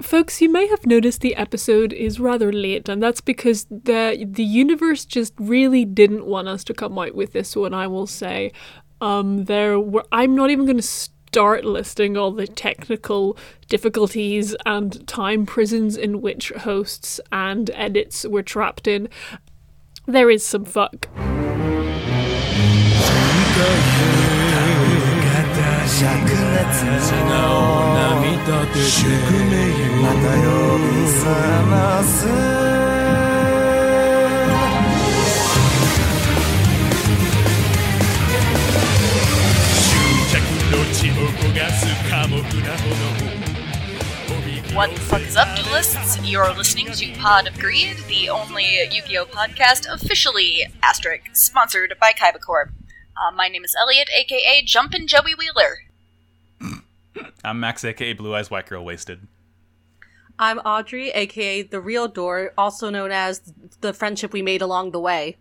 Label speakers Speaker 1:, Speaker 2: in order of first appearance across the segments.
Speaker 1: Folks, you may have noticed the episode is rather late, and that's because the the universe just really didn't want us to come out with this one. I will say, um, there were. I'm not even going to start listing all the technical difficulties and time prisons in which hosts and edits were trapped in. There is some fuck.
Speaker 2: What the fuck is up, duelists? You're listening to Pod of Greed, the only Yu-Gi-Oh podcast officially asterisk sponsored by Kaiba Corp. Uh, my name is Elliot, aka Jumpin' Joey Wheeler.
Speaker 3: I'm Max, aka Blue Eyes White Girl Wasted.
Speaker 4: I'm Audrey, aka The Real Door, also known as the friendship we made along the way.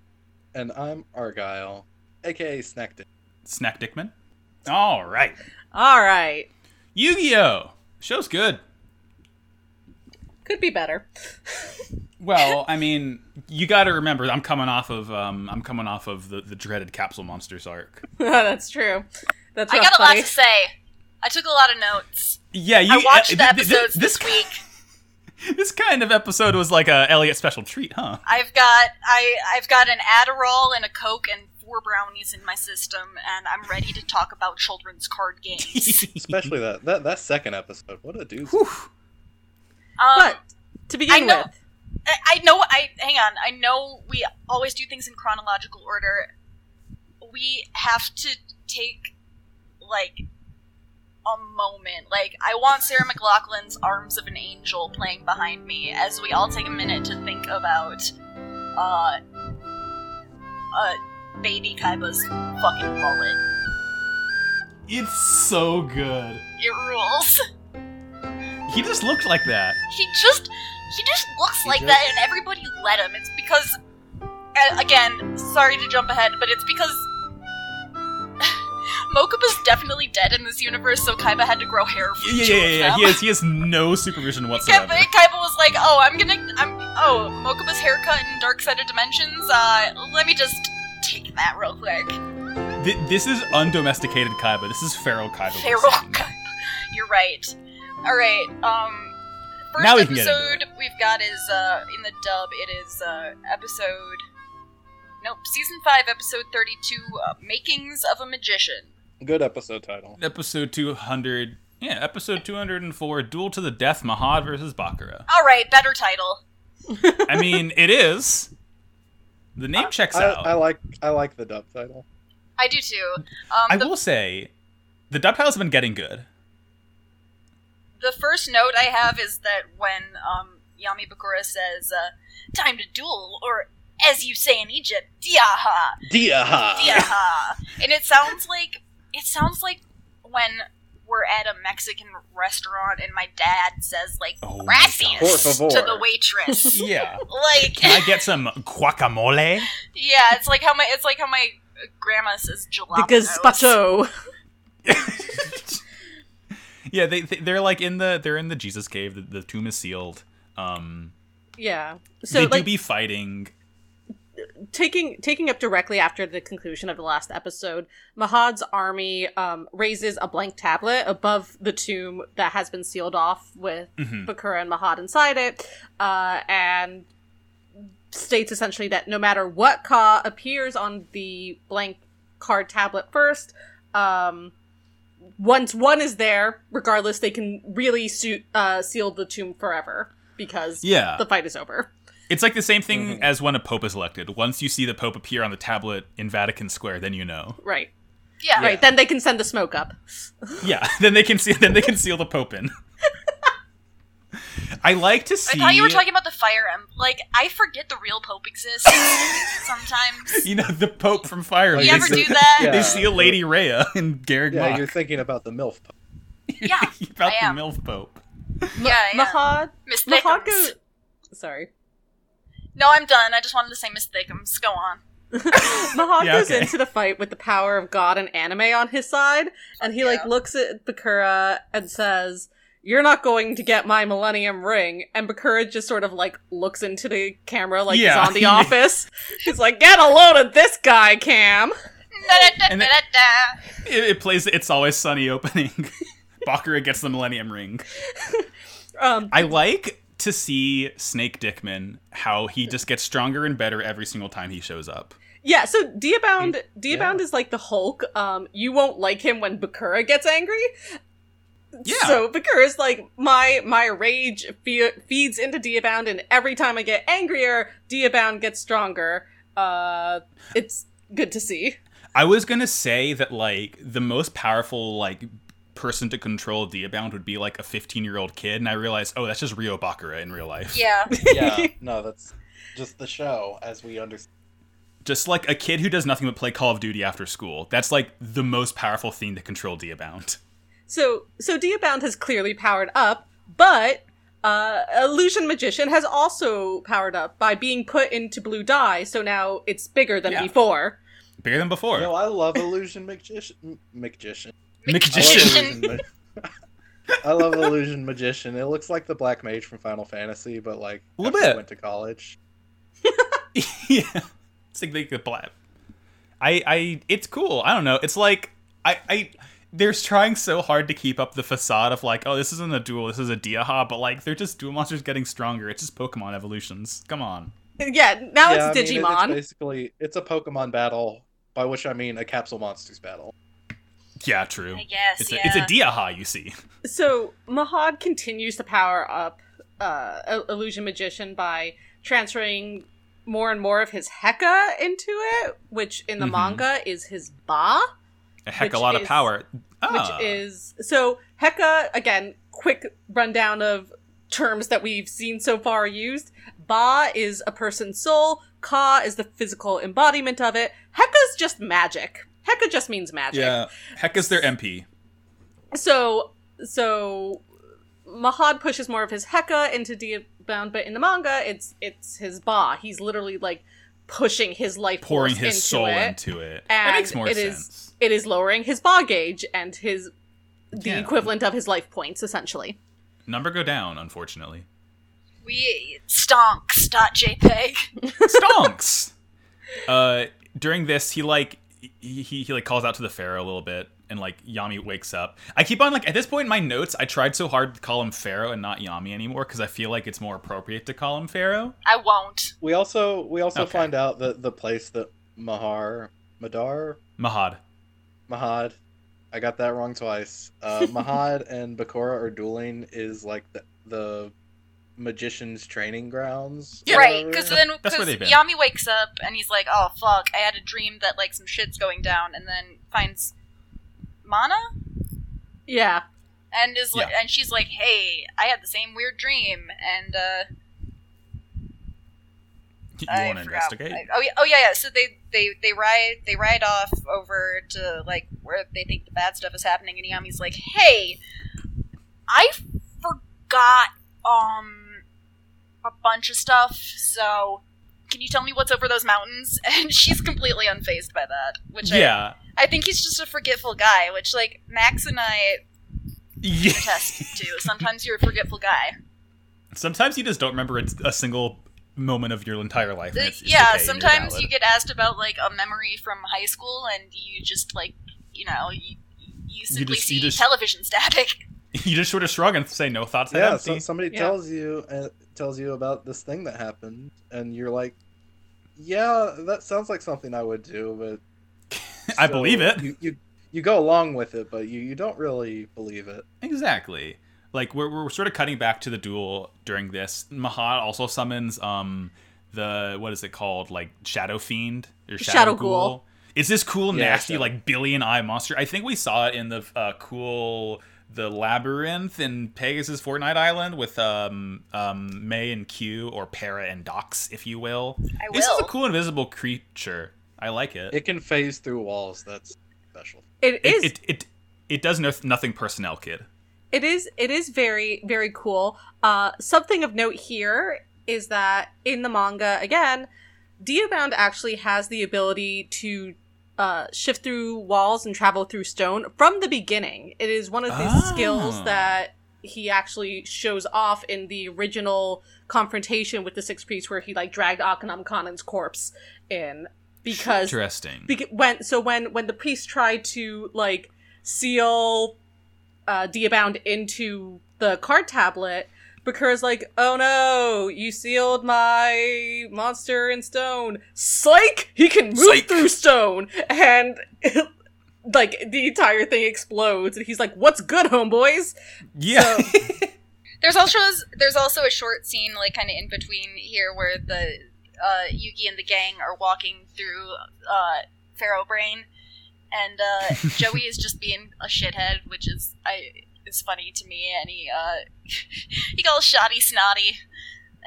Speaker 5: And I'm Argyle, aka Snackton.
Speaker 3: Snack Dickman. All right.
Speaker 4: All right.
Speaker 3: Yu Gi Oh! Show's good.
Speaker 4: Could be better.
Speaker 3: Well, I mean, you got to remember, I'm coming off of um, I'm coming off of the, the dreaded Capsule Monsters arc.
Speaker 4: That's true. That's
Speaker 2: I
Speaker 4: not
Speaker 2: got a lot
Speaker 4: funny.
Speaker 2: to say. I took a lot of notes.
Speaker 3: Yeah, you
Speaker 2: I watched
Speaker 3: uh,
Speaker 2: the
Speaker 3: th- th-
Speaker 2: episodes
Speaker 3: this,
Speaker 2: this week.
Speaker 3: This kind of episode was like a Elliot special treat, huh?
Speaker 2: I've got I I've got an Adderall and a Coke and four brownies in my system, and I'm ready to talk about children's card games.
Speaker 5: Especially that, that that second episode. What a dude.
Speaker 2: Um,
Speaker 4: But to begin
Speaker 2: I know-
Speaker 4: with,
Speaker 2: I I know. I hang on. I know we always do things in chronological order. We have to take like a moment. Like I want Sarah McLaughlin's "Arms of an Angel" playing behind me as we all take a minute to think about uh, uh, baby Kaiba's fucking mullet.
Speaker 3: It's so good.
Speaker 2: It rules.
Speaker 3: He just looked like that.
Speaker 2: He just he just looks
Speaker 5: He
Speaker 2: like
Speaker 5: does.
Speaker 2: that, and everybody let him. It's because, a- again, sorry to jump ahead, but it's because Mokuba's definitely dead in this universe, so Kaiba had to grow hair for
Speaker 3: Yeah,
Speaker 2: the two
Speaker 3: yeah, yeah.
Speaker 2: of
Speaker 3: yeah.
Speaker 2: them.
Speaker 3: He has he has no supervision whatsoever.
Speaker 2: Kaiba, Kaiba was like, "Oh, I'm gonna, I'm, oh, Mokuba's haircut in Dark Side of Dimensions. Uh, let me just take that real quick.
Speaker 3: Th- this is undomesticated Kaiba. This is feral Kaiba. we're
Speaker 2: Feral
Speaker 3: seeing.
Speaker 2: Kaiba. You're right. All right. Um, first
Speaker 3: Now we can get into
Speaker 2: episode we've got is uh in the dub. It is uh episode. Nope, season five, episode thirty-two, uh, "Makings of a Magician."
Speaker 5: Good episode title.
Speaker 3: Episode 200. Yeah, episode 204 Duel to the Death Mahad versus Bakura.
Speaker 2: All right, better title.
Speaker 3: I mean, it is. The name checks
Speaker 5: I,
Speaker 3: out.
Speaker 5: I like I like the dub title.
Speaker 2: I do too. Um,
Speaker 3: I
Speaker 2: the,
Speaker 3: will say, the dub title's been getting good.
Speaker 2: the first note I have is that when um Yami Bakura says, uh, "Time to duel," or as you say in Egypt, "Diaha."
Speaker 5: Dia.
Speaker 2: Yeah. and it sounds like it sounds like when we're at a Mexican restaurant and my dad says like
Speaker 3: Oh my
Speaker 2: gracias
Speaker 5: God. Por
Speaker 2: to
Speaker 5: favor.
Speaker 2: the waitress.
Speaker 3: Yeah. Can
Speaker 2: like
Speaker 3: I get some guacamole?
Speaker 2: yeah, it's like how my it's like how my grandma says
Speaker 4: the
Speaker 2: jalapeno.
Speaker 4: gazpacho.
Speaker 3: yeah, they, they they're like in the they're in the Jesus cave. The, the tomb is sealed. Um,
Speaker 4: Yeah. So
Speaker 3: they
Speaker 4: like
Speaker 3: do be fighting.
Speaker 4: taking taking up directly after the conclusion of the last episode, Mahad's army um, raises a blank tablet above the tomb that has been sealed off with
Speaker 3: Mhm.
Speaker 4: Bakura and Mahad inside it, uh, and states essentially that no matter what Ka appears on the blank card tablet first, um, once one is there, regardless, they can really su- uh, seal the tomb forever because
Speaker 3: Yeah.
Speaker 4: the fight is over.
Speaker 3: It's like the same thing
Speaker 5: Mhm.
Speaker 3: as when a pope is elected. Once you see the pope appear on the tablet in Vatican Square, then you know.
Speaker 4: Right.
Speaker 2: Yeah.
Speaker 4: Right. Then they can send the smoke up.
Speaker 3: Yeah, then they can see then they can seal the pope in. I like to
Speaker 2: I
Speaker 3: see.
Speaker 2: thought you were talking about the fire emblem. Like I forget the real pope exists sometimes.
Speaker 3: You know the Pope from Fire.
Speaker 2: You ever
Speaker 3: They
Speaker 2: do
Speaker 3: see-
Speaker 2: that?
Speaker 5: Yeah.
Speaker 3: They seal Lady Rhea and Garrick
Speaker 5: Yeah,
Speaker 3: Mach.
Speaker 5: you're thinking about the MILF. Pope.
Speaker 2: Yeah,
Speaker 3: about
Speaker 2: I
Speaker 3: the
Speaker 2: am.
Speaker 3: MILF Pope.
Speaker 2: Yeah, yeah.
Speaker 4: Mahad.
Speaker 2: Miss
Speaker 4: Mahad
Speaker 2: Thickums.
Speaker 4: goes. Sorry.
Speaker 2: No, I'm done. I just wanted to say Miss Thickums. Go on.
Speaker 4: Mahad
Speaker 3: Yeah,
Speaker 4: goes
Speaker 3: okay.
Speaker 4: into the fight with the power of God and anime on his side, and he like
Speaker 2: Yeah.
Speaker 4: looks at Bakura and says, you're not going to get my Millennium Ring. And Bakura just sort of like looks into the camera like
Speaker 3: Yeah.
Speaker 4: he's on The Office. He's like, get a load of this guy, Cam.
Speaker 3: And then- It, it plays the It's Always Sunny opening. Bakura gets the Millennium Ring.
Speaker 4: Um,
Speaker 3: I like to see Snake Dickman how he just gets stronger and better every single time he shows up.
Speaker 4: yeah, so Diabound, Diabound is like the Hulk. Um, you won't like him when Bakura gets angry.
Speaker 3: Yeah.
Speaker 4: So Bakura's like my my rage fe- feeds into Diabound, and every time I get angrier, Diabound gets stronger. Uh, it's good to see.
Speaker 3: I was gonna say that like the most powerful like person to control Diabound would be like a 15 year old kid, and I realized oh that's just Rio Bakura in real life.
Speaker 2: yeah.
Speaker 5: yeah, no, that's just the show as we understand.
Speaker 3: Just like a kid who does nothing but play Call of Duty after school. That's like the most powerful thing to control Diabound.
Speaker 4: So so Diabound has clearly powered up, but uh, Illusion Magician has also powered up by being put into blue dye. So now it's bigger than
Speaker 3: Yeah.
Speaker 4: before.
Speaker 3: Bigger than before.
Speaker 5: No, I love illusion magician. Magician. I love
Speaker 3: Magician.
Speaker 5: illusion. ma- I love illusion magician. It looks like the black mage from Final Fantasy, but like
Speaker 3: A little
Speaker 5: after I
Speaker 3: bit.
Speaker 5: went to college.
Speaker 3: yeah. It's like they could blab. I I it's cool. I don't know. It's like I I they're trying so hard to keep up the facade of like, oh, this isn't a duel, this is a Diaha, but like they're just duel monsters getting stronger. It's just Pokemon evolutions. Come on.
Speaker 4: Yeah, now
Speaker 5: Yeah,
Speaker 4: it's
Speaker 5: I mean, it-
Speaker 4: Digimon.
Speaker 5: it's basically, it's a Pokemon battle, by which I mean a capsule monsters battle.
Speaker 3: Yeah, true.
Speaker 2: I guess.
Speaker 3: It's
Speaker 2: yeah.
Speaker 3: a it's a Diaha, you see.
Speaker 4: So Mahad continues to power up uh, Il- Illusion Magician by transferring more and more of his Heka into it, which in the
Speaker 3: Mhm.
Speaker 4: manga is his Ba,
Speaker 3: A heck
Speaker 4: Which
Speaker 3: a lot
Speaker 4: is-
Speaker 3: of power. Ah.
Speaker 4: which is so Heka. Again, quick rundown of terms that we've seen so far used. Ba is a person's soul. Ka is the physical embodiment of it. Heka's just magic. Heka just means magic.
Speaker 3: yeah. Heck is their MP.
Speaker 4: So so Mahad pushes more of his Heka into Diabound, but in the manga, it's it's his Ba. He's literally like pushing his life
Speaker 3: Pouring
Speaker 4: force
Speaker 3: his
Speaker 4: into
Speaker 3: soul
Speaker 4: it.
Speaker 3: into it.
Speaker 4: And
Speaker 3: that makes more
Speaker 4: it is-
Speaker 3: sense.
Speaker 4: It is lowering his Ba gauge and his the
Speaker 3: Yeah.
Speaker 4: equivalent of his life points essentially.
Speaker 3: Number go down, unfortunately.
Speaker 2: We stonks.jpg.
Speaker 3: stonks. uh, during this, he like he, he he like calls out to the pharaoh a little bit, and like Yami wakes up. I keep on like at this point in my notes, I tried so hard to call him pharaoh and not Yami anymore because I feel like it's more appropriate to call him pharaoh.
Speaker 2: I won't.
Speaker 5: We also we also
Speaker 3: Okay.
Speaker 5: find out that the place that Mahar Madar
Speaker 3: Mahad.
Speaker 5: Mahad. I got that wrong twice. Uh, Mahad and Bakura are dueling is like the, the magician's training grounds. or
Speaker 2: right,
Speaker 5: whatever.
Speaker 2: because then
Speaker 3: That's
Speaker 2: because
Speaker 3: where they've been.
Speaker 2: Yami wakes up and he's like, "Oh fuck, I had a dream that like some shit's going down," and then finds Mana
Speaker 4: Yeah.
Speaker 2: and is like, and she's like, "Hey, I had the same weird dream," and uh,
Speaker 3: You
Speaker 2: I
Speaker 3: want to
Speaker 2: forgot-
Speaker 3: investigate?
Speaker 2: I- oh yeah, oh yeah, yeah. So they they they ride they ride off over to like where they think the bad stuff is happening, and Yami's like, "Hey, I forgot um a bunch of stuff, so." Can you tell me what's over those mountains? And she's completely unfazed by that, which
Speaker 3: yeah.
Speaker 2: I, I think he's just a forgetful guy. Which like Max and I
Speaker 3: Yeah.
Speaker 2: attest to. Sometimes you're a forgetful guy.
Speaker 3: Sometimes you just don't remember a, a single moment of your entire life. and it's- it's
Speaker 2: yeah,
Speaker 3: okay, and you're
Speaker 2: sometimes
Speaker 3: valid.
Speaker 2: you get asked about like a memory from high school, and you just like you know you, you simply
Speaker 3: just-
Speaker 2: see
Speaker 3: you just-
Speaker 2: television static.
Speaker 3: you just sort of shrug and say no thoughts.
Speaker 5: yeah,
Speaker 3: Yeah,
Speaker 5: so, somebody
Speaker 4: Yeah.
Speaker 5: tells you uh, tells you about this thing that happened, and you're like, "Yeah, that sounds like something I would do," but
Speaker 3: I
Speaker 5: so
Speaker 3: believe it.
Speaker 5: You, you you go along with it, but you you don't really believe it.
Speaker 3: Exactly. Like we're we're sort of cutting back to the duel during this. Mahad also summons um the what is it called? Like Shadow Fiend or Shadow,
Speaker 4: Shadow
Speaker 3: Ghoul.
Speaker 4: Ghoul.
Speaker 3: It's this cool,
Speaker 5: Yeah,
Speaker 3: nasty,
Speaker 5: Shadow.
Speaker 3: like billion eye monster. I think we saw it in the uh, cool the labyrinth in Pegasus Fortnite Island with um um May and Q or Para and Dox, if you will.
Speaker 2: I
Speaker 3: This is a
Speaker 2: will.
Speaker 3: cool invisible creature. I like it.
Speaker 5: It can phase through walls. That's special.
Speaker 4: It is
Speaker 3: it it, it, it does no- nothing personnel, kid.
Speaker 4: It is it is very very cool. Uh, something of note here is that in the manga again, Diabound actually has the ability to uh, shift through walls and travel through stone from the beginning. It is one of these
Speaker 3: Oh.
Speaker 4: skills that he actually shows off in the original confrontation with the Six Priests, where he like dragged Akhenaten Khanen's corpse in because
Speaker 3: Interesting.
Speaker 4: Bec- when so when when the priest tried to like seal uh Diabound into the card tablet, Bakura's like, "Oh no, you sealed my monster in stone." Psych, he can move
Speaker 3: Psych!
Speaker 4: through stone, and like the entire thing explodes, and he's like, "What's good, homeboys?"
Speaker 3: yeah.
Speaker 2: There's also there's also a short scene like kind of in between here where the uh, Yugi and the gang are walking through uh, Pharaoh Brain, and uh, Joey is just being a shithead, which is I is funny to me, and he uh, he calls Shoddy snotty,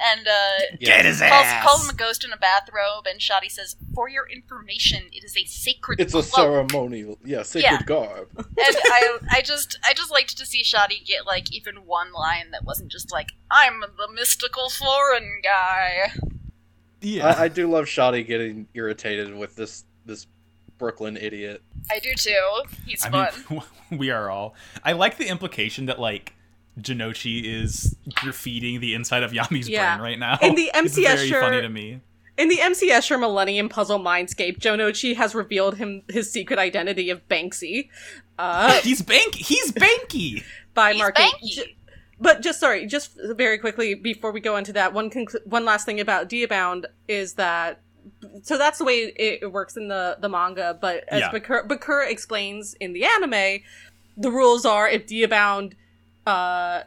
Speaker 2: and uh,
Speaker 3: Get his
Speaker 2: calls,
Speaker 3: ass.
Speaker 2: calls him a ghost in a bathrobe, and Shoddy says, "For your information, it is a sacred
Speaker 5: It's a
Speaker 2: cloak."
Speaker 5: ceremonial, yeah, sacred
Speaker 2: Yeah.
Speaker 5: garb.
Speaker 2: and I, I just, I just liked to see Shoddy get like even one line that wasn't just like, "I'm the mystical foreign guy."
Speaker 3: yeah.
Speaker 5: I, I do love Shoddy getting irritated with this this Brooklyn idiot.
Speaker 2: I do too. He's fun.
Speaker 3: I mean, we are all. I like the implication that like Jinochi is graffitiing the inside of Yami's
Speaker 4: Yeah.
Speaker 3: brain right now.
Speaker 4: In the
Speaker 3: It's
Speaker 4: MCS
Speaker 3: very
Speaker 4: shirt-
Speaker 3: funny to me.
Speaker 4: In the MC Escher Millennium Puzzle Mindscape, Jonochi has revealed him his secret identity of Banksy. Uh,
Speaker 3: He's bank. He's Banky.
Speaker 4: by
Speaker 2: He's
Speaker 4: marking
Speaker 2: Banky.
Speaker 4: j- but just sorry, just very quickly before we go into that one conclu- one last thing about Diabound is that so that's the way it, it works in the the manga, but as
Speaker 3: Yeah.
Speaker 4: Bakura, Bakura explains in the anime, the rules are if Diabound uh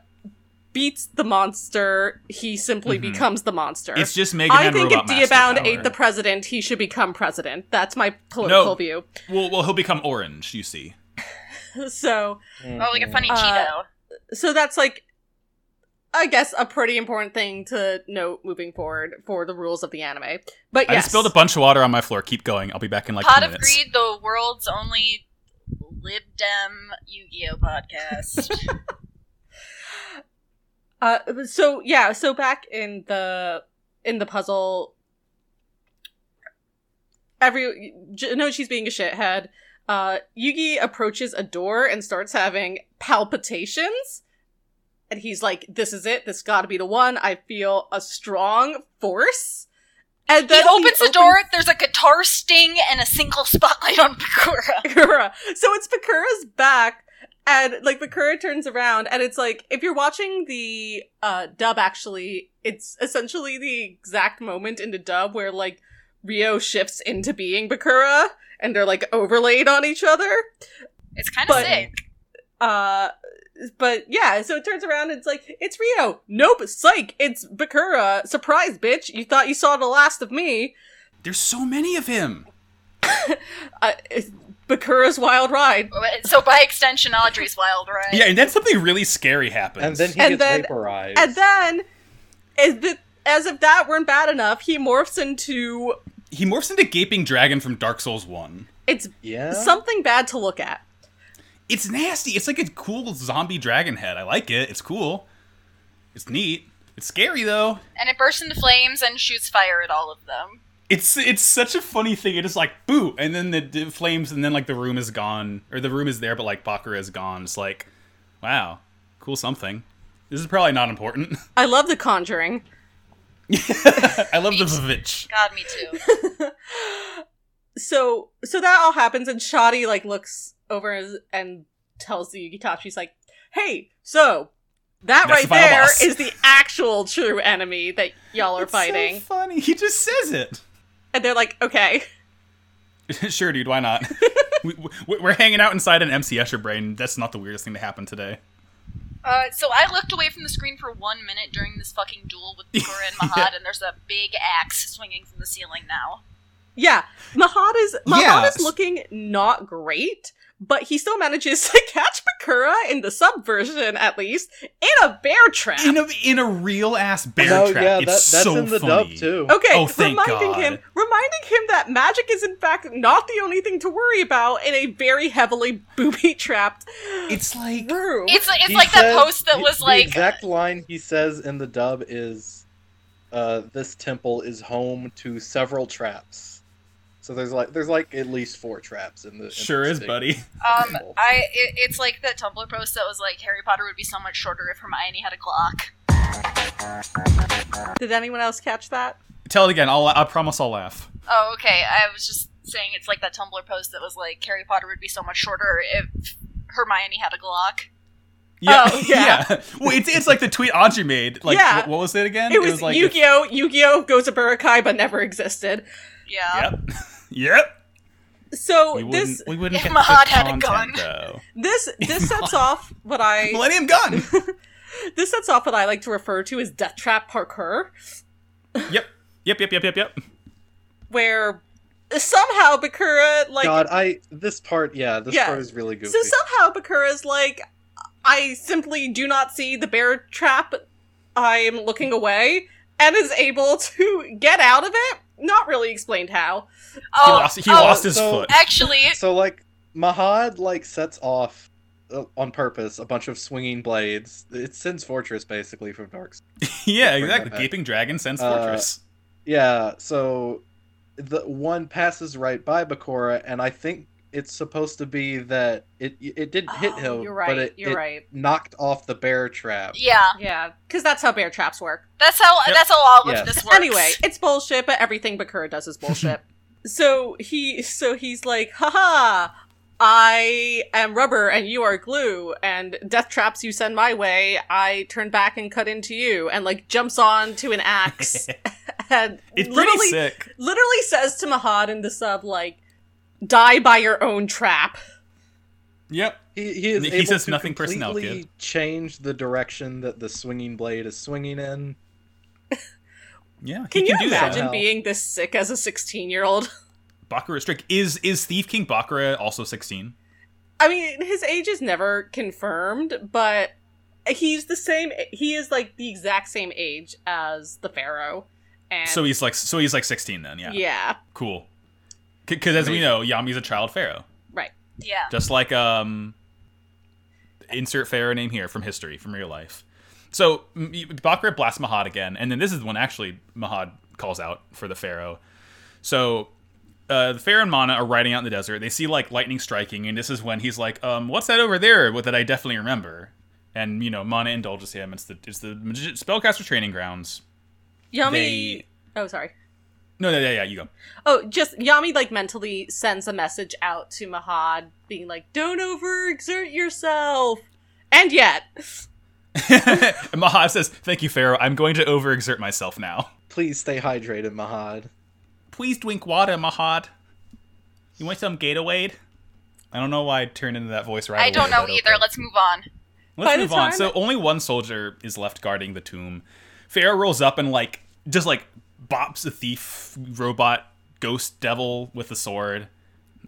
Speaker 4: beats the monster, he simply
Speaker 3: Mhm.
Speaker 4: becomes the monster.
Speaker 3: It's just Mega Man
Speaker 4: I think if
Speaker 3: Robot Master
Speaker 4: Diabound
Speaker 3: power.
Speaker 4: ate the president, he should become president. That's my political view.
Speaker 3: well, well, he'll become orange. You see.
Speaker 4: So,
Speaker 2: oh,
Speaker 5: Mm-hmm.
Speaker 2: like a funny
Speaker 4: Uh,
Speaker 2: Cheeto.
Speaker 4: so that's like i guess a pretty important thing to note moving forward for the rules of the anime but
Speaker 3: I
Speaker 4: yes
Speaker 3: just spilled a bunch of water on my floor. Keep going. I'll be back in like
Speaker 2: Pot
Speaker 3: two
Speaker 2: of
Speaker 3: minutes.
Speaker 2: Greed, the world's only Lib Dem Yu-Gi-Oh podcast.
Speaker 4: uh, so yeah so back in the in the puzzle every J- no she's being a shithead uh yugi approaches a door and starts having palpitations and he's like this is it this gotta be the one i feel a strong force and
Speaker 2: he
Speaker 4: then
Speaker 2: opens the
Speaker 4: opens-
Speaker 2: door. There's a guitar sting and a single spotlight on Pakura.
Speaker 4: Bakura. So it's Bakura's back, and like Bakura turns around, and it's like if you're watching the uh, dub, actually, it's essentially the exact moment in the dub where like Rio shifts into being Bakura, and they're like overlaid on each other.
Speaker 2: It's kind of
Speaker 4: But-
Speaker 2: sick.
Speaker 4: Uh, but yeah, so it turns around and it's like, it's Rio. Nope, psych, it's Bakura. Surprise, bitch. You thought you saw the last of me.
Speaker 3: There's so many of him.
Speaker 4: Uh, it's Bakura's wild ride.
Speaker 2: So by extension, Audrey's wild, right?
Speaker 3: Yeah, and then something really scary happens.
Speaker 5: And then he
Speaker 4: And
Speaker 5: gets
Speaker 4: then-
Speaker 5: vaporized.
Speaker 4: And then, as, the, as if that weren't bad enough, he morphs into
Speaker 3: he morphs into gaping dragon from Dark Souls One.
Speaker 4: it's
Speaker 5: yeah,
Speaker 4: something bad to look at.
Speaker 3: It's nasty. It's like a cool zombie dragon head. I like it. It's cool. It's neat. It's scary though.
Speaker 2: And it bursts into flames and shoots fire at all of them.
Speaker 3: It's it's such a funny thing. It is like boo, and then the d- flames, and then like the room is gone, or the room is there, but like Bakura is gone. It's like, wow, cool something. This is probably not important.
Speaker 4: I love the Conjuring.
Speaker 3: I love the vivitch.
Speaker 2: God, me too.
Speaker 4: So, so that all happens, and Shoddy like looks over and- and tells the Yugitachi, she's like, "Hey, so
Speaker 3: That's
Speaker 4: that
Speaker 3: the
Speaker 4: right
Speaker 3: final
Speaker 4: there
Speaker 3: boss."
Speaker 4: is the actual true enemy that y'all are
Speaker 3: It's so
Speaker 4: fighting,"
Speaker 3: funny. He just says it.
Speaker 4: and they're like, "Okay."
Speaker 3: sure, dude. Why not? we, we, we're hanging out inside an MC Escher brain. That's not the weirdest thing to happen today.
Speaker 2: Uh, so I looked away from the screen for one minute during this fucking duel with Bakura and Mahad, and there's a big axe swinging from the ceiling now.
Speaker 4: Yeah, Mahad is Mahad
Speaker 3: Yeah.
Speaker 4: is looking not great, but he still manages to catch Bakura in the subversion at least in a bear trap.
Speaker 3: In a in a real ass bear
Speaker 5: no,
Speaker 3: trap.
Speaker 5: yeah, that,
Speaker 3: it's
Speaker 5: that's
Speaker 3: so
Speaker 5: in the
Speaker 3: funny.
Speaker 5: dub too.
Speaker 4: Okay,
Speaker 3: Oh, thank
Speaker 4: reminding
Speaker 3: God.
Speaker 4: him reminding him that magic is in fact not the only thing to worry about in a very heavily booby trapped
Speaker 3: It's like
Speaker 4: room.
Speaker 2: It's it's
Speaker 5: He
Speaker 2: like that
Speaker 5: says-
Speaker 2: post that
Speaker 5: the-
Speaker 2: was
Speaker 5: the
Speaker 2: like
Speaker 5: exact line he says in the dub is, uh, "This temple is home to several traps, So there's like there's like at least four traps in the. in the
Speaker 3: Sure is,
Speaker 5: stick.
Speaker 3: buddy.
Speaker 2: Um, I it, it's like that Tumblr post that was like Harry Potter would be so much shorter if Hermione had a clock.
Speaker 4: Did anyone else catch that?
Speaker 3: Tell it again. I'll. I promise I'll laugh.
Speaker 2: Oh, okay. I was just saying it's like that Tumblr post that was like Harry Potter would be so much shorter if Hermione had a Glock.
Speaker 3: Yeah,
Speaker 4: Oh, yeah.
Speaker 3: Well, it's it's like the tweet Audrey made. Like,
Speaker 4: Yeah.
Speaker 3: what, what was it again?
Speaker 4: It was,
Speaker 3: like if-
Speaker 4: Yu-Gi-Oh! Yu-Gi-Oh! goes to Burokai but never existed.
Speaker 2: Yeah.
Speaker 3: Yep. yep.
Speaker 4: So
Speaker 3: We wouldn't.
Speaker 4: Oh, this
Speaker 3: we wouldn't
Speaker 2: If
Speaker 3: get
Speaker 2: my
Speaker 3: the
Speaker 2: heart had a gun.
Speaker 3: content, though.
Speaker 4: this this sets off what I
Speaker 3: Millennium Gun.
Speaker 4: this sets off what I like to refer to as death trap parkour,
Speaker 3: yep. Yep. Yep. Yep. Yep. Yep.
Speaker 4: where somehow Bakura like
Speaker 5: God, I this part, yeah, this
Speaker 4: Yeah.
Speaker 5: part is really goofy.
Speaker 4: so somehow Bakura's like I simply do not see the bear trap. I'm looking away and is able to get out of it. Not really explained how.
Speaker 3: He
Speaker 2: Oh,
Speaker 3: lost. He
Speaker 2: oh,
Speaker 3: lost his
Speaker 5: so-
Speaker 3: foot.
Speaker 2: Actually,
Speaker 5: So, like Mahad like sets off uh, on purpose a bunch of swinging blades. It's Sin's fortress basically from Dark. Souls.
Speaker 3: yeah.
Speaker 5: bring that
Speaker 3: Exactly.
Speaker 5: back.
Speaker 3: Gaping dragon sense
Speaker 5: Uh,
Speaker 3: fortress.
Speaker 5: Yeah, so the one passes right by Bakora, and I think it's supposed to be that it it didn't hit
Speaker 4: Oh,
Speaker 5: him,
Speaker 4: You're right.
Speaker 5: but it,
Speaker 4: you're
Speaker 5: it
Speaker 4: right.
Speaker 5: knocked off the bear trap.
Speaker 2: yeah.
Speaker 4: Yeah, because that's how bear traps work.
Speaker 2: That's how
Speaker 3: Yep.
Speaker 2: that's how all
Speaker 5: Yeah.
Speaker 2: of this works.
Speaker 4: Anyway, it's bullshit, but everything Bakura does is bullshit. so he so he's like, haha, I am rubber and you are glue, and death traps you send my way, I turn back and cut into you, and like jumps on to an axe and
Speaker 3: It's pretty
Speaker 4: literally
Speaker 3: sick.
Speaker 4: literally says to Mahad in the sub, like, die by your own trap.
Speaker 3: Yep.
Speaker 5: He, he is
Speaker 3: He
Speaker 5: able
Speaker 3: says
Speaker 5: to
Speaker 3: nothing personnel,
Speaker 5: completely
Speaker 3: kid.
Speaker 5: change the direction that the swinging blade is swinging in.
Speaker 3: Yeah.
Speaker 4: Can
Speaker 3: he
Speaker 4: you
Speaker 3: can do that.
Speaker 4: imagine
Speaker 5: Wow.
Speaker 4: being this sick as a sixteen year old?
Speaker 3: Bakura strict is is Thief King Bakura also sixteen?
Speaker 4: I mean, his age is never confirmed, but he's the same. He is like the exact same age as the pharaoh, and
Speaker 3: So he's like so he's like sixteen then. Yeah.
Speaker 4: yeah,
Speaker 3: Cool. Because as we
Speaker 5: Amazing.
Speaker 3: know, Yami's a child pharaoh,
Speaker 4: right.
Speaker 2: yeah.
Speaker 3: just like um, insert pharaoh name here from history from real life. So M- Bakura blasts Mahad again, and then this is the one actually Mahad calls out for the pharaoh. So. Uh, the Pharaoh and Mana are riding out in the desert. They see like lightning striking, and this is when he's like, "Um, what's that over there? What that I definitely remember." And you know, Mana indulges him. It's the it's the magi- spellcaster training grounds.
Speaker 4: Yami. Oh, sorry.
Speaker 3: No, no, yeah, yeah, you go.
Speaker 4: Oh, just Yami like mentally sends a message out to Mahad, being like, "Don't overexert yourself," and yet,
Speaker 3: and Mahad says, "Thank you, Pharaoh. I'm going to overexert myself now.
Speaker 5: Please stay hydrated, Mahad.
Speaker 3: Please drink water, Mahad. You want some Gatorade? I don't know why I turned into that voice right
Speaker 2: I don't
Speaker 3: away,
Speaker 2: know
Speaker 3: but
Speaker 2: either.
Speaker 3: okay.
Speaker 2: Let's move on.
Speaker 3: Let's
Speaker 4: By the
Speaker 3: move on.
Speaker 4: time-
Speaker 3: So only one soldier is left guarding the tomb. Pharaoh rolls up and like just like bops the thief robot ghost devil with a sword.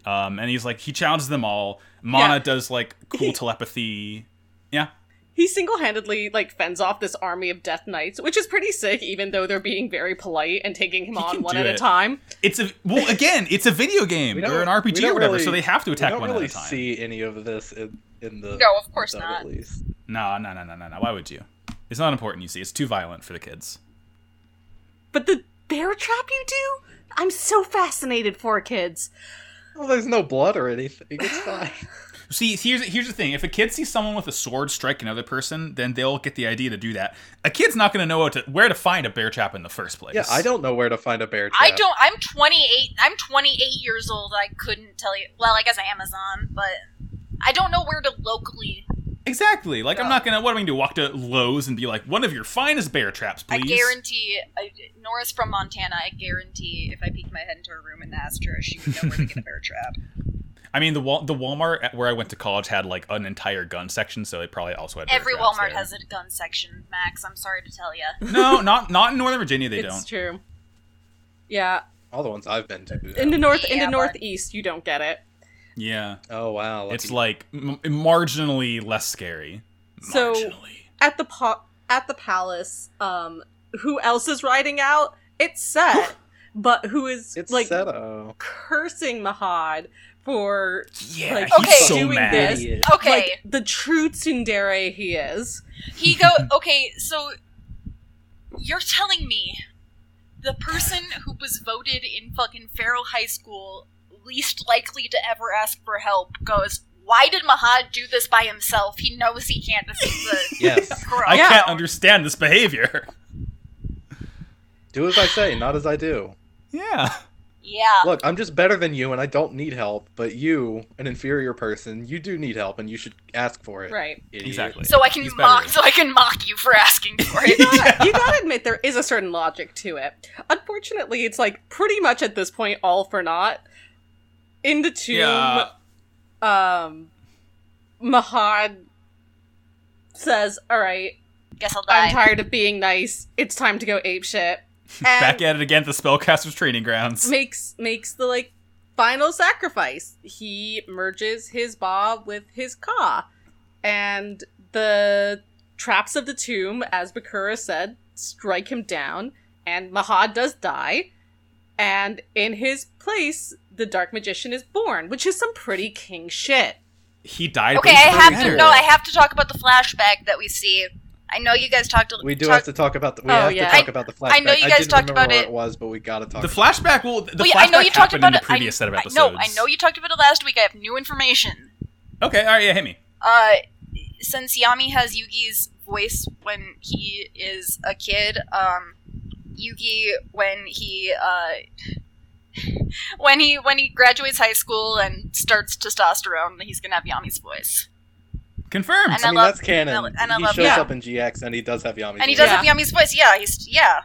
Speaker 3: Um, and he's like he challenges them all. Mana
Speaker 4: Yeah.
Speaker 3: does like cool telepathy. Yeah.
Speaker 4: he single-handedly like fends off this army of Death Knights, which is pretty sick, even though they're being very polite and taking him
Speaker 3: He can
Speaker 4: on one
Speaker 3: do
Speaker 4: at
Speaker 3: it.
Speaker 4: a time.
Speaker 3: It's a well again, it's a video game
Speaker 5: We
Speaker 3: or
Speaker 5: don't-
Speaker 3: an
Speaker 5: we
Speaker 3: RPG
Speaker 5: don't
Speaker 3: or whatever,
Speaker 5: really-
Speaker 3: so they have to attack
Speaker 5: we don't
Speaker 3: one
Speaker 5: really
Speaker 3: at a time.
Speaker 5: see any of this in, in the
Speaker 2: No, of course
Speaker 5: sub,
Speaker 2: not.
Speaker 5: At least.
Speaker 3: No, no, no, no, no, no. Why would you? It's not important, you see. It's too violent for the kids.
Speaker 4: But the bear trap you do? I'm so fascinated for kids.
Speaker 5: Well, there's no blood or anything. It's fine.
Speaker 3: See, here's here's the thing. If a kid sees someone with a sword strike another person, then they'll get the idea to do that. A kid's not going to know what to, where to find a bear trap in the first place.
Speaker 5: yeah, I don't know where to find a bear trap.
Speaker 2: I don't. I'm 28. I'm 28 years old. I couldn't tell you. Well, I guess Amazon, but I don't know where to locally.
Speaker 3: Exactly. Like I'm not going to. What am I going to do? Walk to Lowe's and be like, one of your finest bear traps, please.
Speaker 2: I guarantee. I, Nora's from Montana. I guarantee if I peeked my head into her room and asked her, she would know where to get a bear trap.
Speaker 3: I mean, the Wal- the Walmart at where I went to college had like an entire gun section, so they probably also had. Bear
Speaker 2: Every
Speaker 3: traps
Speaker 2: Walmart
Speaker 3: there.
Speaker 2: has a gun section, Max. I'm sorry to tell you.
Speaker 3: no, not not in Northern Virginia. They
Speaker 4: it's
Speaker 3: don't.
Speaker 4: true. Yeah,
Speaker 5: All the ones I've been to.
Speaker 4: in the north, in
Speaker 2: Yeah, but-
Speaker 4: the northeast, you don't get it.
Speaker 3: Yeah,
Speaker 5: oh wow, lucky.
Speaker 3: it's like m- marginally less scary.
Speaker 4: So-
Speaker 3: marginally.
Speaker 4: At the pa- at the palace, um, who else is riding out? It's Set, but who is
Speaker 5: it's
Speaker 4: like
Speaker 5: Seto.
Speaker 4: cursing Mahad for
Speaker 3: Yeah,
Speaker 4: like
Speaker 3: he's
Speaker 2: Okay.
Speaker 3: so
Speaker 4: doing
Speaker 3: mad.
Speaker 4: this?
Speaker 5: Idiot.
Speaker 2: Okay.
Speaker 4: Like the true tsundere he is.
Speaker 2: He go okay, so you're telling me the person who was voted in fucking Faro High School least likely to ever ask for help goes, "Why did Mahad do this by himself? He knows he can't defeat the
Speaker 5: Yes.
Speaker 2: girl."
Speaker 3: I
Speaker 4: Yeah.
Speaker 3: can't understand this behavior.
Speaker 5: Do as I say, not as I do.
Speaker 3: Yeah.
Speaker 2: Yeah,
Speaker 5: Look, I'm just better than you and I don't need help, but you, an inferior person, you do need help and you should ask for it.
Speaker 4: Right.
Speaker 5: idiot.
Speaker 3: Exactly.
Speaker 2: so I can
Speaker 3: He's better
Speaker 2: mock,
Speaker 3: than-
Speaker 2: so I can mock you for asking for it.
Speaker 4: you gotta admit there is a certain logic to it. Unfortunately, it's like pretty much at this point all for naught. In the tomb,
Speaker 3: Yeah.
Speaker 4: um, Mahad says, "All right,
Speaker 2: Guess I'll die.
Speaker 4: I'm tired of being nice. It's time to go ape shit." And
Speaker 3: Back at it again at the spellcaster's training grounds.
Speaker 4: makes makes the like final sacrifice. He merges his ba with his ka, and the traps of the tomb, as Bakura said, strike him down, and Mahad does die. And in his place, the dark magician is born, which is some pretty king shit.
Speaker 3: He died.
Speaker 2: okay,
Speaker 3: but
Speaker 2: I
Speaker 3: he's
Speaker 2: have
Speaker 3: better.
Speaker 2: to. No, I have to talk about the flashback that we see. I know you guys talked.
Speaker 5: We do
Speaker 2: talk-
Speaker 5: have to talk about the we
Speaker 4: Oh,
Speaker 5: have
Speaker 4: yeah.
Speaker 5: to talk about the flashback.
Speaker 2: I know you guys
Speaker 5: didn't
Speaker 2: talked
Speaker 5: remember
Speaker 2: about
Speaker 5: where
Speaker 2: it.
Speaker 5: was, but we gotta talk
Speaker 3: The
Speaker 5: about it.
Speaker 3: flashback will. The
Speaker 2: Well, yeah,
Speaker 3: flashback
Speaker 2: I know you talked
Speaker 3: happened
Speaker 2: about
Speaker 3: in
Speaker 2: it.
Speaker 3: the previous
Speaker 2: I,
Speaker 3: set of episodes.
Speaker 2: I, no, I know you talked about it last week. I have new information.
Speaker 3: Okay, all right, yeah, hit me.
Speaker 2: Uh, since Yami has Yugi's voice when he is a kid, um, Yugi when he uh, when he when he graduates high school and starts testosterone, he's gonna have Yami's voice,
Speaker 3: Confirmed.
Speaker 2: And uh,
Speaker 5: I
Speaker 2: I
Speaker 5: mean
Speaker 2: love-
Speaker 5: that's canon.
Speaker 2: and I- and I
Speaker 5: he
Speaker 2: love-
Speaker 5: shows
Speaker 4: yeah.
Speaker 5: up in GX and he does have Yami.
Speaker 2: and he does
Speaker 4: Yeah.
Speaker 2: have Yami's voice. Yeah, he's yeah.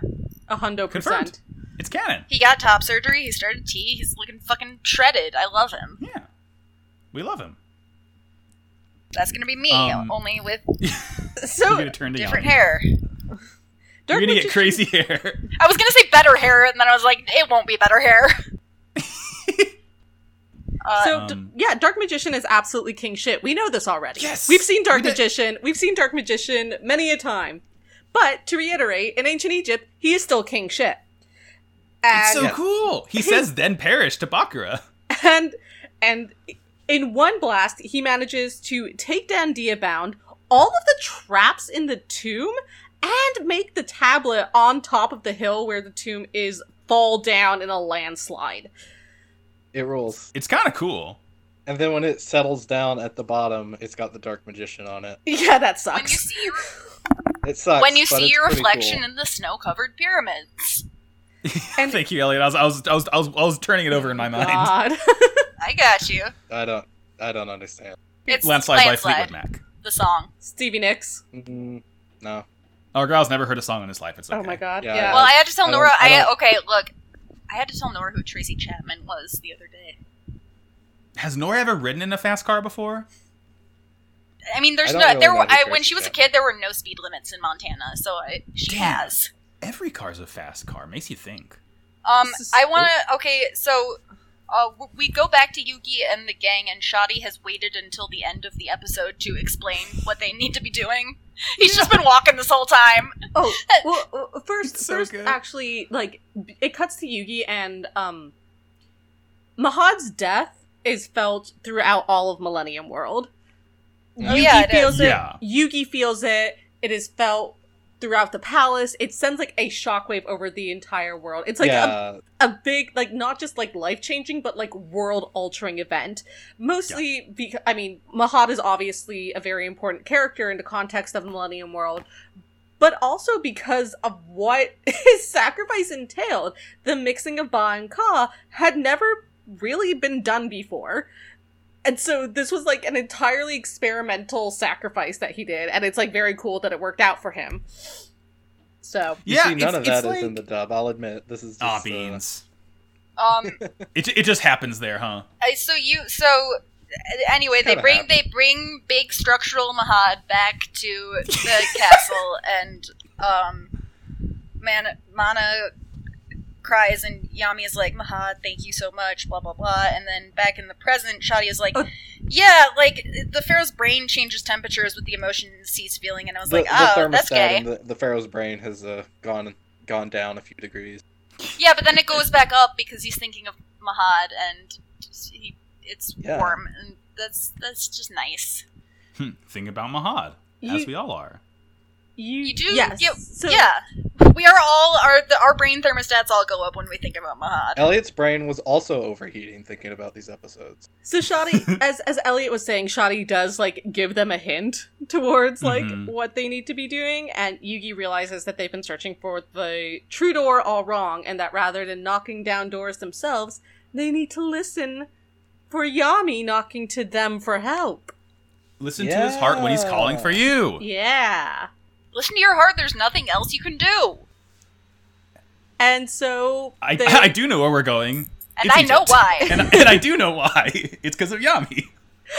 Speaker 4: A hundo
Speaker 3: Confirmed.
Speaker 4: percent.
Speaker 3: It's canon.
Speaker 2: He got top surgery. He started T. He's looking fucking shredded. I love him.
Speaker 3: Yeah, we love him.
Speaker 2: That's gonna be me,
Speaker 3: Um,
Speaker 2: only with
Speaker 3: You're
Speaker 4: So
Speaker 3: gonna turn to
Speaker 2: different
Speaker 3: Yami.
Speaker 2: hair.
Speaker 3: You're
Speaker 4: dark
Speaker 3: gonna
Speaker 4: magician,
Speaker 3: get crazy hair.
Speaker 2: I was gonna say better hair, and then I was like, it won't be better hair. uh,
Speaker 4: So d-
Speaker 3: Um,
Speaker 4: yeah, Dark Magician is absolutely king shit. We know this already.
Speaker 3: Yes!
Speaker 4: we've seen Dark
Speaker 3: We did-
Speaker 4: Magician. We've seen Dark Magician many a time. But to reiterate, in ancient Egypt, he is still king shit. And
Speaker 3: It's so cool. He says, "Then perish to Bakura."
Speaker 4: and and in one blast, he manages to take down Diabound, all of the traps in the tomb, and make the tablet on top of the hill where the tomb is fall down in a landslide.
Speaker 5: It rules.
Speaker 3: It's kind of cool.
Speaker 5: And then when it settles down at the bottom, it's got the dark magician on it.
Speaker 4: Yeah, that
Speaker 2: when
Speaker 4: sucks.
Speaker 2: you see your,
Speaker 5: It sucks.
Speaker 2: when you
Speaker 5: but
Speaker 2: see
Speaker 5: it's
Speaker 2: your
Speaker 5: pretty
Speaker 2: reflection
Speaker 5: cool.
Speaker 2: in the snow-covered pyramids,
Speaker 4: And-
Speaker 3: Thank you, Elliot. I was, I was, I was, I was, I was turning it over in my mind.
Speaker 4: God.
Speaker 2: I got you.
Speaker 5: I don't I don't understand.
Speaker 2: It's
Speaker 3: Landslide, by
Speaker 2: Landslide,
Speaker 3: Fleetwood Mac.
Speaker 2: the song.
Speaker 4: Stevie Nicks.
Speaker 5: Mm, no.
Speaker 3: Our girl's never heard a song in his life. It's okay.
Speaker 4: Oh my god.
Speaker 5: Yeah,
Speaker 4: Yeah.
Speaker 5: I-
Speaker 2: well, I had to tell
Speaker 5: I don't-
Speaker 2: Nora.
Speaker 5: I
Speaker 2: I,
Speaker 5: don't-
Speaker 2: okay, look, I had to tell Nora who Tracy Chapman was the other day.
Speaker 3: Has Nora ever ridden in a fast car before?
Speaker 2: I mean, there's
Speaker 5: I don't
Speaker 2: no
Speaker 5: really
Speaker 2: there.
Speaker 5: know
Speaker 2: Were,
Speaker 5: who
Speaker 2: I, when
Speaker 5: Tracy
Speaker 2: she was a
Speaker 5: Chapman-
Speaker 2: kid, there were no speed limits in Montana, so I, she
Speaker 3: Damn.
Speaker 2: has.
Speaker 3: Every car's a fast car. Makes you think.
Speaker 2: Um,
Speaker 4: This is-
Speaker 2: I want to. Okay, so uh, w- we go back to Yugi and the gang, and Shoddy has waited until the end of the episode to explain what they need to be doing. He's just been walking this whole time.
Speaker 4: Oh, well, uh, first,
Speaker 3: It's so
Speaker 4: first,
Speaker 3: good.
Speaker 4: actually, like b- it cuts to Yugi and um, Mahad's death is felt throughout all of Millennium World.
Speaker 2: Oh, yeah, it
Speaker 4: feels
Speaker 3: is.
Speaker 4: it.
Speaker 3: Yeah.
Speaker 4: Yugi feels it. It is felt throughout the palace. It sends like a shockwave over the entire world. It's like a
Speaker 2: um,
Speaker 5: yeah.
Speaker 4: a big like not just like life changing but like world altering event mostly because i mean mahad is obviously a very important character in the context of millennium world but also because of what his sacrifice entailed the mixing of ba and ka had never really been done before and so this was like an entirely experimental sacrifice that he did and it's like very cool that it worked out for him so
Speaker 5: You
Speaker 3: yeah.
Speaker 5: see,
Speaker 3: it's-
Speaker 5: none of that
Speaker 3: it's
Speaker 5: is in the
Speaker 3: like-
Speaker 5: dub. I'll admit this is just,
Speaker 3: Aw,
Speaker 5: uh,
Speaker 3: beans.
Speaker 2: Um,
Speaker 3: It, it just happens there, huh?
Speaker 2: I- Uh, so you so. uh, Anyway, they
Speaker 5: Kinda
Speaker 2: bring
Speaker 5: happened.
Speaker 2: they bring big structural Mahad back to the castle, and um, Man- Mana cries, and Yami is like, "Mahad, thank you so much," blah blah blah. And then back in the present, Shadi is like,
Speaker 4: Oh.
Speaker 2: "Yeah, like the pharaoh's brain changes temperatures with the emotion and cease feeling," and I was
Speaker 5: the,
Speaker 2: like,
Speaker 5: the
Speaker 2: "Oh,
Speaker 5: thermostat
Speaker 2: that's gay."
Speaker 5: in the, the pharaoh's brain has uh, gone gone down a few degrees.
Speaker 2: yeah, but then it goes back up because he's thinking of Mahad, and he, it's
Speaker 5: Yeah.
Speaker 2: warm, and that's that's just nice.
Speaker 3: Hmm, Think about Mahad, as
Speaker 4: you-
Speaker 3: we all are.
Speaker 2: You do
Speaker 4: yes
Speaker 2: get
Speaker 4: so-
Speaker 2: yeah. We are all our the, our brain thermostats all go up when we think about Mahad.
Speaker 5: Elliot's brain was also overheating thinking about these episodes.
Speaker 4: So Shotty, as as Elliot was saying, Shotty does like give them a hint towards like
Speaker 3: Mhm.
Speaker 4: what they need to be doing, and Yugi realizes that they've been searching for the true door all wrong, and that rather than knocking down doors themselves, they need to listen for Yami knocking to them for help.
Speaker 3: Listen to his heart when he's calling for you.
Speaker 4: Yeah.
Speaker 2: Listen to your heart. There's nothing else you can do,
Speaker 4: And so
Speaker 3: I,
Speaker 4: they-
Speaker 3: I do know where we're going.
Speaker 2: and
Speaker 3: It's
Speaker 2: I know
Speaker 3: Egypt.
Speaker 2: why.
Speaker 3: And, I- and I do know why. It's because of Yami.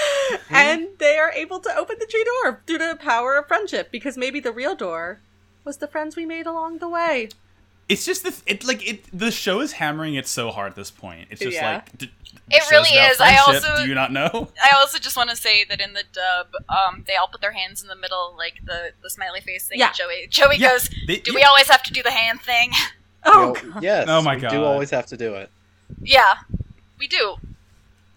Speaker 4: and they are able to open the true door through the power of friendship because maybe the real door was the friends we made along the way.
Speaker 3: It's just the it like it. The show is hammering it so hard at this point. It's just
Speaker 4: Yeah.
Speaker 3: like d-
Speaker 2: It
Speaker 3: the show's
Speaker 2: really
Speaker 3: about
Speaker 2: is. I
Speaker 3: friendship.
Speaker 2: also-
Speaker 3: do you not know.
Speaker 2: I also just want to say that in the dub, um, they all put their hands in the middle, like the, the smiley face thing.
Speaker 4: Yeah.
Speaker 2: Joey Joey
Speaker 3: Yeah,
Speaker 2: goes,
Speaker 3: they-
Speaker 2: "Do
Speaker 3: yeah.
Speaker 2: we always have to do the hand thing?"
Speaker 4: Oh,
Speaker 5: You know,
Speaker 4: God.
Speaker 5: yes.
Speaker 3: Oh my
Speaker 5: we
Speaker 3: God.
Speaker 5: do always have to do it.
Speaker 2: yeah, we do.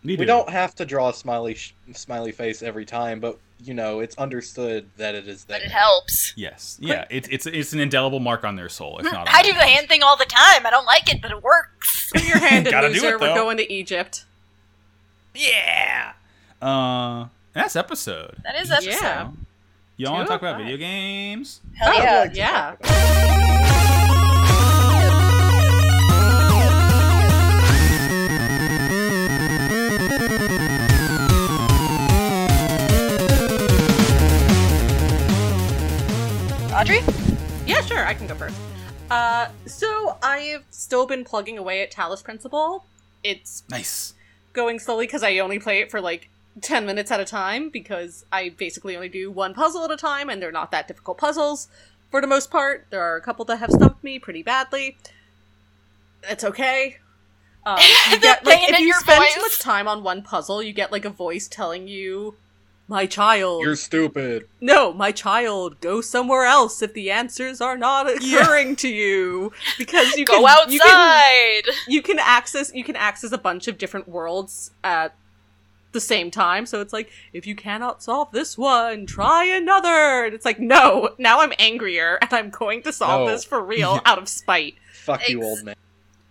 Speaker 5: We don't have to draw a smiley sh- smiley face every time, but you know, it's understood that it is there.
Speaker 2: But it helps.
Speaker 3: Yes. Yeah. It's it's it's an indelible mark on their soul. If not, on
Speaker 2: Mm, I do
Speaker 3: theirs.
Speaker 2: the hand thing all the time. I don't like it, but it works.
Speaker 4: Put your hand in,
Speaker 3: Gotta do
Speaker 4: loser.
Speaker 3: it,
Speaker 4: We're
Speaker 3: though.
Speaker 4: going to Egypt.
Speaker 3: Yeah. Uh, and that's episode.
Speaker 2: That is episode.
Speaker 4: Yeah.
Speaker 3: So, y'all want to talk about
Speaker 4: 205.
Speaker 3: video games?
Speaker 2: Hell
Speaker 4: Oh,
Speaker 2: yeah.
Speaker 4: good. Yeah.
Speaker 2: Audrey?
Speaker 4: Yeah, sure, I can go first. Uh, so I've still been plugging away at Talus Principle. It's
Speaker 3: Nice.
Speaker 4: going slowly because I only play it for like 10 minutes at a time because I basically only do one puzzle at a time and they're not that difficult puzzles for the most part. There are a couple that have stumped me pretty badly. That's okay. Um, you
Speaker 2: The
Speaker 4: get, like,
Speaker 2: pain
Speaker 4: if
Speaker 2: in
Speaker 4: you
Speaker 2: your
Speaker 4: spend too
Speaker 2: voice.
Speaker 4: much time on one puzzle, you get like a voice telling you, My child.
Speaker 5: You're stupid.
Speaker 4: No, my child, go somewhere else if the answers are not
Speaker 3: Yeah.
Speaker 4: occurring to you because you
Speaker 2: Go
Speaker 4: can,
Speaker 2: outside.
Speaker 4: You can, you can access you can access a bunch of different worlds at the same time. So it's like if you cannot solve this one, try another. And it's like no, now I'm angrier and I'm going to solve
Speaker 5: No.
Speaker 4: this for real out of spite.
Speaker 5: Fuck you,
Speaker 2: Ex-
Speaker 5: old man.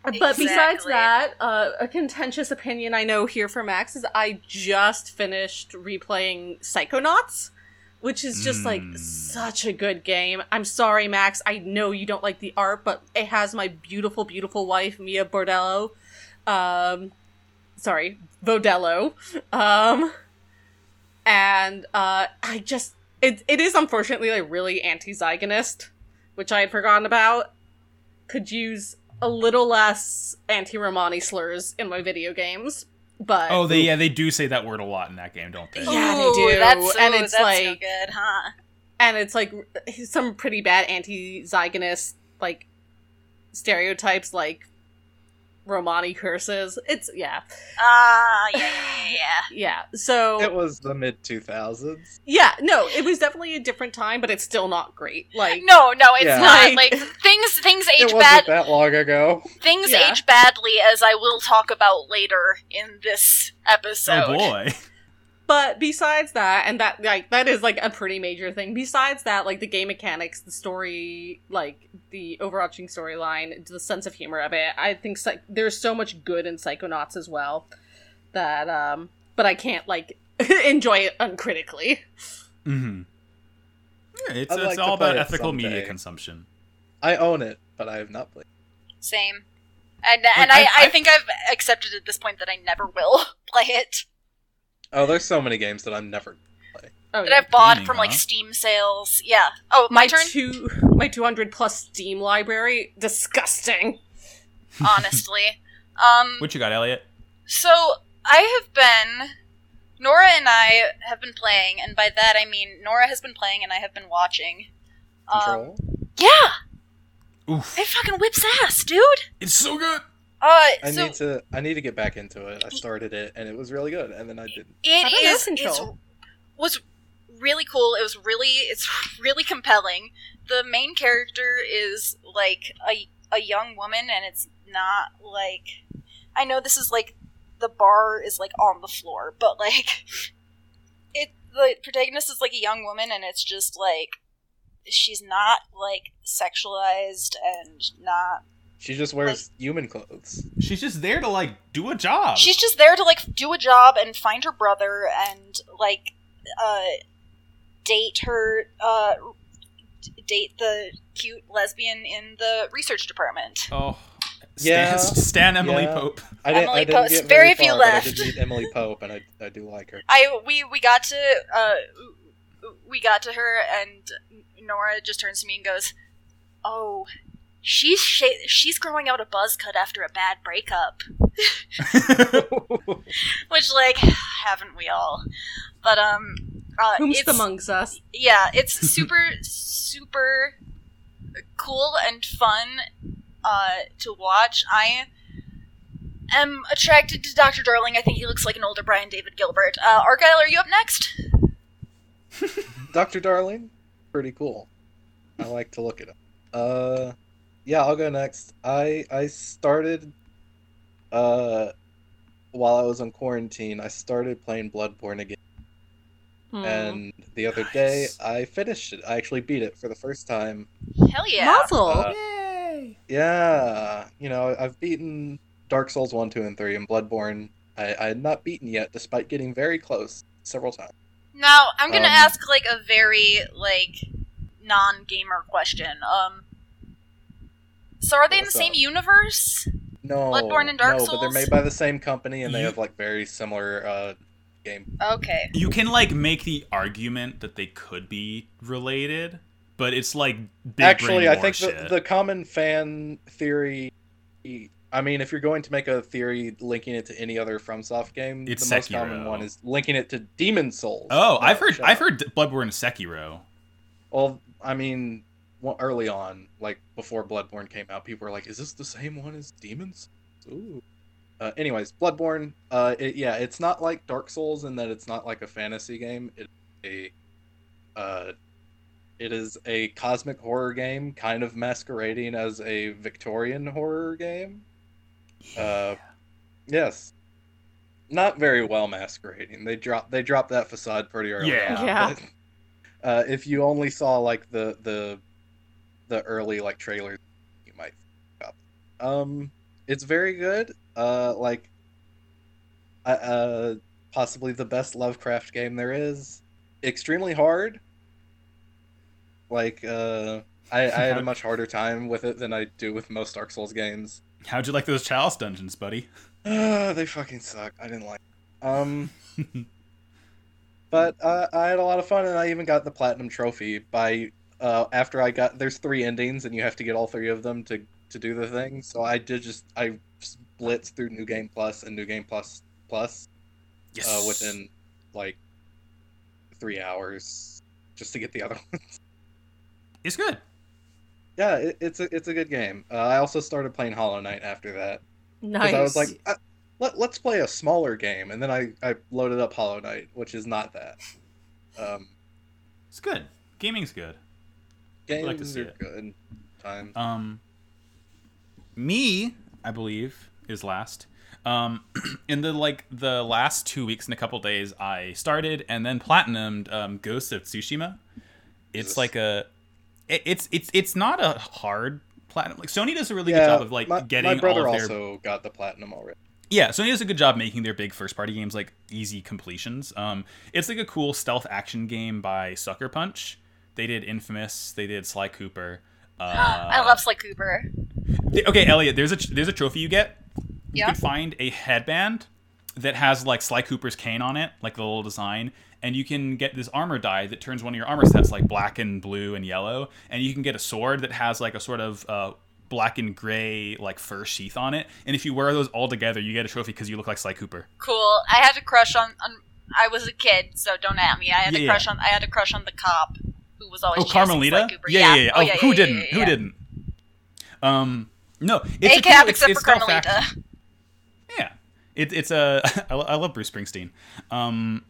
Speaker 4: But besides
Speaker 2: Exactly.
Speaker 4: that, uh, a contentious opinion I know here for Max is I just finished replaying Psychonauts, which is just like
Speaker 3: Mm.
Speaker 4: such a good game. I'm sorry, Max. I know you don't like the art, but it has my beautiful, beautiful wife, Mia Bordello. Um, sorry, Vodello. Um, and uh, I just it it is unfortunately like really anti-zygonist, which I had forgotten about. Could use a little less anti-Romani slurs in my video games, but
Speaker 3: Oh, they yeah they do say that word a lot in that game, don't they?
Speaker 4: Yeah, they do,
Speaker 2: That's,
Speaker 4: and
Speaker 2: ooh,
Speaker 4: it's
Speaker 2: that's
Speaker 4: like-
Speaker 2: no good, huh?
Speaker 4: and it's like some pretty bad anti-zygonist like stereotypes like Romani curses. It's yeah,
Speaker 2: Ah, yeah, yeah, yeah, yeah.
Speaker 4: yeah. So
Speaker 5: It was the mid 2000s.
Speaker 4: yeah, no, it was definitely a different time, but it's still not great. Like
Speaker 2: No, no, it's
Speaker 5: Yeah.
Speaker 2: not.
Speaker 4: Like-
Speaker 2: Like things, things
Speaker 5: It
Speaker 2: age
Speaker 5: wasn't
Speaker 2: bad.
Speaker 5: that long ago.
Speaker 2: Things
Speaker 4: Yeah.
Speaker 2: age badly, as I will talk about later in this episode.
Speaker 3: Oh boy.
Speaker 4: But besides that, and that like that is like a pretty major thing. Besides that, like the game mechanics, the story, like the overarching storyline, the sense of humor of it, I think like there's so much good in Psychonauts as well that um but I can't like enjoy it uncritically.
Speaker 3: Mm-hmm. Yeah, it's
Speaker 5: I'd
Speaker 3: it's
Speaker 5: like to
Speaker 3: all about
Speaker 5: play it
Speaker 3: ethical media
Speaker 5: someday.
Speaker 3: consumption.
Speaker 5: I own it, but I have not played.
Speaker 2: Same. And, and I, I,
Speaker 3: I've- I've-
Speaker 2: think I've accepted at this point that I never will play it.
Speaker 5: Oh, there's so many games that I'm never.
Speaker 4: Oh,
Speaker 2: That I've bought
Speaker 3: Gaming,
Speaker 2: from like
Speaker 3: huh?
Speaker 2: Steam sales. Yeah. Oh, my, turn.
Speaker 4: two my 200 plus Steam library, disgusting.
Speaker 2: honestly. Um,
Speaker 3: What you got, Elliot?
Speaker 2: so I have been. Nora and I have been playing, and by that I mean Nora has been playing and I have been watching. Um,
Speaker 5: Control.
Speaker 2: yeah,
Speaker 3: Oof,
Speaker 2: it fucking whips ass, dude.
Speaker 3: it's so good.
Speaker 2: Uh,
Speaker 5: I
Speaker 2: so
Speaker 5: need to. I need to get back into it. I started it and it was really good, and then I didn't.
Speaker 2: it
Speaker 4: How about
Speaker 2: is
Speaker 4: that control?
Speaker 2: it's- was really cool it was really it's really compelling the main character is like a, a young woman and it's not like i know this is like the bar is like on the floor but like it the protagonist is like a young woman and it's just like she's not like sexualized and not
Speaker 5: She just wears human clothes.
Speaker 3: She's just there to like do a job.
Speaker 2: she's just there to like do a job and find her brother and like uh date her uh d- date the cute lesbian in the research department
Speaker 3: oh,
Speaker 5: Yeah.
Speaker 3: Stan, Stan Emily
Speaker 5: Yeah.
Speaker 3: Pope.
Speaker 5: I didn't,
Speaker 2: Emily
Speaker 5: I didn't
Speaker 2: Poe-
Speaker 5: get
Speaker 2: very
Speaker 5: very,
Speaker 2: few
Speaker 5: far, but I
Speaker 2: left.
Speaker 5: did meet Emily Pope, and I, I do like her.
Speaker 2: i we we got to uh we got to her and nora just turns to me and goes oh she's sh- she's growing out a buzz cut after a bad breakup which like haven't we all but um uh,
Speaker 4: Whom's
Speaker 2: it's-
Speaker 4: amongst us?
Speaker 2: yeah it's super super cool and fun uh, to watch i am attracted to dr darling i think he looks like an older brian david gilbert uh, argyle are you up next
Speaker 5: Dr. Darling, pretty cool. I like to look at him. Uh, yeah, I'll go next. I I started, uh, while I was on quarantine, I started playing Bloodborne again,
Speaker 4: Hmm.
Speaker 5: and the other day
Speaker 3: Nice.
Speaker 5: I finished it. I actually beat it for the first time.
Speaker 2: hell
Speaker 4: Hmm.
Speaker 2: yeah
Speaker 4: Muzzle.
Speaker 5: Uh,
Speaker 3: Yay!
Speaker 5: Yeah, you know I've beaten Dark Souls one, two, and three, and Bloodborne I, I had not beaten yet, despite getting very close several times.
Speaker 2: now i'm gonna
Speaker 5: Um,
Speaker 2: ask like a very like non-gamer question um so are they in the
Speaker 5: What's
Speaker 2: same
Speaker 5: up?
Speaker 2: universe
Speaker 5: No,
Speaker 2: Bloodborne and Dark
Speaker 5: no, but they're
Speaker 2: Souls?
Speaker 5: made by the same company, and they
Speaker 3: You-
Speaker 5: have like very similar uh game
Speaker 2: okay
Speaker 3: You can like make the argument that they could be related, but it's like big
Speaker 5: actually
Speaker 3: brain
Speaker 5: i
Speaker 3: war
Speaker 5: think the,
Speaker 3: shit.
Speaker 5: the common fan theory i mean if you're going to make a theory linking it to any other fromsoft game
Speaker 3: It's
Speaker 5: the most
Speaker 3: Sekiro.
Speaker 5: common one is linking it to demon souls
Speaker 3: oh,
Speaker 5: No,
Speaker 3: I've heard
Speaker 5: shut
Speaker 3: I've
Speaker 5: up.
Speaker 3: heard Bloodborne and Sekiro.
Speaker 5: well i mean well, early on like before bloodborne came out people were like is this the same one as demons Ooh. Uh, anyways bloodborne uh it, yeah it's not like dark souls in that it's not like a fantasy game it's a uh it is a cosmic horror game kind of masquerading as a victorian horror game uh yes not very well masquerading they drop they drop that facade pretty early
Speaker 3: Yeah.
Speaker 5: on,
Speaker 4: Yeah.
Speaker 5: but, uh, if you only saw like the the the early like trailers you might pick up um it's very good uh like I- uh possibly the best lovecraft game there is extremely hard like uh I, I had a much harder time with it than I do with most Dark Souls games.
Speaker 3: How'd you like those Chalice dungeons, buddy?
Speaker 5: they fucking suck. I didn't like. It. Um, but uh, I had a lot of fun, and I even got the platinum trophy by uh, after I got. There's three endings, and you have to get all three of them to to do the thing. So I did just I blitzed through New Game Plus and New Game Plus Plus
Speaker 3: Yes.
Speaker 5: uh, within like three hours just to get the other one.
Speaker 3: it's good.
Speaker 5: yeah, it, it's a it's a good game. Uh, I also started playing Hollow Knight after that.
Speaker 4: Nice.
Speaker 5: because I was like, I, let, let's play a smaller game, and then I, I loaded up Hollow Knight, which is not that. Um,
Speaker 3: It's good. Gaming's good.
Speaker 5: games
Speaker 3: like to see
Speaker 5: are
Speaker 3: it.
Speaker 5: good. Time.
Speaker 3: Um, me, I believe, is last. Um, in the like the last two weeks and a couple days, I started and then platinumed um, Ghost of Tsushima. It's
Speaker 5: Jesus.
Speaker 3: like a, it, it's it's it's not a hard platinum. Like Sony does a really good
Speaker 5: yeah,
Speaker 3: job of like
Speaker 5: my,
Speaker 3: getting
Speaker 5: my brother
Speaker 3: all of their
Speaker 5: also got the platinum already.
Speaker 3: yeah, Sony does a good job making their big first party games like easy completions. Um, it's like a cool stealth action game by Sucker Punch. They did Infamous. They did Sly Cooper. Uh,
Speaker 2: i love sly cooper
Speaker 3: Th- okay, Elliot, there's a there's a trophy you get. You
Speaker 2: Yeah.
Speaker 3: can find a headband that has like Sly Cooper's cane on it, like the little design, and you can get this armor die that turns one of your armor sets like black and blue and yellow, and you can get a sword that has like a sort of uh, black and gray like fur sheath on it, and if you wear those all together, you get a trophy because you look like Sly Cooper.
Speaker 2: cool. I had a crush on, on I was a kid, so don't at me. I had
Speaker 3: Yeah,
Speaker 2: a
Speaker 3: yeah.
Speaker 2: crush on I had a crush on the cop who was always
Speaker 3: Oh, Carmelita?
Speaker 2: Cooper.
Speaker 3: Yeah, yeah, yeah.
Speaker 2: Oh,
Speaker 3: Oh, who
Speaker 2: yeah, yeah,
Speaker 3: didn't?
Speaker 2: yeah,
Speaker 3: Who
Speaker 2: yeah.
Speaker 3: didn't? Um, no,
Speaker 2: A
Speaker 3: it's a
Speaker 2: cab
Speaker 3: cool-
Speaker 2: except
Speaker 3: it's,
Speaker 2: for
Speaker 3: it's
Speaker 2: Carmelita.
Speaker 3: Fact, Yeah, it, it's a. I lo- I love Bruce Springsteen. Um,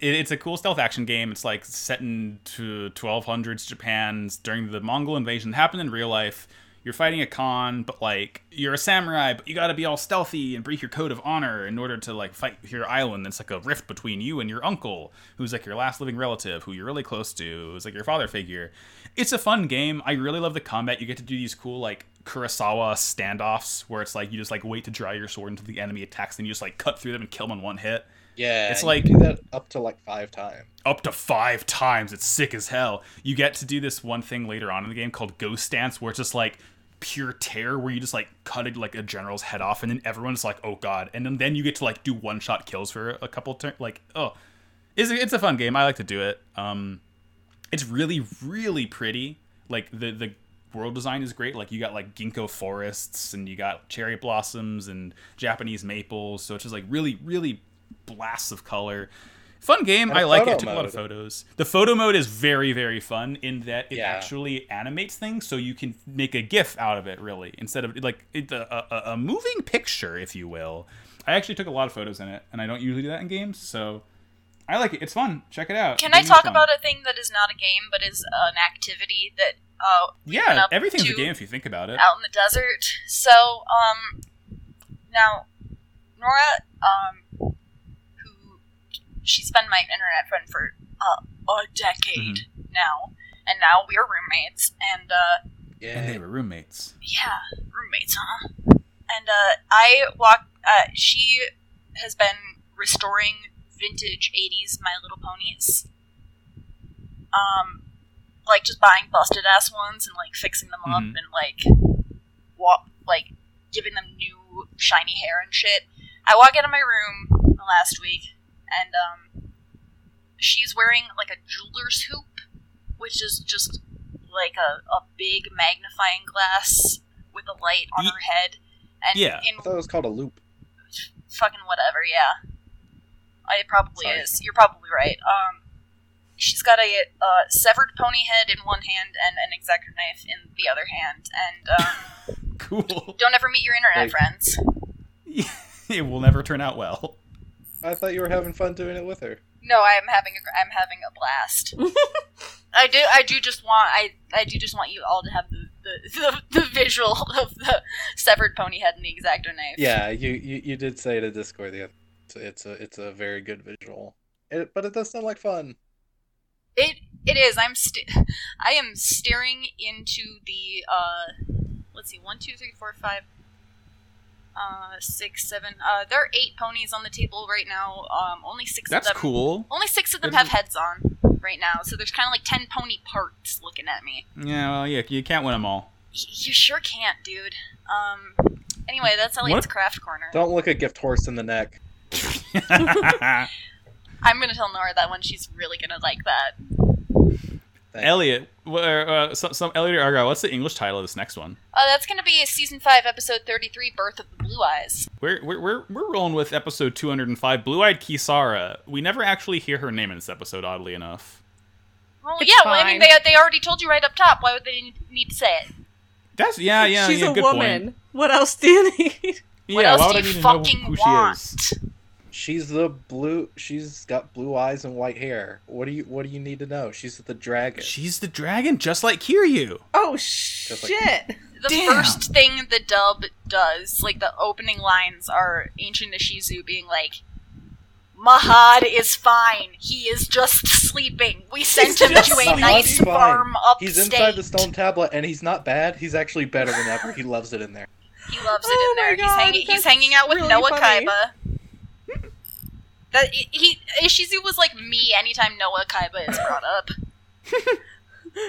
Speaker 3: it, it's a cool stealth action game. It's like set in to 1200s Japan during the Mongol invasion. It happened in real life. you're fighting a con, but like you're a samurai, but you got to be all stealthy and break your code of honor in order to like fight your island. That's like a rift between you and your uncle, who's like your last living relative, who you're really close to, who's like your father figure. It's a fun game. I really love the combat. You get to do these cool like Kurosawa standoffs where it's like you just like wait to draw your sword until the enemy attacks, and you just like cut through them and kill them in one hit.
Speaker 5: Yeah,
Speaker 3: It's
Speaker 5: you
Speaker 3: like-
Speaker 5: do that up to like five times.
Speaker 3: up to five times. It's sick as hell. You get to do this one thing later on in the game called Ghost Dance, where it's just like pure terror, where you just like cut it like a general's head off, and then everyone's like, "Oh god!" And then, then you get to like do one shot kills for a couple turns. Like, oh, it's a, it's a fun game. I like to do it. Um, it's really really pretty. Like the the world design is great. Like you got like ginkgo forests and you got cherry blossoms and Japanese maples. So it's just like really really blasts of color. Fun game.
Speaker 5: And a
Speaker 3: I like it.
Speaker 5: photo
Speaker 3: it. Took a lot of
Speaker 5: mode.
Speaker 3: photos. The photo mode is very very fun in that it
Speaker 5: Yeah.
Speaker 3: actually animates things, so you can make a GIF out of it. Really, instead of like it, a, a, a moving picture, if you will. I actually took a lot of photos in it, and I don't usually do that in games, so I like it. It's fun. Check it out.
Speaker 2: Can
Speaker 3: The
Speaker 2: I
Speaker 3: game is
Speaker 2: talk
Speaker 3: fun.
Speaker 2: about a thing that is not a game but is uh, an activity that uh, went
Speaker 3: Yeah,
Speaker 2: up
Speaker 3: everything's a
Speaker 2: to-
Speaker 3: game if you think about it.
Speaker 2: out in the desert? So, um, now Nora, um, who she's been my internet friend for uh, a decade
Speaker 3: Mm-hmm.
Speaker 2: now, and now we're roommates, and uh,
Speaker 3: And they
Speaker 5: Yeah,
Speaker 3: were roommates.
Speaker 2: Yeah, roommates, huh? And uh, I walk. Uh, she has been restoring vintage '80s My Little Ponies. Um, like just buying busted ass ones and like fixing them up
Speaker 3: Mhm.
Speaker 2: and like walk, like giving them new shiny hair and shit. I walk out of my room last week, and um, she's wearing like a jeweler's hoop, which is just like a, a big magnifying glass with a light on
Speaker 3: Ye-
Speaker 2: her head, and
Speaker 3: Yeah.
Speaker 2: in
Speaker 5: I thought it was called a loop.
Speaker 2: fucking whatever. Yeah, it probably
Speaker 5: Sorry.
Speaker 2: is. You're probably right. Um, she's got a, uh severed pony head in one hand and an exacto knife in the other hand. And um,
Speaker 3: Cool.
Speaker 2: don't ever meet your internet
Speaker 5: Like-
Speaker 2: friends.
Speaker 3: it will never turn out well.
Speaker 5: I thought you were having fun doing it with her.
Speaker 2: No, I'm having a gr- I'm having a blast. I do I do just want I I do just want you all to have the the, the, the visual of the severed pony head and the exacto knife.
Speaker 5: Yeah, you, you you did say to Discord the other. It's a it's a, it's a very good visual, it, but it does sound like fun.
Speaker 2: It it is. I'm st- I am staring into the uh let's see, one, two, three, four, five, uh six, seven. Uh there are eight ponies on the table right now. Um only six
Speaker 3: That's
Speaker 2: of them
Speaker 3: cool.
Speaker 2: only six of them
Speaker 3: There's-
Speaker 2: have heads on right now, so there's kinda like ten pony parts looking at me.
Speaker 3: Yeah, well, yeah, you can't win them all.
Speaker 2: Y- You sure can't, dude. Um. Anyway, that's Elliot's
Speaker 3: What?
Speaker 2: craft corner.
Speaker 5: Don't look a gift horse in the neck.
Speaker 2: I'm gonna tell Nora that one. She's really gonna like that.
Speaker 5: Thank
Speaker 3: Elliot, wh- uh, some, some Elliot or Argyle, what's the English title of this next one?
Speaker 2: Uh, that's gonna be season five, episode thirty-three, "Birth of the Blue Eyes."
Speaker 3: We're, we're, we're, we're rolling with episode 205, Blue Eyed Kisara. We never actually hear her name in this episode, oddly enough.
Speaker 2: Well,
Speaker 4: It's
Speaker 2: yeah. Well, I mean,
Speaker 4: fine.
Speaker 2: they they already told you right up top. Why would they need to say it?
Speaker 3: That's, yeah, yeah,
Speaker 4: She's
Speaker 3: yeah,
Speaker 4: a
Speaker 3: good
Speaker 4: woman.
Speaker 3: Point.
Speaker 4: What else do you need?
Speaker 2: What
Speaker 3: yeah,
Speaker 2: else
Speaker 3: why would
Speaker 2: do
Speaker 3: I
Speaker 2: you
Speaker 3: need to
Speaker 2: fucking
Speaker 3: know who
Speaker 2: want?
Speaker 3: she is?
Speaker 5: She's the blue. She's got blue eyes and white hair. What do you What do you need to know? She's the dragon.
Speaker 3: She's the dragon, just like Kiryu.
Speaker 4: Oh
Speaker 5: like-
Speaker 4: shit!
Speaker 2: The
Speaker 3: Damn.
Speaker 2: first thing the dub does, like the opening lines, are ancient Ishizu being like. Mahad is fine. He is just sleeping. We sent him
Speaker 5: just
Speaker 2: to a
Speaker 5: sleeping.
Speaker 2: nice
Speaker 5: Fine.
Speaker 2: farm upstate.
Speaker 5: He's inside the stone tablet, and he's not bad. He's actually better than ever. He loves it in there.
Speaker 2: He loves it
Speaker 4: Oh
Speaker 2: in there.
Speaker 4: my
Speaker 2: he's
Speaker 4: God,
Speaker 2: hanging. He's
Speaker 4: that's
Speaker 2: hanging out with
Speaker 4: really
Speaker 2: Noah
Speaker 4: funny.
Speaker 2: Kaiba. That he, he Ishizu was like me anytime Noah Kaiba is brought up.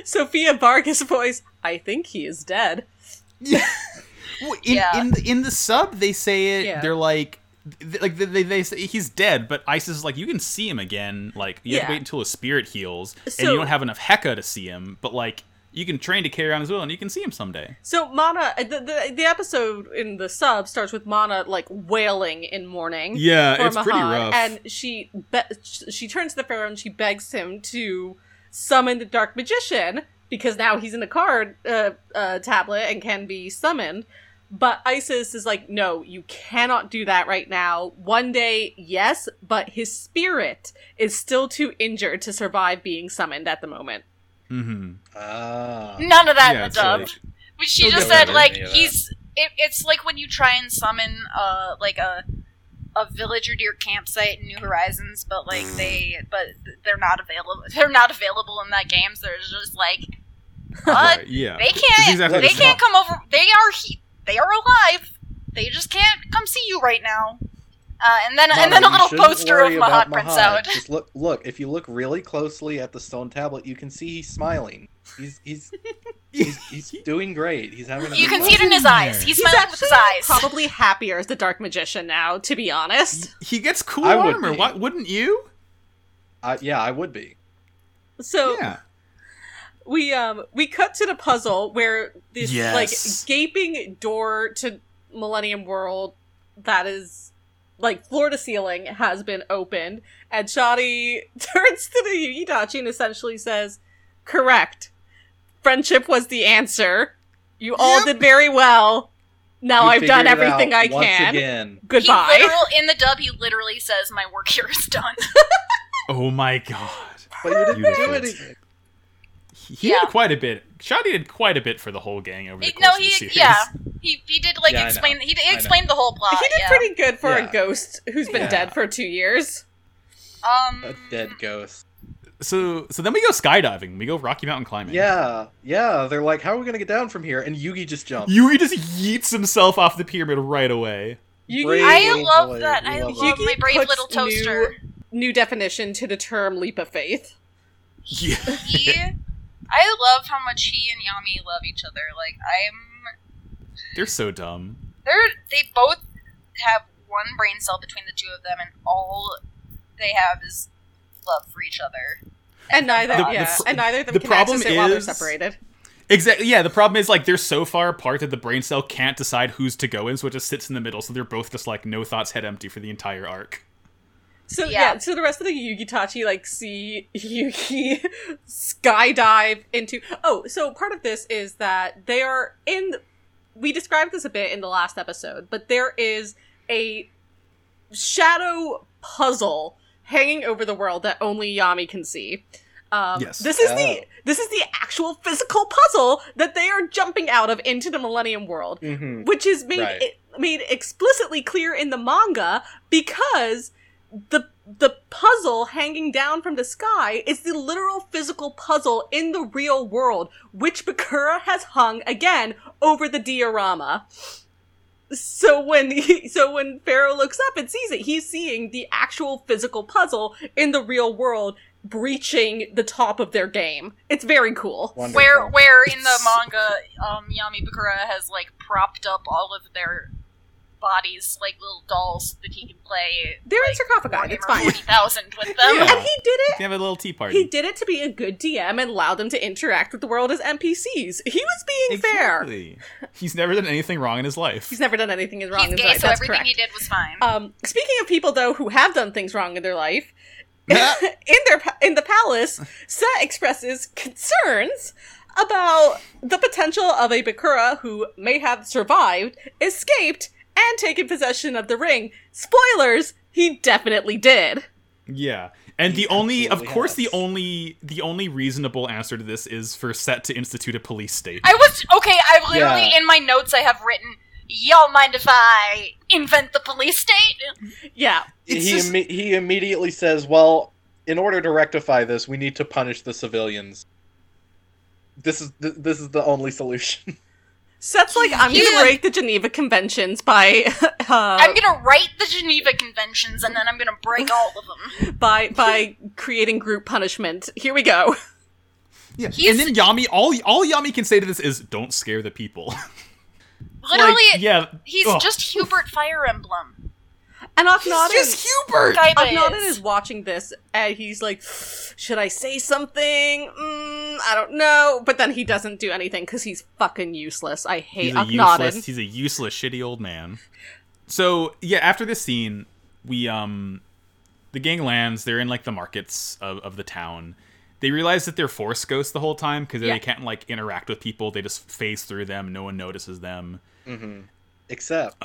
Speaker 4: Sophia Vargas voice. I think he is dead.
Speaker 3: Well, in,
Speaker 2: Yeah.
Speaker 3: in the in the sub they say it
Speaker 4: Yeah.
Speaker 3: they're like th- like they, they, they say he's dead but isis is like you can see him again like you have to
Speaker 4: Yeah.
Speaker 3: wait until his spirit heals and
Speaker 4: So-
Speaker 3: you don't have enough hecka to see him but like you can train to carry on his will and you can see him someday
Speaker 4: So Mana, uh, the, the the episode in the sub starts with Mana like wailing in mourning.
Speaker 3: yeah
Speaker 4: for Mahan, And she be- she turns to the pharaoh and she begs him to summon the dark magician because now he's in a card uh, uh, tablet and can be summoned. But Isis is like, no, you cannot do that right now. One day, yes, but his spirit is still too injured to survive being summoned at the moment.
Speaker 3: mm-hmm.
Speaker 5: Ah,
Speaker 2: None of that
Speaker 3: yeah,
Speaker 2: in the
Speaker 3: it's
Speaker 2: dub.
Speaker 3: like-
Speaker 2: But she
Speaker 5: He'll
Speaker 2: just
Speaker 5: get
Speaker 2: said
Speaker 5: better,
Speaker 2: like
Speaker 5: yeah.
Speaker 2: he's. It, it's like when you try and summon uh like a a village or to your campsite in New Horizons, but like
Speaker 3: Mm.
Speaker 2: they but they're not available. They're not available in that game. So it's just like uh,
Speaker 6: Right, yeah.
Speaker 2: they
Speaker 6: It's
Speaker 2: can't.
Speaker 6: exactly
Speaker 2: they
Speaker 6: the same.
Speaker 2: can't come over. They are he. They are alive. They just can't come see you right now. Uh, and then and then a
Speaker 5: Mama, you
Speaker 2: little
Speaker 5: shouldn't
Speaker 2: poster of
Speaker 5: worry
Speaker 2: Mahat
Speaker 5: about
Speaker 2: prints
Speaker 5: Mahad.
Speaker 2: out.
Speaker 5: Just look, look. If you look really closely at the stone tablet, you can see he's smiling. He's he's he's, he's doing great. He's having. A
Speaker 2: You
Speaker 5: good
Speaker 2: can
Speaker 5: time.
Speaker 2: see it in his eyes. He's
Speaker 4: He's
Speaker 2: smiling with his
Speaker 4: actually
Speaker 2: eyes.
Speaker 4: Probably happier as the Dark Magician now, to be honest.
Speaker 3: He gets cool
Speaker 5: I would
Speaker 3: armor.
Speaker 5: be.
Speaker 3: Why wouldn't you?
Speaker 5: I, yeah, I would be.
Speaker 4: So
Speaker 6: Yeah.
Speaker 4: we um we cut to the puzzle where this
Speaker 3: Yes.
Speaker 4: like gaping door to Millennium World that is like floor to ceiling has been opened, and Shadi turns to the Yuidachi and essentially says, "Correct, friendship was the answer. You all
Speaker 3: Yep.
Speaker 4: did very well. Now
Speaker 5: You
Speaker 4: I've done
Speaker 5: figured it out
Speaker 4: everything I
Speaker 5: once
Speaker 4: can.
Speaker 5: Again.
Speaker 4: Goodbye."
Speaker 2: He literal, in the dub, he literally says, "My work here is done."
Speaker 3: Oh my god.
Speaker 5: But you didn't
Speaker 6: You
Speaker 5: do
Speaker 6: did.
Speaker 5: it. again.
Speaker 3: He
Speaker 2: Yeah.
Speaker 3: did quite a bit. Shotty did quite a bit for the whole gang over the
Speaker 2: He-
Speaker 3: course
Speaker 2: no,
Speaker 3: of the
Speaker 2: he-
Speaker 3: series.
Speaker 2: yeah. He he did like
Speaker 5: Yeah, I know.
Speaker 2: explain. He
Speaker 5: I
Speaker 2: did
Speaker 5: know.
Speaker 2: explain the whole plot.
Speaker 4: he did
Speaker 2: yeah.
Speaker 4: pretty good for
Speaker 5: Yeah.
Speaker 4: a ghost who's been
Speaker 3: Yeah.
Speaker 4: dead for two years.
Speaker 2: Um,
Speaker 5: A dead ghost.
Speaker 3: So so then we go skydiving. We go Rocky Mountain climbing.
Speaker 5: Yeah, yeah. They're like, how are we gonna get down from here? And Yugi just jumps.
Speaker 3: Yui just yeets himself off the pyramid right away.
Speaker 4: You
Speaker 5: Brave
Speaker 2: I
Speaker 5: boy,
Speaker 2: love
Speaker 5: we
Speaker 2: that. I
Speaker 5: love
Speaker 2: love,
Speaker 5: it.
Speaker 4: Yugi
Speaker 2: my brave
Speaker 4: puts
Speaker 2: little toaster.
Speaker 4: new definition to the term leap of faith.
Speaker 3: Yeah.
Speaker 2: He, I love how much he and Yami love each other. Like I'm,
Speaker 3: They're so dumb.
Speaker 2: they're they both have one brain cell between the two of them, and all they have is love for each other.
Speaker 4: And neither,
Speaker 2: The-
Speaker 4: yeah,
Speaker 3: the pr-
Speaker 4: and neither of them
Speaker 3: the
Speaker 4: can access
Speaker 3: problem
Speaker 4: it while they're
Speaker 3: is-
Speaker 4: separated.
Speaker 3: Exactly. Yeah. The problem is like they're so far apart that the brain cell can't decide who's to go in, so it just sits in the middle. So they're both just like no thoughts, head empty for the entire arc.
Speaker 4: So yeah.
Speaker 2: Yeah.
Speaker 4: so the rest of the Yugitachi like see Yugi skydive into. Oh, so part of this is that they are in. We described this a bit in the last episode, but there is a shadow puzzle hanging over the world that only Yami can see. Um,
Speaker 3: Yes.
Speaker 4: This is
Speaker 5: Oh.
Speaker 4: the this is the actual physical puzzle that they are jumping out of into the Millennium World
Speaker 5: Mhm.
Speaker 4: which is made
Speaker 5: Right.
Speaker 4: it, made explicitly clear in the manga because the the puzzle hanging down from the sky is the literal physical puzzle in the real world, which Bakura has hung again over the diorama. So when he, so when Pharaoh looks up and sees it, he's seeing the actual physical puzzle in the real world breaching the top of their game. It's very cool.
Speaker 5: Wonderful.
Speaker 2: Where where in the
Speaker 3: It's-
Speaker 2: manga, um, Yami Bakura has like propped up all of their bodies like little dolls so that he can play
Speaker 4: They're in
Speaker 2: like,
Speaker 4: sarcophagi. It's fine.
Speaker 2: Forty thousand with them.
Speaker 3: Yeah.
Speaker 4: And he did it
Speaker 3: They have a little tea party.
Speaker 4: He did it to be a good DM and allowed them to interact with the world as NPCs. He was being fair.
Speaker 3: exactly. He's never done anything wrong in his life.
Speaker 4: He's never done anything wrong
Speaker 2: He's
Speaker 4: in his
Speaker 2: gay,
Speaker 4: life.
Speaker 2: so
Speaker 4: That's
Speaker 2: everything
Speaker 4: correct.
Speaker 2: he did was fine.
Speaker 4: Um, speaking of people though who have done things wrong in their life, in their pa- in the palace, Set expresses concerns about the potential of a Bakura who may have survived, escaped, and taken possession of the ring. Spoilers: he definitely did.
Speaker 3: Yeah. And
Speaker 5: He
Speaker 3: the only of
Speaker 5: absolutely
Speaker 3: course the
Speaker 5: has.
Speaker 3: only the only reasonable answer to this is for Set to institute a police state.
Speaker 2: I was okay. I literally
Speaker 5: Yeah.
Speaker 2: in my notes I have written, "Y'all mind if I invent the police state?"
Speaker 4: Uh, Yeah,
Speaker 5: he
Speaker 3: It's just-
Speaker 5: imme- he immediately says, "Well, in order to rectify this, we need to punish the civilians." This is th- this is the only solution.
Speaker 4: Set's like, I'm
Speaker 2: Yeah.
Speaker 4: gonna break the Geneva Conventions by uh,
Speaker 2: I'm gonna write the Geneva Conventions and then I'm gonna break all of them.
Speaker 4: by by creating group punishment. Here we go.
Speaker 3: yeah.
Speaker 2: he's-
Speaker 3: And then Yami all all Yami can say to this is don't scare the people. Like,
Speaker 2: Literally,
Speaker 3: yeah.
Speaker 2: he's
Speaker 3: ugh.
Speaker 2: just Hubert Fire Emblem.
Speaker 4: And Akhenaten,
Speaker 3: just Hubert.
Speaker 2: Guy
Speaker 4: Akhenaten
Speaker 2: Biz.
Speaker 4: Oh, is watching this, and he's like, "Should I say something? Mm, I don't know." But then he doesn't do anything because he's fucking useless. I hate
Speaker 3: He's a
Speaker 4: Akhenaten.
Speaker 3: useless. He's a useless, shitty old man. So yeah, after this scene, we um, the gang lands. They're in like the markets of, of the town. They realize that they're force ghosts the whole time because
Speaker 4: Yeah.
Speaker 3: they can't like interact with people. They just phase through them. No one notices them.
Speaker 5: hmm Except,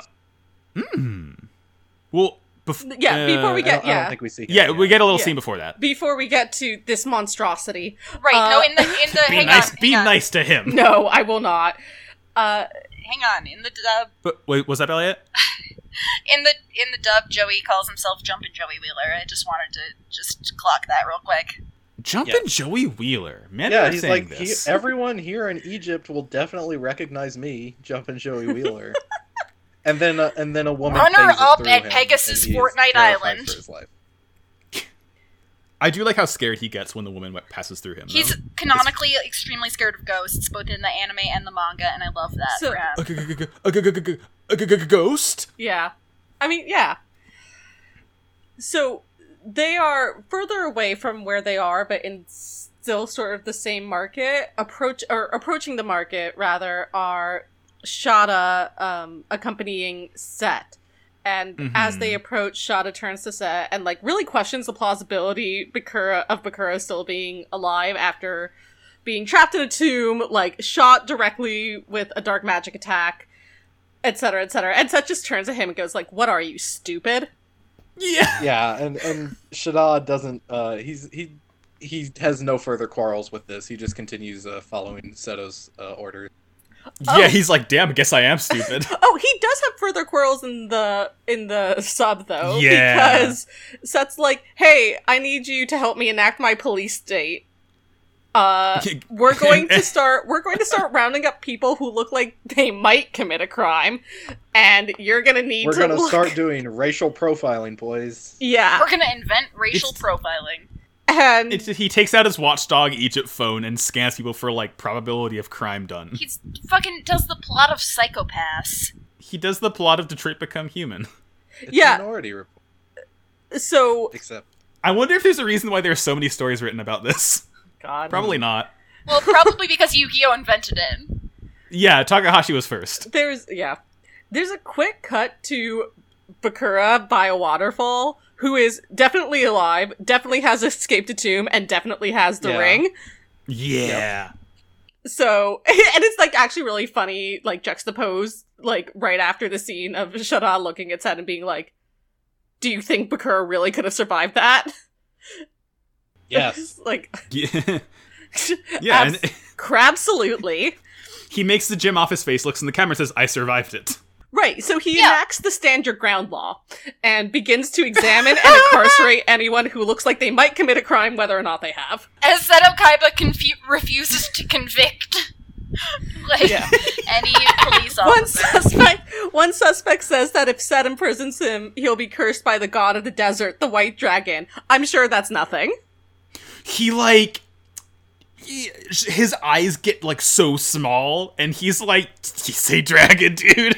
Speaker 3: Well, bef- uh,
Speaker 4: Yeah, before we
Speaker 5: I,
Speaker 4: get-
Speaker 5: don't, I
Speaker 4: yeah.
Speaker 5: don't think we see. Him
Speaker 3: yeah, we
Speaker 5: yet.
Speaker 3: get a little
Speaker 4: Yeah.
Speaker 3: scene before that.
Speaker 4: Before we get to this monstrosity,
Speaker 2: Right?
Speaker 4: Uh,
Speaker 2: no, in the in the
Speaker 3: Be
Speaker 2: hang
Speaker 3: nice.
Speaker 2: on,
Speaker 3: be
Speaker 2: hang on.
Speaker 3: nice to him.
Speaker 4: no, I will not. Uh,
Speaker 2: Hang on. In the dub,
Speaker 3: But wait, was that Elliot?
Speaker 2: in the in the dub, Joey calls himself Jumpin' Joey Wheeler. I just wanted to just clock that real quick.
Speaker 3: Jumpin'
Speaker 5: Yeah.
Speaker 3: Joey Wheeler. Man,
Speaker 5: yeah,
Speaker 3: I'm
Speaker 5: he's
Speaker 3: saying
Speaker 5: like he,
Speaker 3: this.
Speaker 5: everyone here in Egypt will definitely recognize me, jumping Joey Wheeler. and then uh, and then a woman
Speaker 2: Runner
Speaker 5: phases
Speaker 2: up
Speaker 5: through
Speaker 2: at
Speaker 5: him,
Speaker 2: Pegasus
Speaker 5: and he's
Speaker 2: Fortnite
Speaker 5: terrified
Speaker 2: Island.
Speaker 5: for his life.
Speaker 3: I do like how scared he gets when the woman wa- passes through him.
Speaker 2: He's
Speaker 3: though.
Speaker 2: canonically extremely scared of ghosts, both in the anime and the manga, and I love that
Speaker 4: So- uh,
Speaker 2: for him.
Speaker 3: a, g- g- g- a g- g- g- a g- g- g- ghost.
Speaker 4: Yeah. I mean, yeah. So they are further away from where they are, but in still sort of the same market. Approach or approaching the market rather are Shada um, accompanying Set. And as they
Speaker 3: Mhm.
Speaker 4: approach, Shada turns to Set and like really questions the plausibility Bakura of Bakura still being alive after being trapped in a tomb, like shot directly with a dark magic attack etc etc and seth just turns at him and goes like what are you stupid
Speaker 3: Yeah.
Speaker 5: Yeah, and and Shadad doesn't. Uh, he's he he has no further quarrels with this. He just continues uh, following Seto's uh, orders.
Speaker 3: Yeah, he's like, damn, I guess I am stupid.
Speaker 4: oh he does have further quarrels in the in the sub though
Speaker 3: Yeah.
Speaker 4: because seth's like hey i need you to help me enact my police state uh
Speaker 3: Yeah,
Speaker 4: we're going to
Speaker 3: and-
Speaker 4: start we're going to start rounding up people who look like they might commit a crime and you're gonna need
Speaker 5: We're
Speaker 4: to
Speaker 5: gonna
Speaker 4: look-
Speaker 5: start doing racial profiling, boys.
Speaker 4: yeah
Speaker 2: We're gonna invent racial
Speaker 3: It's-
Speaker 2: profiling.
Speaker 4: and
Speaker 3: It's- he takes out his watchdog Egypt phone and scans people for like probability of crime done.
Speaker 2: He's fucking does the plot of Psychopaths.
Speaker 3: He does the plot of Detroit Become Human.
Speaker 5: It's
Speaker 4: Yeah.
Speaker 5: a minority report,
Speaker 4: so
Speaker 5: except
Speaker 3: I wonder if there's a reason why there's so many stories written about this.
Speaker 4: God.
Speaker 3: Probably not.
Speaker 2: Well, probably because Yu-Gi-Oh invented it.
Speaker 3: Yeah, Takahashi was first.
Speaker 4: there's yeah there's a quick cut to bakura by a waterfall who is definitely alive definitely has escaped a tomb and definitely has the
Speaker 5: Yeah.
Speaker 4: ring
Speaker 3: Yeah.
Speaker 4: so and it's like actually really funny like juxtaposed like right after the scene of shada looking at Seth and being like do you think bakura really could have survived that
Speaker 5: yes,
Speaker 4: like
Speaker 3: Yeah, yeah
Speaker 4: abs-
Speaker 3: and
Speaker 4: crabsolutely
Speaker 3: he makes the gym office face, looks in the camera, and says, I survived it.
Speaker 4: Right, so he
Speaker 2: Yeah.
Speaker 4: enacts the stand your ground law and begins to examine and incarcerate anyone who looks like they might commit a crime, whether or not they have.
Speaker 2: As Seto Kaiba confu- refuses to convict, like
Speaker 5: Yeah.
Speaker 2: any police
Speaker 4: One
Speaker 2: officer.
Speaker 4: suspect, one suspect says that if Set imprisons him, he'll be cursed by the god of the desert, the white dragon. I'm sure that's nothing.
Speaker 3: He, like, he- his eyes get, like, so small, and he's like, Did you say dragon, dude?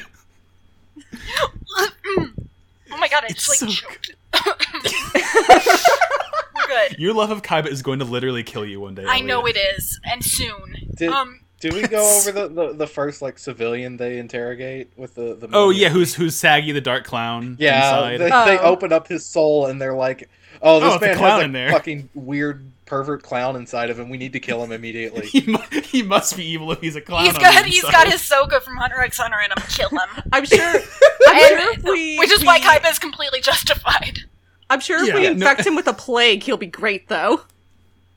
Speaker 2: Oh my god, I
Speaker 3: It's
Speaker 2: just like
Speaker 3: so
Speaker 2: choked. We're good.
Speaker 3: Your love of Kaiba is going to literally kill you one day.
Speaker 2: I know
Speaker 3: Elliot.
Speaker 2: it is, and soon.
Speaker 5: Did-
Speaker 2: um,
Speaker 5: Do we go over the, the, the first like civilian they interrogate with the the?
Speaker 3: Oh,
Speaker 5: mummy?
Speaker 3: yeah, who's who's Saggy the Dark Clown?
Speaker 5: yeah.
Speaker 3: inside?
Speaker 5: They, they
Speaker 4: Oh.
Speaker 5: open up his soul and they're like, "Oh,
Speaker 3: Oh,
Speaker 5: this
Speaker 3: it's a
Speaker 5: man
Speaker 3: clown
Speaker 5: has a
Speaker 3: in there."
Speaker 5: fucking weird pervert clown inside of him. We need to kill him immediately."
Speaker 3: he, mu- he must be evil if he's a clown.
Speaker 2: he's
Speaker 3: on
Speaker 2: got
Speaker 3: the
Speaker 2: he's
Speaker 3: inside.
Speaker 2: got his Soga from Hunter X Hunter, and I'm gonna kill him.
Speaker 4: I'm sure. I'm sure if we,
Speaker 2: Which is
Speaker 4: we-
Speaker 2: why Kaiba is completely justified.
Speaker 4: I'm sure if
Speaker 3: Yeah.
Speaker 4: we
Speaker 3: Yeah, no- eh.
Speaker 4: infect him with a plague, he'll be great, though.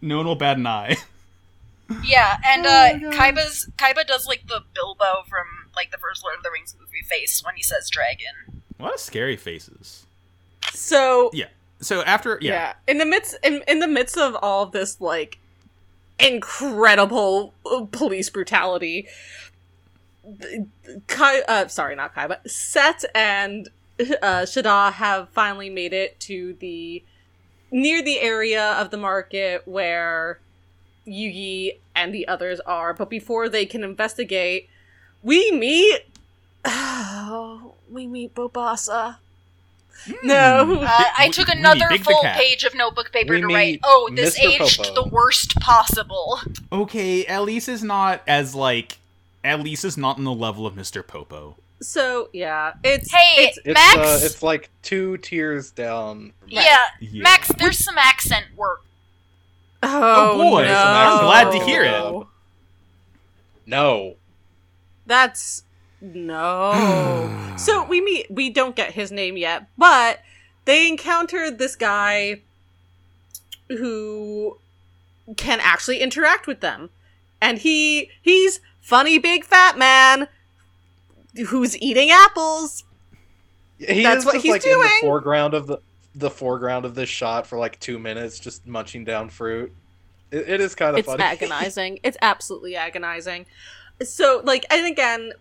Speaker 3: No one will bat an eye.
Speaker 2: Yeah, and
Speaker 3: Oh,
Speaker 2: uh, Kaiba's Kaiba does like the Bilbo from like the first Lord of the Rings movie face when he says dragon.
Speaker 3: A lot of scary faces.
Speaker 4: So
Speaker 3: Yeah. So after
Speaker 4: yeah.
Speaker 3: yeah,
Speaker 4: in the midst in, in the midst of all of this like incredible uh, police brutality th- kai uh sorry not kai but set and uh shada have finally made it to the near the area of the market where yugi and the others are but before they can investigate we meet we meet bobasa no
Speaker 2: Uh, I
Speaker 3: we-
Speaker 2: took
Speaker 3: we
Speaker 2: another
Speaker 3: dig the
Speaker 2: full
Speaker 3: cat.
Speaker 2: page of notebook paper
Speaker 5: We
Speaker 2: to write.
Speaker 5: meet
Speaker 2: Oh, this
Speaker 5: Mr.
Speaker 2: aged
Speaker 5: Popo."
Speaker 2: the worst possible.
Speaker 3: Okay, at least is not as like at least is not on the level of Mr. Popo.
Speaker 4: So yeah, it's
Speaker 2: Hey,
Speaker 4: it's,
Speaker 5: It's
Speaker 2: Max.
Speaker 5: uh, it's like two tiers down.
Speaker 2: yeah,
Speaker 3: Yeah.
Speaker 2: Max. There's some accent work.
Speaker 4: oh,
Speaker 3: boy,
Speaker 4: no.
Speaker 5: I'm
Speaker 3: glad to hear
Speaker 5: it. No.
Speaker 4: That's no. so we meet. We don't get his name yet, but they encountered this guy who can actually interact with them, and he he's funny big fat man who's eating apples.
Speaker 5: He
Speaker 4: That's
Speaker 5: is
Speaker 4: what
Speaker 5: just,
Speaker 4: he's
Speaker 5: like, In
Speaker 4: doing.
Speaker 5: the foreground of the the foreground of this shot for like two minutes, just munching down fruit. It, it is kind of
Speaker 4: it's
Speaker 5: funny.
Speaker 4: agonizing. It's absolutely agonizing. So like and again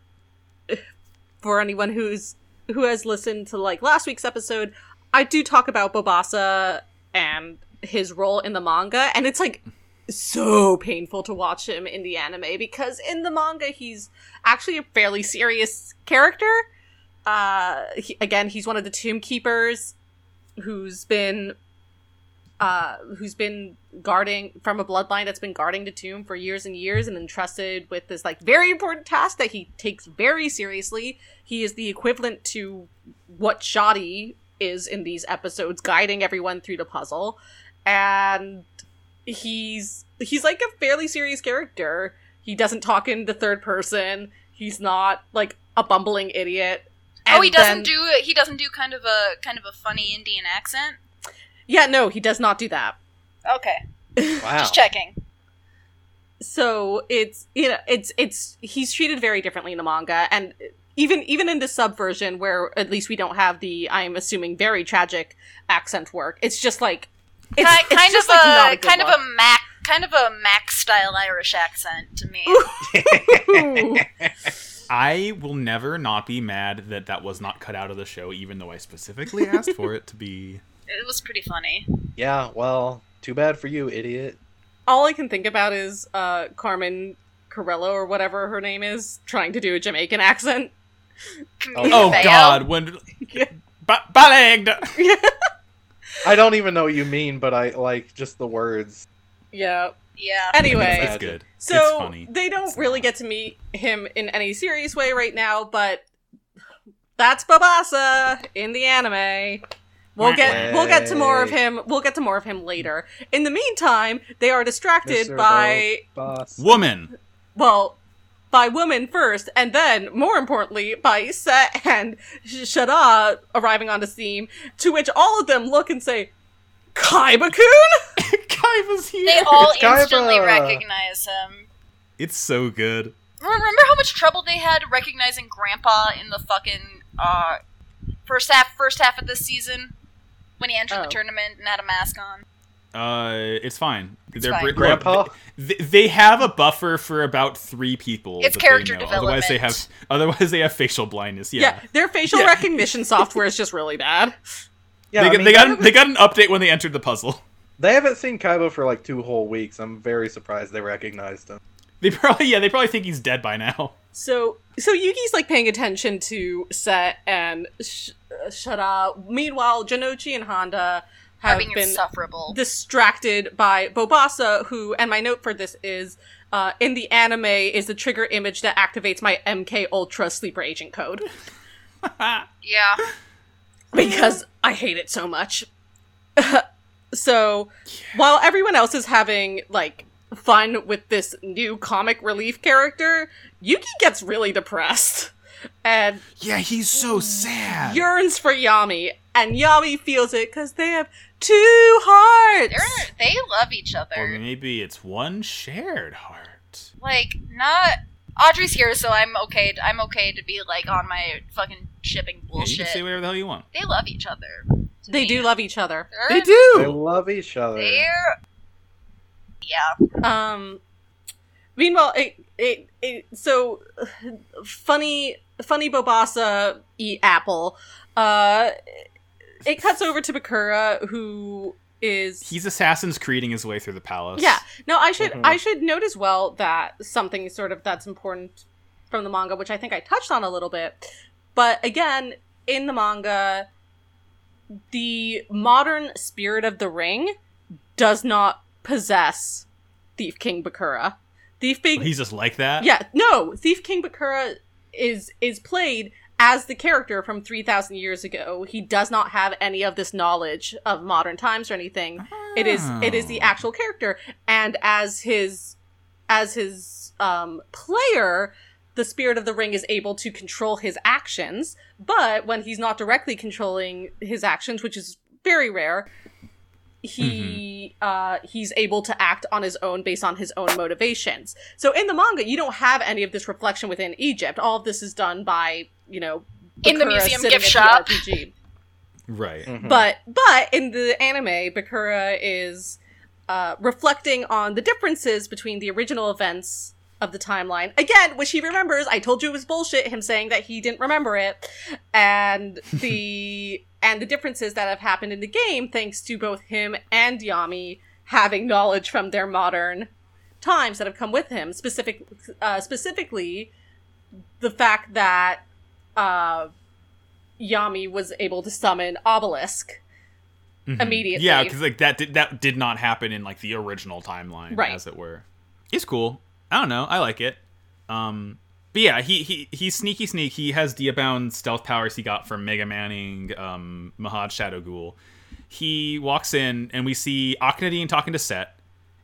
Speaker 4: for anyone who's who has listened to like last week's episode, I do talk about Bobasa and his role in the manga and it's like so painful to watch him in the anime because in the manga he's actually a fairly serious character. Uh he, again, he's one of the tomb keepers who's been uh, who's been guarding from a bloodline that's been guarding the tomb for years and years and entrusted with this like very important task that he takes very seriously he is the equivalent to what shoddy is in these episodes guiding everyone through the puzzle and he's he's like a fairly serious character he doesn't talk in the third person he's not like a bumbling idiot
Speaker 2: oh, he
Speaker 4: And
Speaker 2: doesn't
Speaker 4: then-
Speaker 2: do he doesn't do kind of a kind of a funny Indian accent.
Speaker 4: yeah no he does not do that
Speaker 2: Okay,
Speaker 5: Wow.
Speaker 4: Oh.
Speaker 2: just checking.
Speaker 4: so it's you know it's it's he's treated very differently in the manga and even even in the sub version where at least we don't have the i'm assuming very tragic accent work it's just like it's,
Speaker 2: Ki-
Speaker 4: it's
Speaker 2: kind
Speaker 4: just,
Speaker 2: of
Speaker 4: like,
Speaker 2: a,
Speaker 4: not a good
Speaker 2: kind of
Speaker 4: look.
Speaker 2: a Mac kind of a Mac style Irish accent to me.
Speaker 3: I will never not be mad that that was not cut out of the show, even though I specifically asked for it to be.
Speaker 2: It was pretty funny.
Speaker 5: Yeah. Well, too bad for you, idiot.
Speaker 4: all i can think about is uh carmen Corello or whatever her name is trying to do a jamaican accent
Speaker 2: Camille
Speaker 3: Oh
Speaker 2: Vale.
Speaker 3: God! When ba- balagged.
Speaker 5: I don't even know what you mean, but I like just the words.
Speaker 4: yeah
Speaker 2: Yeah.
Speaker 4: anyway
Speaker 3: It's good.
Speaker 4: So
Speaker 3: it's funny.
Speaker 4: they don't
Speaker 3: It's
Speaker 4: really
Speaker 3: not.
Speaker 4: get to meet him in any serious way right now, but that's Babasa in the anime. We'll get we'll get to more of him. We'll get to more of him later. In the meantime, they are distracted
Speaker 5: Mr.
Speaker 4: by
Speaker 5: Boss.
Speaker 3: Woman.
Speaker 4: well, by women first, and then more importantly by Set and Sh- Shada arriving on the scene. To which all of them look and say, "Kaiba-kun."
Speaker 3: Kaiba's here.
Speaker 2: They all
Speaker 5: It's Kaiba.
Speaker 2: instantly recognize him.
Speaker 3: It's so good.
Speaker 2: Remember how much trouble they had recognizing Grandpa in the fucking uh, first half first half of this season when he entered
Speaker 4: Oh.
Speaker 2: the tournament and had a mask on.
Speaker 3: Uh, it's fine. They're
Speaker 2: fine.
Speaker 3: br-
Speaker 5: Grandpa?
Speaker 3: They, they have a buffer for about three people.
Speaker 2: It's
Speaker 3: that they
Speaker 2: character
Speaker 3: know. Otherwise, they have.
Speaker 2: development.
Speaker 3: Otherwise, they have facial blindness. Yeah.
Speaker 4: yeah, their facial
Speaker 3: Yeah.
Speaker 4: recognition software is just really bad.
Speaker 5: Yeah,
Speaker 3: they,
Speaker 5: I
Speaker 3: got
Speaker 5: mean,
Speaker 3: they got
Speaker 5: haven't-
Speaker 3: an, they got an update when they entered the puzzle.
Speaker 5: They haven't seen Kaiba for like two whole weeks. I'm very surprised they recognized him.
Speaker 3: They probably yeah they probably think he's dead by now.
Speaker 4: So, so Yugi's like paying attention to Set and Sh- uh, Shara. Meanwhile, Janochi and Honda have
Speaker 2: Having
Speaker 4: been
Speaker 2: insufferable.
Speaker 4: distracted by Bobasa, who, and my note for this is, uh, in the anime, is the trigger image that activates my MK Ultra sleeper agent code
Speaker 2: yeah.
Speaker 4: because I hate it so much. so, while everyone else is having like fun with this new comic relief character, Yugi gets really depressed and.
Speaker 3: Yeah, he's so sad.
Speaker 4: yearns for Yami, and Yami feels it because they have two hearts.
Speaker 2: They're, they love each
Speaker 3: or
Speaker 2: other.
Speaker 3: maybe it's one shared heart.
Speaker 2: Like, not. Audrey's here, so I'm okay. I'm okay to be like on my fucking shipping
Speaker 3: Yeah, you can
Speaker 2: bullshit.
Speaker 3: say whatever the hell you want.
Speaker 2: they love each other. to
Speaker 4: They
Speaker 2: me.
Speaker 4: do love each other.
Speaker 2: They're-
Speaker 3: They
Speaker 5: They
Speaker 3: do.
Speaker 5: love each other.
Speaker 2: They're. Yeah.
Speaker 4: Um, meanwhile, it, it, it so funny, funny Bobasa eat apple. Uh, it cuts over to Bakura, who is
Speaker 3: He's Assassin's Creeding his way through the palace.
Speaker 4: Yeah. No, I should
Speaker 5: Mhm.
Speaker 4: I should note as well that something sort of that's important from the manga, which I think I touched on a little bit. But again, in the manga, the modern spirit of the ring does not possess Thief King Bakura. Thief King
Speaker 3: He's just like that.
Speaker 4: yeah, no, Thief King Bakura is is played as the character from 3000 years ago. He does not have any of this knowledge of modern times or anything. It is it is the actual character and as his as his um player the spirit of the ring is able to control his actions, but when he's not directly controlling his actions, which is very rare, he uh, he's able to act on his own based on his own motivations. So in the manga, you don't have any of this reflection within Egypt. All of this is done by you know
Speaker 2: In the
Speaker 4: Bakura
Speaker 2: museum
Speaker 4: sitting
Speaker 2: gift
Speaker 4: at
Speaker 2: shop.
Speaker 4: the RPG.
Speaker 3: Right.
Speaker 5: Mhm.
Speaker 4: But but in the anime, Bakura is uh, reflecting on the differences between the original events of the timeline again, which he remembers. I told you it was bullshit. Him saying that he didn't remember it, and the and the differences that have happened in the game, thanks to both him and Yami having knowledge from their modern times that have come with him. Specific uh, specifically, the fact that. Uh, Yami was able to summon Obelisk.
Speaker 3: Mhm.
Speaker 4: Immediately.
Speaker 3: Yeah, because like that did that did not happen in like the original timeline,
Speaker 4: Right.
Speaker 3: as it were. It's cool. I don't know. I like it. Um, but yeah, he he he's sneaky sneak. He has the abound stealth powers he got from Mega Manning, um, Mahad Shadow Ghoul. He walks in and we see Akhenaten talking to Set.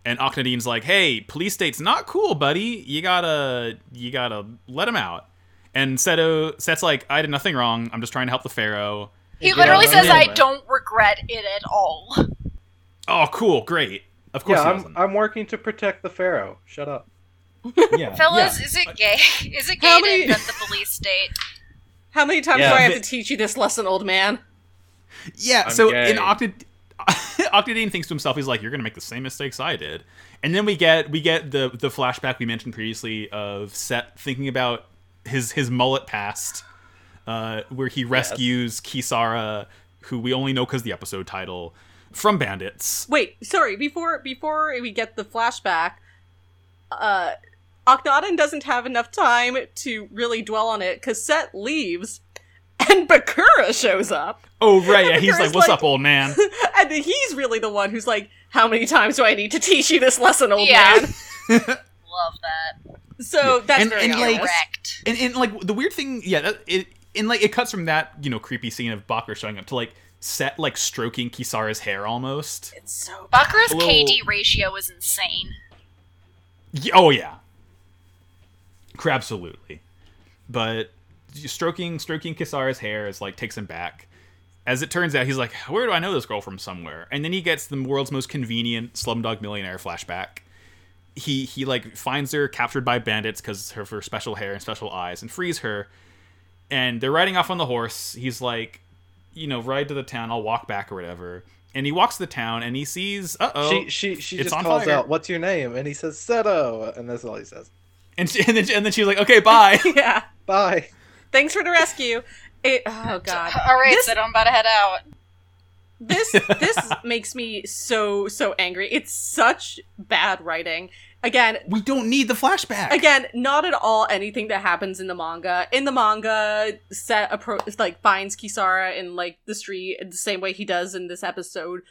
Speaker 3: And Akhenaten's like, "Hey, police state's not cool, buddy. You gotta, you gotta let him out." And Seto, Set's like, "I did nothing wrong. I'm just trying to help the Pharaoh."
Speaker 2: He literally
Speaker 5: Yeah,
Speaker 2: says, "I
Speaker 5: yeah.
Speaker 2: don't regret it at all."
Speaker 3: Oh, cool, great. Of course,
Speaker 5: yeah,
Speaker 3: he
Speaker 5: I'm,
Speaker 3: doesn't.
Speaker 5: I'm working to protect the pharaoh. Shut up.
Speaker 3: yeah.
Speaker 2: Fellas,
Speaker 3: yeah.
Speaker 2: is it gay? Is it
Speaker 4: How
Speaker 2: gay
Speaker 4: many-
Speaker 2: to invent the police state?
Speaker 4: How many times
Speaker 5: Yeah.
Speaker 4: do I have to teach you this lesson, old man?
Speaker 3: Yeah,
Speaker 5: I'm
Speaker 3: so
Speaker 5: gay.
Speaker 3: in Octad Octadine thinks to himself, he's like, "You're gonna make the same mistakes I did," and then we get we get the the flashback we mentioned previously of Set thinking about his his mullet past, uh, where he rescues Kisara, who we only know because the episode title, from bandits.
Speaker 4: Wait, sorry. Before before we get the flashback, uh, Akhenaten doesn't have enough time to really dwell on it. Cassette leaves, and Bakura shows up,
Speaker 3: Oh right, yeah, he's
Speaker 4: Bakura's
Speaker 3: like, "What's
Speaker 4: like-
Speaker 3: up, old man?"
Speaker 4: and then he's really the one who's like, "How many times do I need to teach you this lesson, old
Speaker 2: Yeah.
Speaker 4: man?"
Speaker 2: Love that.
Speaker 4: So that's
Speaker 3: And-
Speaker 4: very
Speaker 3: and, like-
Speaker 4: obvious.
Speaker 2: Correct.
Speaker 3: and, and like the weird thing, yeah, that, it and like it cuts from that you know creepy scene of Bakura showing up to like Set like stroking Kisara's hair almost.
Speaker 4: It's so
Speaker 2: Bakura's
Speaker 3: Hello.
Speaker 2: KD ratio is insane.
Speaker 3: Y- Oh yeah, absolutely. But stroking stroking Kisara's hair is like takes him back. As it turns out, he's like, "Where do I know this girl from somewhere?" And then he gets the world's most convenient Slumdog Millionaire flashback. He he like finds her captured by bandits because of her special hair and special eyes, and frees her. And they're riding off on the horse. He's like, "You know, ride to the town. I'll walk back or whatever." And he walks to the town and he sees, "Uh oh,
Speaker 5: she she she
Speaker 3: it's
Speaker 5: just
Speaker 3: on
Speaker 5: calls
Speaker 3: fire.
Speaker 5: out, "What's your name?" And he says, "Seto," and that's all he says.
Speaker 3: And, she, and then and then she's like, "Okay, bye."
Speaker 4: yeah.
Speaker 5: Bye.
Speaker 4: Thanks for the rescue. It, oh god.
Speaker 2: All right,
Speaker 4: This-
Speaker 2: so I'm about to head out.
Speaker 4: this this makes me so so angry it's such bad writing again
Speaker 3: We don't need the flashback.
Speaker 4: again not at all anything that happens in the manga in the manga set appro- like finds kisara in like the street in the same way he does in this episode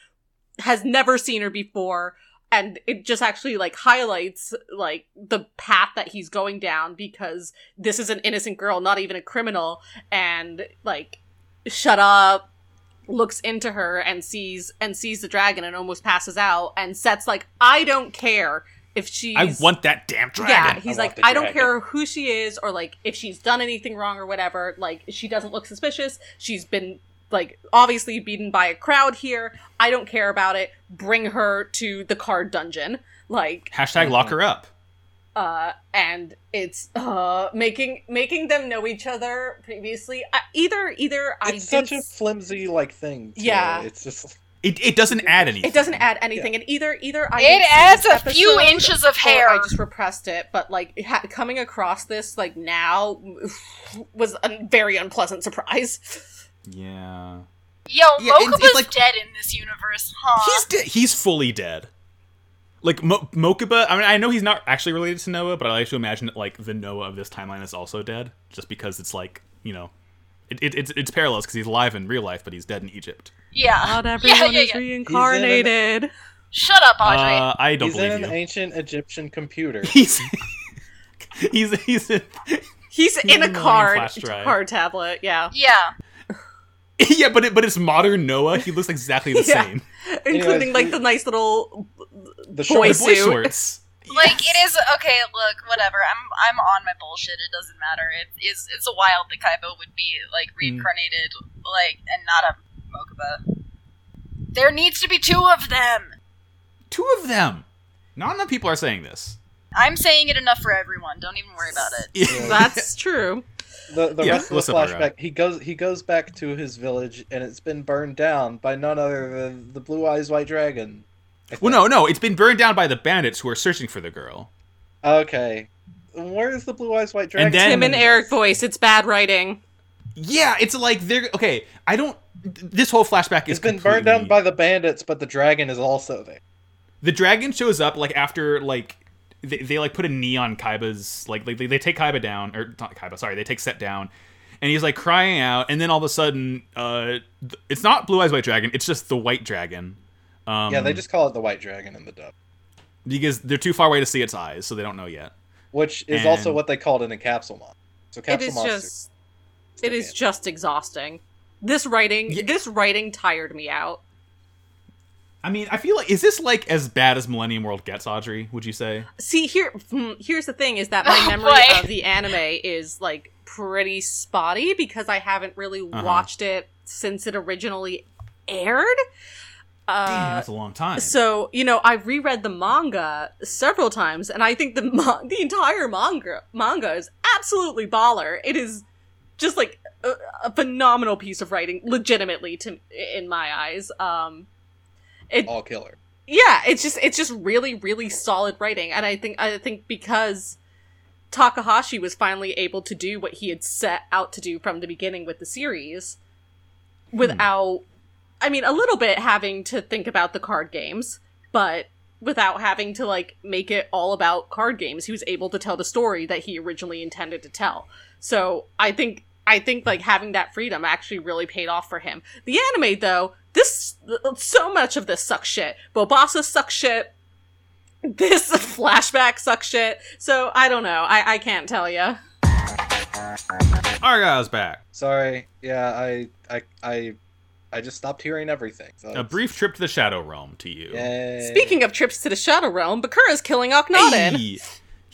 Speaker 4: has never seen her before and it just actually like highlights like the path that he's going down because this is an innocent girl not even a criminal and like shut up looks into her and sees and sees the dragon and almost passes out and sets like i don't care if she's
Speaker 3: I want that damn
Speaker 4: yeah,
Speaker 3: dragon.
Speaker 4: he's
Speaker 5: I
Speaker 4: like,
Speaker 5: want the
Speaker 4: I don't
Speaker 5: dragon."
Speaker 4: care who she is or like if she's done anything wrong or whatever. Like, she doesn't look suspicious. She's been like obviously beaten by a crowd here. I don't care about it. Bring her to the card dungeon. Like,
Speaker 3: Hashtag lock her up.
Speaker 4: uh, and it's uh making making them know each other previously. I, either either I
Speaker 5: It's such a
Speaker 4: didn't-
Speaker 5: flimsy like thing. to
Speaker 4: Yeah.
Speaker 5: it. It's just
Speaker 3: It, it doesn't add anything.
Speaker 4: it doesn't add anything, and either either I
Speaker 2: It
Speaker 4: didn't see
Speaker 2: adds
Speaker 4: this
Speaker 2: a few
Speaker 4: episode
Speaker 2: inches of
Speaker 4: or
Speaker 2: hair.
Speaker 4: Oh, I just repressed it, but like ha- coming across this like now was a very unpleasant surprise.
Speaker 3: Yeah.
Speaker 2: Yo,
Speaker 3: Yeah, it's-
Speaker 2: Mokuba's
Speaker 3: it's like-
Speaker 2: dead in this universe, huh?
Speaker 3: He's de- he's fully dead. Like Mo- Mokuba, I mean, I know he's not actually related to Noah, but I like to imagine that like the Noah of this timeline is also dead, just because it's like you know, it, it, it's it's parallels because he's alive in real life, but he's dead in Egypt.
Speaker 2: yeah. yeah, yeah, yeah.
Speaker 5: reincarnated.
Speaker 2: Shut
Speaker 4: Oh,
Speaker 2: up, Audrey.
Speaker 3: Uh, I don't
Speaker 5: he's in
Speaker 3: believe
Speaker 5: an
Speaker 3: you.
Speaker 5: ancient Egyptian computer.
Speaker 3: He's he's he's in,
Speaker 4: He's in a
Speaker 3: in the
Speaker 4: card
Speaker 3: flash drive.
Speaker 4: card tablet. Yeah,
Speaker 2: yeah.
Speaker 3: yeah, but it, but it's modern Noah. He looks exactly the
Speaker 4: Yeah.
Speaker 3: same.
Speaker 4: including like
Speaker 5: we-
Speaker 4: the nice little
Speaker 5: The
Speaker 4: Boy
Speaker 3: The
Speaker 5: short
Speaker 3: boy
Speaker 4: suit.
Speaker 3: shorts.
Speaker 2: Like
Speaker 3: Yes.
Speaker 2: it is okay. Look, whatever. I'm I'm on my bullshit. It doesn't matter. It is it's a wild
Speaker 3: Hmm.
Speaker 2: that Kaibo would be like reincarnated, like and not a Mokuba. There needs to be two of them.
Speaker 3: Two of them. Not enough people are saying this.
Speaker 2: I'm saying it enough for everyone. Don't even worry about it.
Speaker 4: That's true.
Speaker 5: The, the
Speaker 3: Yeah,
Speaker 5: rest of the
Speaker 3: listen, Myra.
Speaker 5: flashback, he goes he goes back to his village, and it's been burned down by none other than the Blue Eyes White Dragon. I
Speaker 3: Well,
Speaker 5: think.
Speaker 3: no, no. It's been burned down by the bandits who are searching for the girl.
Speaker 5: Okay, where is the Blue Eyes White Dragon?
Speaker 3: And then-
Speaker 4: Tim and Eric voice. It's bad writing.
Speaker 3: Yeah, it's like they're okay. I don't. th- This whole flashback is
Speaker 5: It's been
Speaker 3: completely-
Speaker 5: burned down by the bandits, but the dragon is also there.
Speaker 3: the dragon shows up like after like they, they like put a knee on Kaiba's like they, they take Kaiba down or not Kaiba sorry they take Set down and he's like crying out and then all of a sudden uh th- it's not Blue Eyes White Dragon it's just the White Dragon um,
Speaker 5: Yeah, they just call it the White Dragon in the dub,
Speaker 3: because they're too far away to see its eyes so they don't know yet
Speaker 5: which is also
Speaker 3: and-
Speaker 5: what they called it in Capsule Monster. So
Speaker 4: It
Speaker 5: Capsule
Speaker 4: is
Speaker 5: Monster.
Speaker 4: just. It is just exhausting. This writing.
Speaker 3: Yeah.
Speaker 4: This writing tired me out.
Speaker 3: I mean I feel like is this like as bad as Millennium World gets Audrey would you say
Speaker 4: See here. hmm, Here's the thing: is that my
Speaker 2: Oh,
Speaker 4: memory
Speaker 2: boy.
Speaker 4: of the anime is like pretty spotty because I haven't really
Speaker 3: Uh-huh.
Speaker 4: watched it since it originally aired. Uh,
Speaker 3: damn that's a long time
Speaker 4: So you know, I've reread the manga several times, and I think the ma- the entire manga manga is absolutely baller. It is just like a, a phenomenal piece of writing, legitimately to in my eyes. Um,
Speaker 5: all killer.
Speaker 4: yeah, it's just it's just really really solid writing, and I think I think because Takahashi was finally able to do what he had set out to do from the beginning with the series, without, I mean, a little bit having to think about the card games, but without having to like make it all about card games, he was able to tell the story that he originally intended to tell. So I think I think like having that freedom actually really paid off for him. The anime though, this so much of this sucks shit. Bobasa sucks shit. This flashback sucks shit. So I don't know. I I can't tell you.
Speaker 3: Argyle's back
Speaker 5: Sorry. Yeah, I I I I just stopped hearing everything. So
Speaker 3: a brief trip to the Shadow Realm to you
Speaker 5: Yay.
Speaker 4: Speaking of trips to the Shadow Realm, Bakura's killing Akhenaten.
Speaker 3: Hey!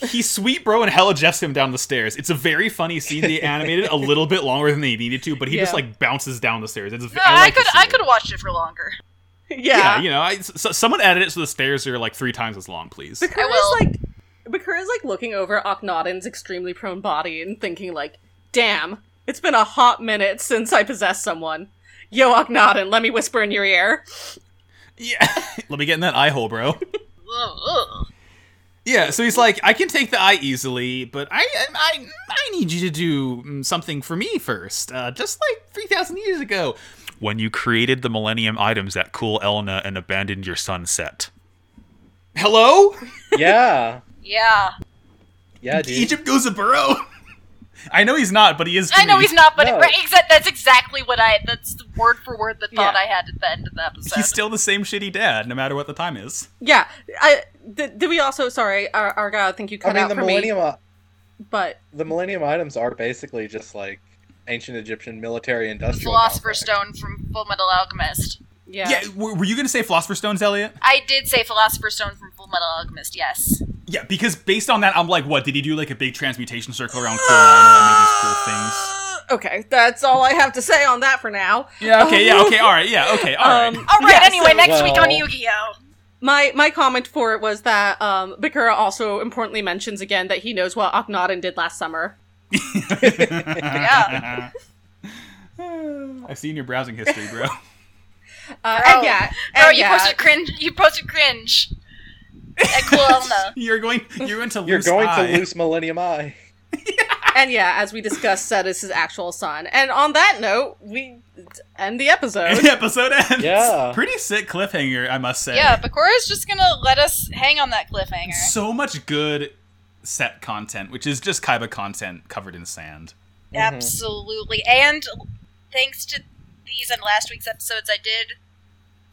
Speaker 3: He's sweet, bro, and hella jeffs him down the stairs. It's a very funny scene. They animated it a little bit longer than they needed to, but he just
Speaker 4: Yeah.
Speaker 3: like bounces down the stairs. It's
Speaker 2: No,
Speaker 3: I,
Speaker 2: I,
Speaker 3: like to
Speaker 2: could
Speaker 3: see
Speaker 2: I
Speaker 3: it.
Speaker 2: could have watched it for longer.
Speaker 4: Yeah.
Speaker 3: Yeah, you know, I, so, someone edit it so the stairs are like three times as long, please.
Speaker 2: I
Speaker 4: Bakura's
Speaker 2: will.
Speaker 4: like Bakura's like looking over Akhenaten's extremely prone body and thinking like, damn, it's been a hot minute since I possessed someone. Yo, Akhenaten, let me whisper in your ear.
Speaker 3: Yeah, let me get in that eye hole, bro.
Speaker 2: Ugh, ugh.
Speaker 3: Yeah, so he's like, I can take the eye easily, but I I I, I need you to do mm, something for me first, uh, just like three thousand years ago, when you created the Millennium items at Cool Elna and abandoned your sunset. Hello.
Speaker 5: yeah.
Speaker 2: Yeah,
Speaker 5: Yeah, dude.
Speaker 3: Egypt goes a burrow. I know he's not, but he is. to
Speaker 2: I know
Speaker 3: me.
Speaker 2: he's not, but
Speaker 5: No.
Speaker 2: right, exa- that's exactly what I. That's the word for word the thought
Speaker 4: Yeah.
Speaker 2: I had at the end of the episode.
Speaker 3: He's still the same shitty dad, no matter what the time is.
Speaker 4: Yeah. I did, did we also sorry, our, our guy, I think you
Speaker 5: I
Speaker 4: cut
Speaker 5: mean
Speaker 4: out
Speaker 5: the
Speaker 4: for
Speaker 5: millennium
Speaker 4: me.
Speaker 5: I-
Speaker 4: But
Speaker 5: the millennium items are basically just like ancient Egyptian military
Speaker 2: the
Speaker 5: industrial
Speaker 2: Philosopher's Stone
Speaker 5: complex.
Speaker 2: from Full Metal Alchemist.
Speaker 4: yeah.
Speaker 3: Yeah. were were you gonna say Philosopher Stones, Elliot?
Speaker 2: I did say Philosopher's Stone from Full Metal Alchemist. Yes.
Speaker 3: Yeah, because based on that, I'm like, what did he do? Like a big transmutation circle around Cool and make these cool things.
Speaker 4: Okay, that's all I have to say on that for now.
Speaker 3: Yeah. Okay. Yeah. Okay. All right. Yeah. Okay. All right.
Speaker 4: Um,
Speaker 2: All Oh, right.
Speaker 4: yeah,
Speaker 2: anyway,
Speaker 4: so-
Speaker 2: next week on
Speaker 5: well-
Speaker 2: Yu-Gi-Oh.
Speaker 4: My my comment for it was that um, Bakura also importantly mentions again that he knows what Akhenaten did last summer.
Speaker 2: yeah.
Speaker 3: I've seen your browsing history, bro.
Speaker 4: Uh,
Speaker 2: Bro.
Speaker 5: Oh.
Speaker 4: and yeah,
Speaker 2: Bro,
Speaker 4: and
Speaker 2: Oh, you
Speaker 4: yeah.
Speaker 2: posted cringe. You posted cringe. At Cool Elna.
Speaker 3: You're going. You're into.
Speaker 5: You're
Speaker 3: loose
Speaker 5: going
Speaker 3: eye.
Speaker 5: to lose Millennium Eye.
Speaker 4: and yeah, as we discussed, Set is his actual son. And on that note, we end the episode.
Speaker 3: And the episode ends.
Speaker 5: Yeah.
Speaker 3: Pretty sick cliffhanger, I must say.
Speaker 2: Yeah, Bakura's just gonna let us hang on that cliffhanger.
Speaker 3: So much good set content, which is just Kaiba content covered in sand.
Speaker 2: Absolutely. And thanks to these and last week's episodes, I did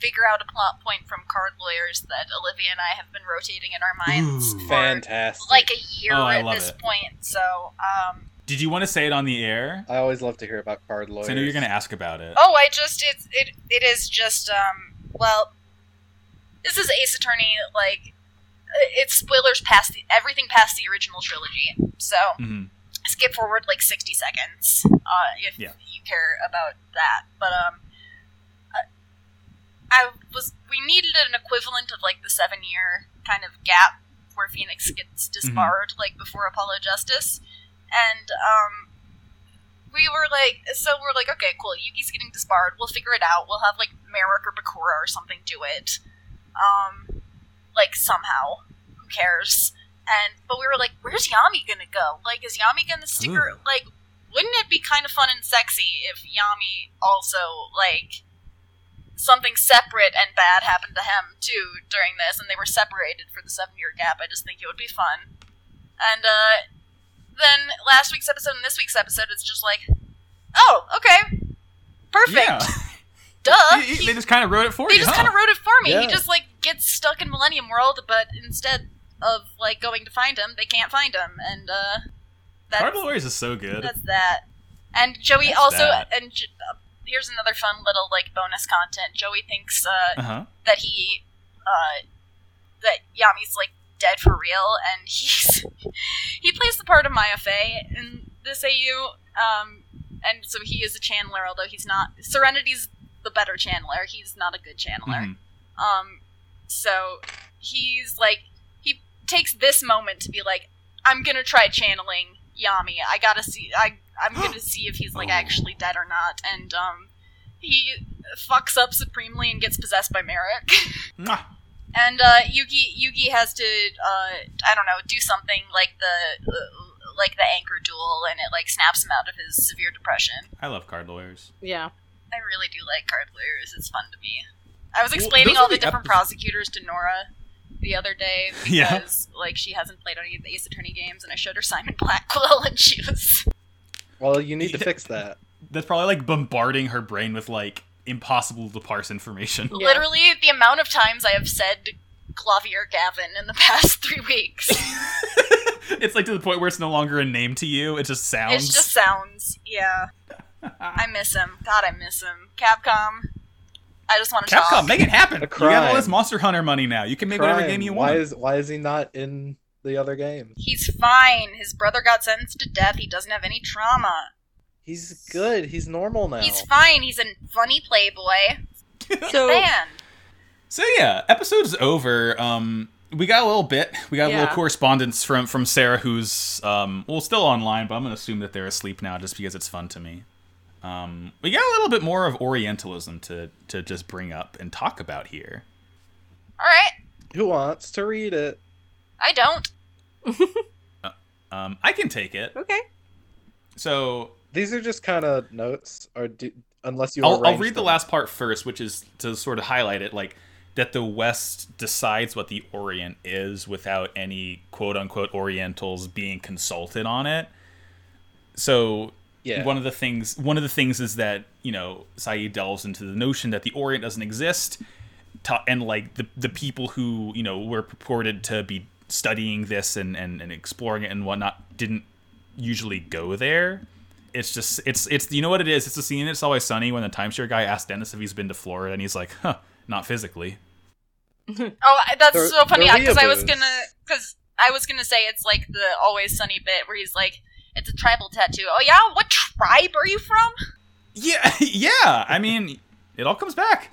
Speaker 2: figure out a plot point from card lawyers that Olivia and I have been rotating in our minds
Speaker 3: Ooh.
Speaker 2: for
Speaker 5: Fantastic.
Speaker 2: like a year
Speaker 3: Oh, I
Speaker 2: at
Speaker 3: love
Speaker 2: this
Speaker 3: it.
Speaker 2: point. So, um,
Speaker 3: Did you want to say it on the air?
Speaker 5: I always love to hear about card lawyers.
Speaker 3: 'Cause I know you're going to ask about it.
Speaker 2: oh, I just it's it it is just um well, this is Ace Attorney like it's spoilers past the, everything past the original trilogy. So
Speaker 3: Mhm.
Speaker 2: skip forward like 60 seconds uh, if
Speaker 3: Yeah.
Speaker 2: you care about that but um uh, I was we needed an equivalent of like the seven year kind of gap where Phoenix gets disbarred like before Apollo Justice, and um, we were like, so we're like, okay, cool, Yuki's getting disbarred. We'll figure it out. We'll have like Merrick or Bakura or something do it, um, like somehow. Who cares? And but we were like, where's Yami gonna go? Like, is Yami gonna stick
Speaker 3: Ooh.
Speaker 2: her? Like, wouldn't it be kind of fun and sexy if Yami also like something separate and bad happened to him too during this, and they were separated for the seven year gap. I just think it would be fun. And uh, then last week's episode and this week's episode, it's just like, oh, okay, perfect,
Speaker 3: Yeah.
Speaker 2: duh.
Speaker 3: You- you-
Speaker 2: He-
Speaker 3: they just kind of wrote it for
Speaker 2: they
Speaker 3: you.
Speaker 2: just
Speaker 3: huh?
Speaker 2: kind of wrote it for me. He
Speaker 5: Yeah.
Speaker 2: just like gets stuck in Millennium World, but instead of like going to find him, they can't find him, and uh, that's
Speaker 3: Cardinal Warriors is so good.
Speaker 2: that's that. And Joey
Speaker 3: That's
Speaker 2: also
Speaker 3: that.
Speaker 2: and J- uh, here's another fun little like bonus content. Joey thinks uh,
Speaker 3: Uh huh.
Speaker 2: that he uh, that Yami's like dead for real, and he's he plays the part of Maya Fey in this AU. Um, and so he is a Chandler, although he's not. Serenity's the better Chandler. He's not a good Chandler. Um, so he's like, he takes this moment to be like, I'm gonna try channeling Yami. I gotta see. I I'm gonna see if he's like
Speaker 3: Oh.
Speaker 2: actually dead or not. And um, he fucks up supremely and gets possessed by Merrick. and uh, Yugi Yugi has to uh, I don't know do something like the uh, like the anchor duel, and it like snaps him out of his severe depression.
Speaker 3: I love Cardinal Warriors.
Speaker 4: Yeah.
Speaker 2: I really do like card lawyers. It's fun to me. I was
Speaker 3: Well,
Speaker 2: explaining
Speaker 3: those
Speaker 2: all
Speaker 3: are
Speaker 2: the,
Speaker 3: the
Speaker 2: different
Speaker 3: episo-
Speaker 2: prosecutors to Nora the other day
Speaker 3: Yeah.
Speaker 2: because like she hasn't played any of the Ace Attorney games, and I showed her Simon Blackwell, and she was
Speaker 5: Well, you need to
Speaker 3: Yeah.
Speaker 5: fix that.
Speaker 3: That's probably like bombarding her brain with like impossible to parse information.
Speaker 4: Yeah.
Speaker 2: literally the amount of times I have said Clavier Gavin in the past three weeks.
Speaker 3: it's like to the point where it's no longer a name to you. It just sounds.
Speaker 2: It's just sounds. Yeah, I miss him. God, I miss him. Capcom. I just want to talk.
Speaker 3: Capcom, make it happen.
Speaker 5: A
Speaker 3: You got all this
Speaker 5: crime.
Speaker 3: Monster Hunter money now. You can make whatever
Speaker 5: Crime.
Speaker 3: game you
Speaker 5: Why
Speaker 3: want.
Speaker 5: is why is he not in the other game?
Speaker 2: He's fine. His brother got sentenced to death. He doesn't have any trauma.
Speaker 5: He's good. He's normal now.
Speaker 2: He's fine. He's a funny playboy.
Speaker 4: So
Speaker 2: Man.
Speaker 3: So yeah, episode's over. Um, we got a little bit. We got a
Speaker 4: Yeah.
Speaker 3: little correspondence from from Sarah, who's um, well, still online, but I'm gonna assume that they're asleep now, just because it's fun to me. Um, we got a little bit more of Orientalism to to just bring up and talk about here.
Speaker 2: All right.
Speaker 5: Who wants to read it?
Speaker 2: I don't.
Speaker 3: Um, I can take it.
Speaker 4: okay.
Speaker 3: So
Speaker 5: These are just kind of notes, or do, unless you.
Speaker 3: I'll, I'll
Speaker 5: arrange
Speaker 3: read the
Speaker 5: them.
Speaker 3: last part first, which is to sort of highlight it, like that the West decides what the Orient is without any quote unquote Orientals being consulted on it. So
Speaker 5: Yeah.
Speaker 3: one of the things one of the things is that you know Saeed delves into the notion that the Orient doesn't exist, to, and like the the people who you know were purported to be studying this and, and and exploring it and whatnot didn't usually go there. It's just it's it's you know what it is. It's the scene. in It's always sunny when the timeshare guy asked Dennis if he's been to Florida, and he's like, "Huh, not physically."
Speaker 2: Oh, I- that's
Speaker 5: They're-
Speaker 2: so funny
Speaker 5: they're
Speaker 2: because I was
Speaker 5: weeaboos.
Speaker 2: gonna because I was gonna say it's like the always sunny bit where he's like, "It's a tribal tattoo." Oh yeah, what tribe are you from?
Speaker 3: Yeah, yeah. I mean, it all comes back.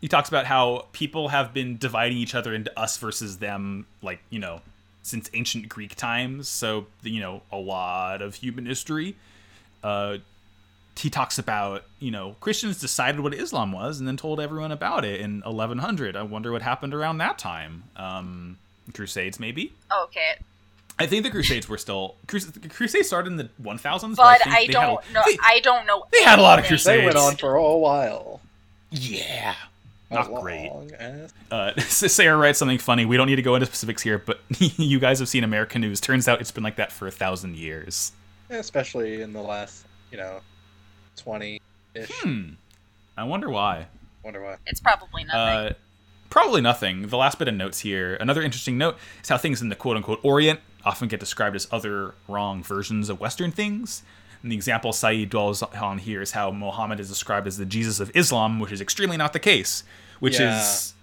Speaker 3: He talks about how people have been dividing each other into us versus them, like you know, since ancient Greek times. So you know, a lot of human history. Uh, he talks about you know Christians decided what Islam was and then told everyone about it in 1100. I wonder what happened around that time. Um, Crusades, maybe.
Speaker 2: Okay,
Speaker 3: I think the Crusades were still Crus- Crusades started in the 1000s,
Speaker 2: but
Speaker 3: think
Speaker 2: I,
Speaker 3: they had a-
Speaker 2: don't know.
Speaker 3: they-
Speaker 2: I don't know.
Speaker 3: they had a lot of
Speaker 2: anything.
Speaker 3: crusades.
Speaker 5: They went on for a while.
Speaker 3: yeah.
Speaker 5: A
Speaker 3: Not great.
Speaker 5: long ass-
Speaker 3: Uh, Sarah writes something funny. We don't need to go into specifics here, but you guys have seen American news. Turns out it's been like that for a thousand years.
Speaker 5: especially in the last, you know, twenty ish.
Speaker 3: Hmm. I wonder why.
Speaker 5: Wonder why.
Speaker 2: It's probably nothing.
Speaker 3: Uh, probably nothing. The last bit of notes here. Another interesting note is how things in the quote unquote Orient often get described as other wrong versions of Western things. And the example Saeed dwells on here is how Muhammad is described as the Jesus of Islam, which is extremely not the case. Which
Speaker 5: Yeah.
Speaker 3: is.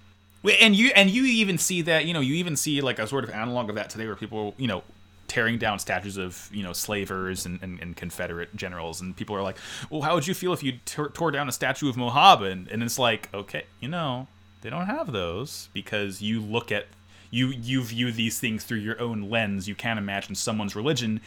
Speaker 3: And you and you even see that you know you even see like a sort of analog of that today where people you know tearing down statues of you know slavers and, and, and Confederate generals, and people are like, "Well, how would you feel if you tor- tore down a statue of Mojave?" And, and it's like, okay, you know, they don't have those because you look at you you view these things through your own lens. You can't imagine someone's religion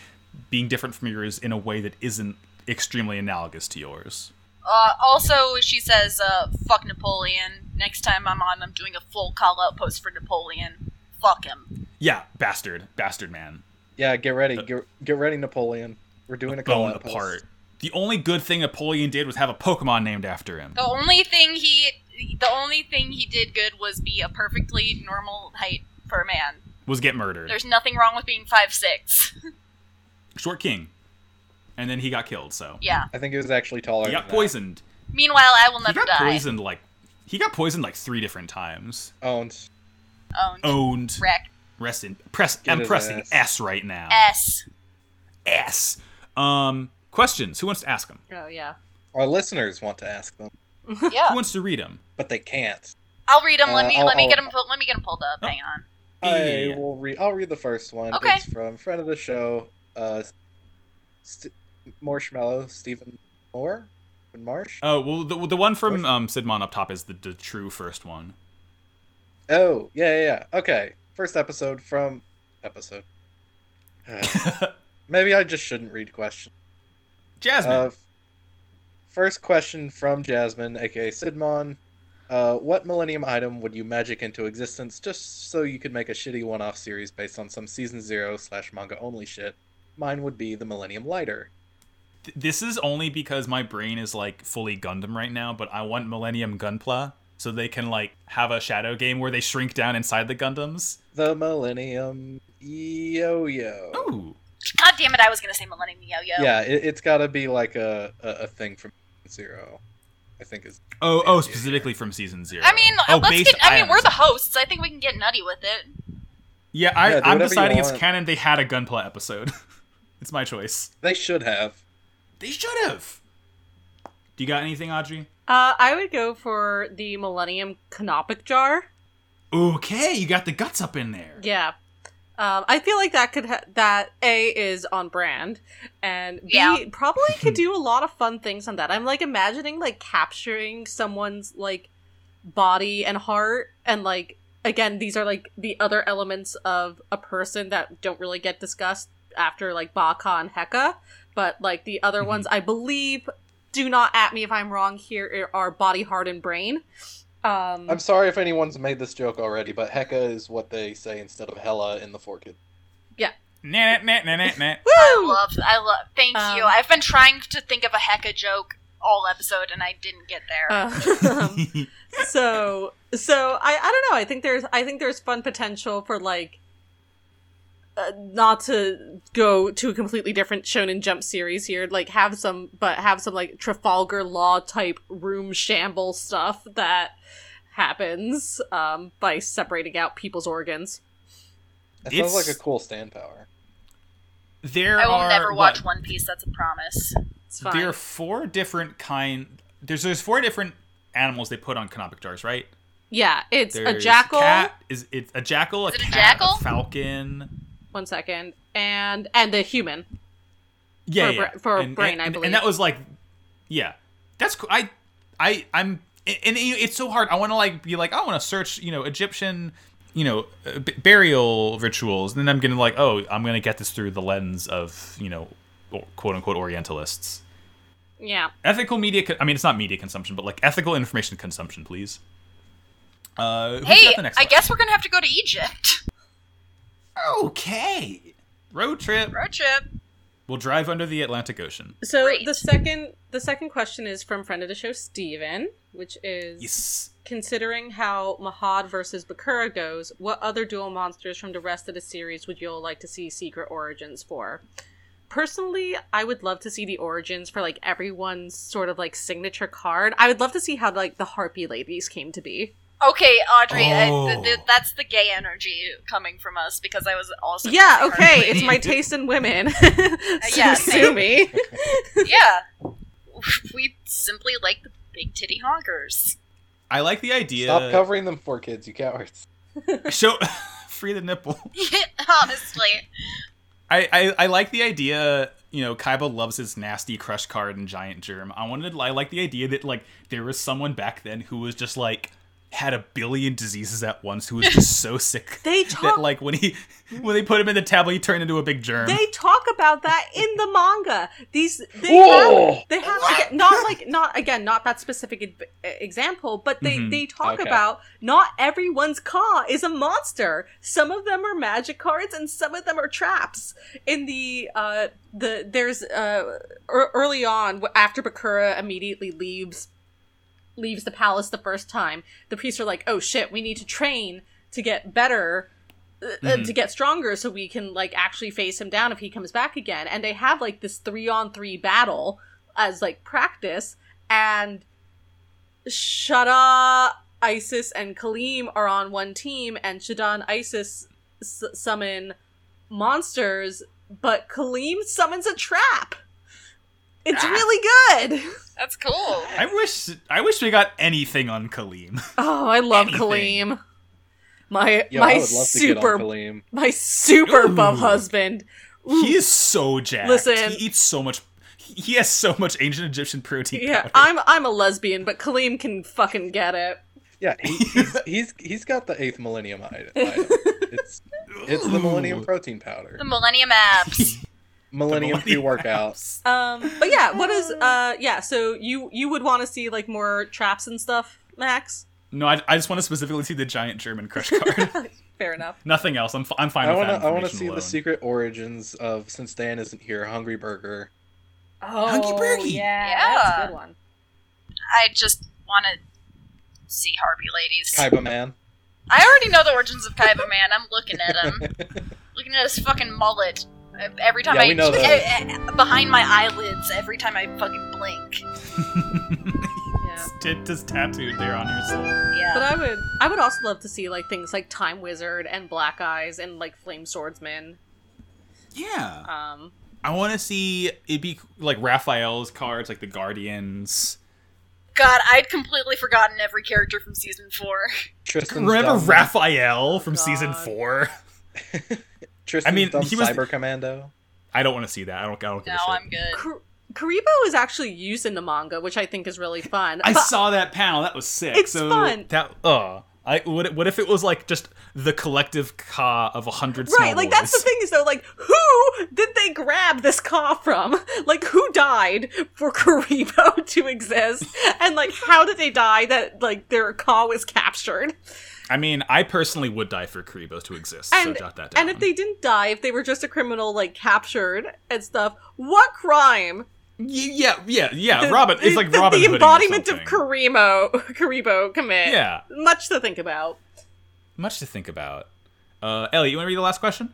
Speaker 3: being different from yours in a way that isn't extremely analogous to yours.
Speaker 2: Uh, also, she says, uh, fuck Napoleon. Next time I'm on, I'm doing a full call out post for Napoleon. Fuck him.
Speaker 3: Yeah, bastard, bastard man.
Speaker 5: Yeah, get ready. Get, get ready, Napoleon. We're doing a call
Speaker 3: Blown
Speaker 5: out
Speaker 3: Uh, apart.
Speaker 5: post.
Speaker 3: The only good thing Napoleon did was have a Pokemon named after him.
Speaker 2: The only thing he, the only thing he did good was be a perfectly normal height for a man.
Speaker 3: Was get murdered.
Speaker 2: There's nothing wrong with being five six.
Speaker 3: Short King. And then he got killed, so.
Speaker 2: yeah.
Speaker 5: I think it was actually taller.
Speaker 3: He got
Speaker 5: than that.
Speaker 3: poisoned.
Speaker 2: Meanwhile, I will
Speaker 3: He
Speaker 2: never
Speaker 3: got
Speaker 2: die.
Speaker 3: poisoned like he got poisoned like three different times.
Speaker 5: Owned.
Speaker 2: Owned.
Speaker 3: Owned.
Speaker 2: Oh, Wreck.
Speaker 3: Rest in press
Speaker 5: Get
Speaker 3: I'm
Speaker 5: his
Speaker 3: pressing
Speaker 5: ass.
Speaker 3: S. right now.
Speaker 2: S.
Speaker 3: S. Um questions. Who wants to ask them?
Speaker 4: Oh yeah.
Speaker 5: Our listeners want to ask them,
Speaker 2: Yeah.
Speaker 3: Who wants to read them?
Speaker 5: but they can't.
Speaker 2: I'll read them. Let
Speaker 5: Uh,
Speaker 2: me
Speaker 5: I'll-
Speaker 2: let me
Speaker 5: I'll-
Speaker 2: get them. Let me get them pulled up.
Speaker 3: Oh.
Speaker 2: Hang on.
Speaker 5: I
Speaker 3: Yeah.
Speaker 5: will read. I'll read the first one.
Speaker 2: Okay.
Speaker 5: It's from friend of the show, uh, St- Marshmallow Stephen Moore, Stephen Marsh.
Speaker 3: Oh, well the, the one from um Sidmon up top is the, the true first one.
Speaker 5: Uh, Oh, yeah, yeah, yeah. Okay. First episode from episode. Maybe I just shouldn't read questions.
Speaker 3: Jasmine.
Speaker 5: Uh, f- first question from Jasmine, aka Sidmon. Uh, what Millennium item would you magic into existence just so you could make a shitty one off series based on some season zero slash manga only shit? Mine would be the Millennium Lighter.
Speaker 3: Th- this is only because my brain is like fully Gundam right now, but I want Millennium Gunpla so they can like have a shadow game where they shrink down inside the Gundams.
Speaker 5: The Millennium Yo Yo.
Speaker 3: Ooh.
Speaker 2: God damn it! I was gonna say Millennium Yo Yo.
Speaker 5: Yeah, it, it's gotta be like a, a, a thing from Zero, I think is.
Speaker 3: Oh,
Speaker 5: Yeah, yeah,
Speaker 3: oh,
Speaker 5: yeah.
Speaker 3: specifically from season zero.
Speaker 2: I mean,
Speaker 3: oh,
Speaker 2: uh let's
Speaker 3: based-
Speaker 2: get. I mean, we're the
Speaker 3: understand.
Speaker 2: hosts. I think we can get nutty with it.
Speaker 3: Yeah, I,
Speaker 5: Yeah, do
Speaker 3: I'm
Speaker 5: whatever you
Speaker 3: deciding it's
Speaker 5: want.
Speaker 3: canon. They had a gunpla episode. it's my choice.
Speaker 5: They should have.
Speaker 3: They should have. Do you got anything, Audrey?
Speaker 4: Uh, I would go for the Millennium Canopic Jar.
Speaker 3: Okay, you got the guts up in there.
Speaker 4: Yeah. Um, I feel like that could ha- that a is on brand, and b
Speaker 2: Yeah.
Speaker 4: probably could do a lot of fun things on that. I'm like imagining like capturing someone's like body and heart, and like again, these are like the other elements of a person that don't really get discussed after like Baka and Heka, but like the other
Speaker 3: Mhm.
Speaker 4: ones, I believe, do not at me if I'm wrong here are body, heart, and brain. Um,
Speaker 5: I'm sorry if anyone's made this joke already, but Heka is what they say instead of Hella in the Forkid.
Speaker 3: Nah, nah, nah, nah, nah.
Speaker 2: I
Speaker 4: Woo!
Speaker 2: love. I love. Thank
Speaker 4: Um,
Speaker 2: you. I've been trying to think of a hecka joke all episode, and I didn't get there.
Speaker 4: Um, so so I, I don't know i think there's i think there's fun potential for like uh, not to go to a completely different shonen jump series here like have some but have some like trafalgar law type room shamble stuff that happens um by separating out people's organs
Speaker 5: That
Speaker 3: It's-
Speaker 5: sounds like a cool stand power.
Speaker 3: there
Speaker 2: I will
Speaker 3: are
Speaker 2: never watch
Speaker 3: what?
Speaker 2: One Piece. That's a promise.
Speaker 4: it's fine
Speaker 3: There are four different kind. There's there's four different animals they put on canopic jars, right?
Speaker 4: yeah it's
Speaker 3: There's
Speaker 4: a jackal
Speaker 3: Cat, is it's a jackal?
Speaker 2: Is
Speaker 3: a
Speaker 2: it a
Speaker 3: cat,
Speaker 2: jackal?
Speaker 3: falcon.
Speaker 4: one second and and a human
Speaker 3: Yeah,
Speaker 4: For
Speaker 3: yeah.
Speaker 4: bra- for
Speaker 3: and,
Speaker 4: brain,
Speaker 3: and,
Speaker 4: I
Speaker 3: and-
Speaker 4: believe.
Speaker 3: And that was like, yeah, that's cool. I, I, I'm, and, and it- it's so hard. I want to like be like, I want to search, you know, Egyptian, you know, uh, b- burial rituals, and then I'm gonna like, oh, I'm gonna get this through the lens of, you know, or- quote unquote Orientalists.
Speaker 4: yeah
Speaker 3: Ethical media. Co- I mean, it's not media consumption, but like ethical information consumption, please. Uh, who's
Speaker 2: Hey,
Speaker 3: got the next
Speaker 2: I
Speaker 3: one?
Speaker 2: guess we're gonna have to go to Egypt.
Speaker 3: Okay. Road trip.
Speaker 2: Road trip.
Speaker 3: We'll drive under the Atlantic Ocean.
Speaker 4: So
Speaker 2: Great.
Speaker 4: the second the second question is from friend of the show Steven, which is
Speaker 3: Yes.
Speaker 4: considering how Mahad versus Bakura goes, what other dual monsters from the rest of the series would you all like to see secret origins for? Personally, I would love to see the origins for like everyone's sort of like signature card. I would love to see how like the Harpy ladies came to be.
Speaker 2: Okay, Audrey, I, th- th-
Speaker 3: Oh.
Speaker 2: that's the gay energy coming from us because I was also.
Speaker 4: yeah,
Speaker 2: gonna say
Speaker 4: okay,
Speaker 2: Harley
Speaker 4: it's my
Speaker 2: Quinn.
Speaker 4: taste in women.
Speaker 2: yeah,
Speaker 4: yeah, sue
Speaker 2: same.
Speaker 4: me.
Speaker 2: yeah. We simply like the big titty honkers.
Speaker 3: I like the idea.
Speaker 5: Stop covering them for kids, you cowards.
Speaker 3: Show free the nipple.
Speaker 2: Honestly,
Speaker 3: I, I I like the idea. You know, Kaiba loves his nasty crush card and giant germ. I wanted. I like the idea that like there was someone back then who was just like had a billion diseases at once who was just so sick
Speaker 4: They
Speaker 3: that
Speaker 4: talk-
Speaker 3: like when he when they put him in the tablet he turned into a big germ.
Speaker 4: They talk about that in the manga. These they
Speaker 5: Whoa!
Speaker 4: have, they have to get not like not again not that specific ed- example, but they
Speaker 3: Mhm.
Speaker 4: they talk
Speaker 5: Mm-hmm. Okay.
Speaker 4: about not everyone's ka is a monster. Some of them are magic cards, and some of them are traps. In the uh the there's uh ear- early on wh- after Bakura immediately leaves leaves the palace the first time, the priests are like, "Oh shit, we need to train to get better." uh, uh
Speaker 3: Mhm.
Speaker 4: to get stronger so we can like actually face him down if he comes back again and they have like this 3 on 3 battle as like practice and Shada Isis and Kaleem are on one team and Shada and Isis s- summon monsters but Kaleem summons a trap it's
Speaker 2: Ah.
Speaker 4: really good
Speaker 2: That's cool.
Speaker 3: I wish I wish we got anything on Kaleem.
Speaker 4: oh i love
Speaker 3: Anything.
Speaker 4: Kaleem my
Speaker 5: Yo, I
Speaker 4: my
Speaker 5: would love to get on
Speaker 4: super
Speaker 5: Kaleem.
Speaker 4: my super bum
Speaker 3: Ooh.
Speaker 4: husband
Speaker 3: he is so jacked.
Speaker 4: Listen.
Speaker 3: he eats so much. He he has so much ancient Egyptian protein.
Speaker 4: Yeah,
Speaker 3: powder.
Speaker 4: I'm I'm a lesbian, but Kaleem can fucking get it.
Speaker 5: Yeah, he, he's, he's he's got the eighth millennium item. item. It's it's the millennium
Speaker 3: Ooh.
Speaker 5: protein powder,
Speaker 2: The Millennium apps.
Speaker 5: millennium pre
Speaker 3: Millennium
Speaker 5: workout.
Speaker 4: Um, but yeah, what is uh yeah? So you you would want to see like more traps and stuff, Max?
Speaker 3: No, I, I just want to specifically see the giant German crush card.
Speaker 4: Fair enough.
Speaker 3: Nothing else. I'm f- I'm fine
Speaker 5: I
Speaker 3: with
Speaker 5: want
Speaker 3: that.
Speaker 5: to I want to
Speaker 3: information
Speaker 5: see
Speaker 3: alone.
Speaker 5: the secret origins of since Dan isn't here. Hungry Burger.
Speaker 4: Oh,
Speaker 3: Hunky-burky.
Speaker 4: Yeah,
Speaker 2: Yeah.
Speaker 4: that's a good one.
Speaker 2: I just want to see Harpy ladies.
Speaker 5: Kaiba man.
Speaker 2: I already know the origins of Kaiba Man. I'm looking at him, looking at his fucking mullet. Uh, Every time
Speaker 5: Yeah,
Speaker 2: I
Speaker 5: we know those.
Speaker 2: eh, eh, behind my eyelids, every time I fucking blink.
Speaker 4: Yeah.
Speaker 3: T- just tattooed there on your soul.
Speaker 4: But
Speaker 2: Yeah,
Speaker 4: I would I would also love to see like things like Time Wizard and Black Eyes and like Flame Swordsman.
Speaker 3: Yeah.
Speaker 4: Um,
Speaker 3: I want to see it be like Raphael's cards, like the Guardians.
Speaker 2: God, I'd completely forgotten every character from season four.
Speaker 5: Tristan's
Speaker 3: Remember
Speaker 5: dumb,
Speaker 3: Raphael from
Speaker 4: God.
Speaker 3: season four?
Speaker 5: Tristan's
Speaker 3: I mean,
Speaker 5: dumb
Speaker 3: he was-
Speaker 5: cyber commando.
Speaker 3: I don't want to see that. I don't. I don't give
Speaker 2: No,
Speaker 3: a shit.
Speaker 2: I'm good.
Speaker 4: Kar- Karibo is actually used in the manga, which I think is really fun.
Speaker 3: I
Speaker 4: But-
Speaker 3: saw that panel. That was sick.
Speaker 4: It's
Speaker 3: so
Speaker 4: fun.
Speaker 3: That uh, I what, what if it was like just the collective ka of a hundred small
Speaker 4: Right, like that's the
Speaker 3: boys?
Speaker 4: thing is though, like who did they grab this car from? Like who died for Karibo to exist? And like how did they die that like their car was captured?
Speaker 3: I mean, I personally would die for Karibo to exist.
Speaker 4: And
Speaker 3: so jot that down.
Speaker 4: and if they didn't die, if they were just a criminal like captured and stuff, what crime?
Speaker 3: Y- yeah, yeah, yeah,
Speaker 4: did-
Speaker 3: Robin. It's like
Speaker 4: did
Speaker 3: Robin.
Speaker 4: the
Speaker 3: Hooding or
Speaker 4: embodiment of
Speaker 3: something.
Speaker 4: Karibo Karibo commit.
Speaker 3: Yeah,
Speaker 4: Much to think about.
Speaker 3: much to think about. Uh, Ellie, you want to read the last question?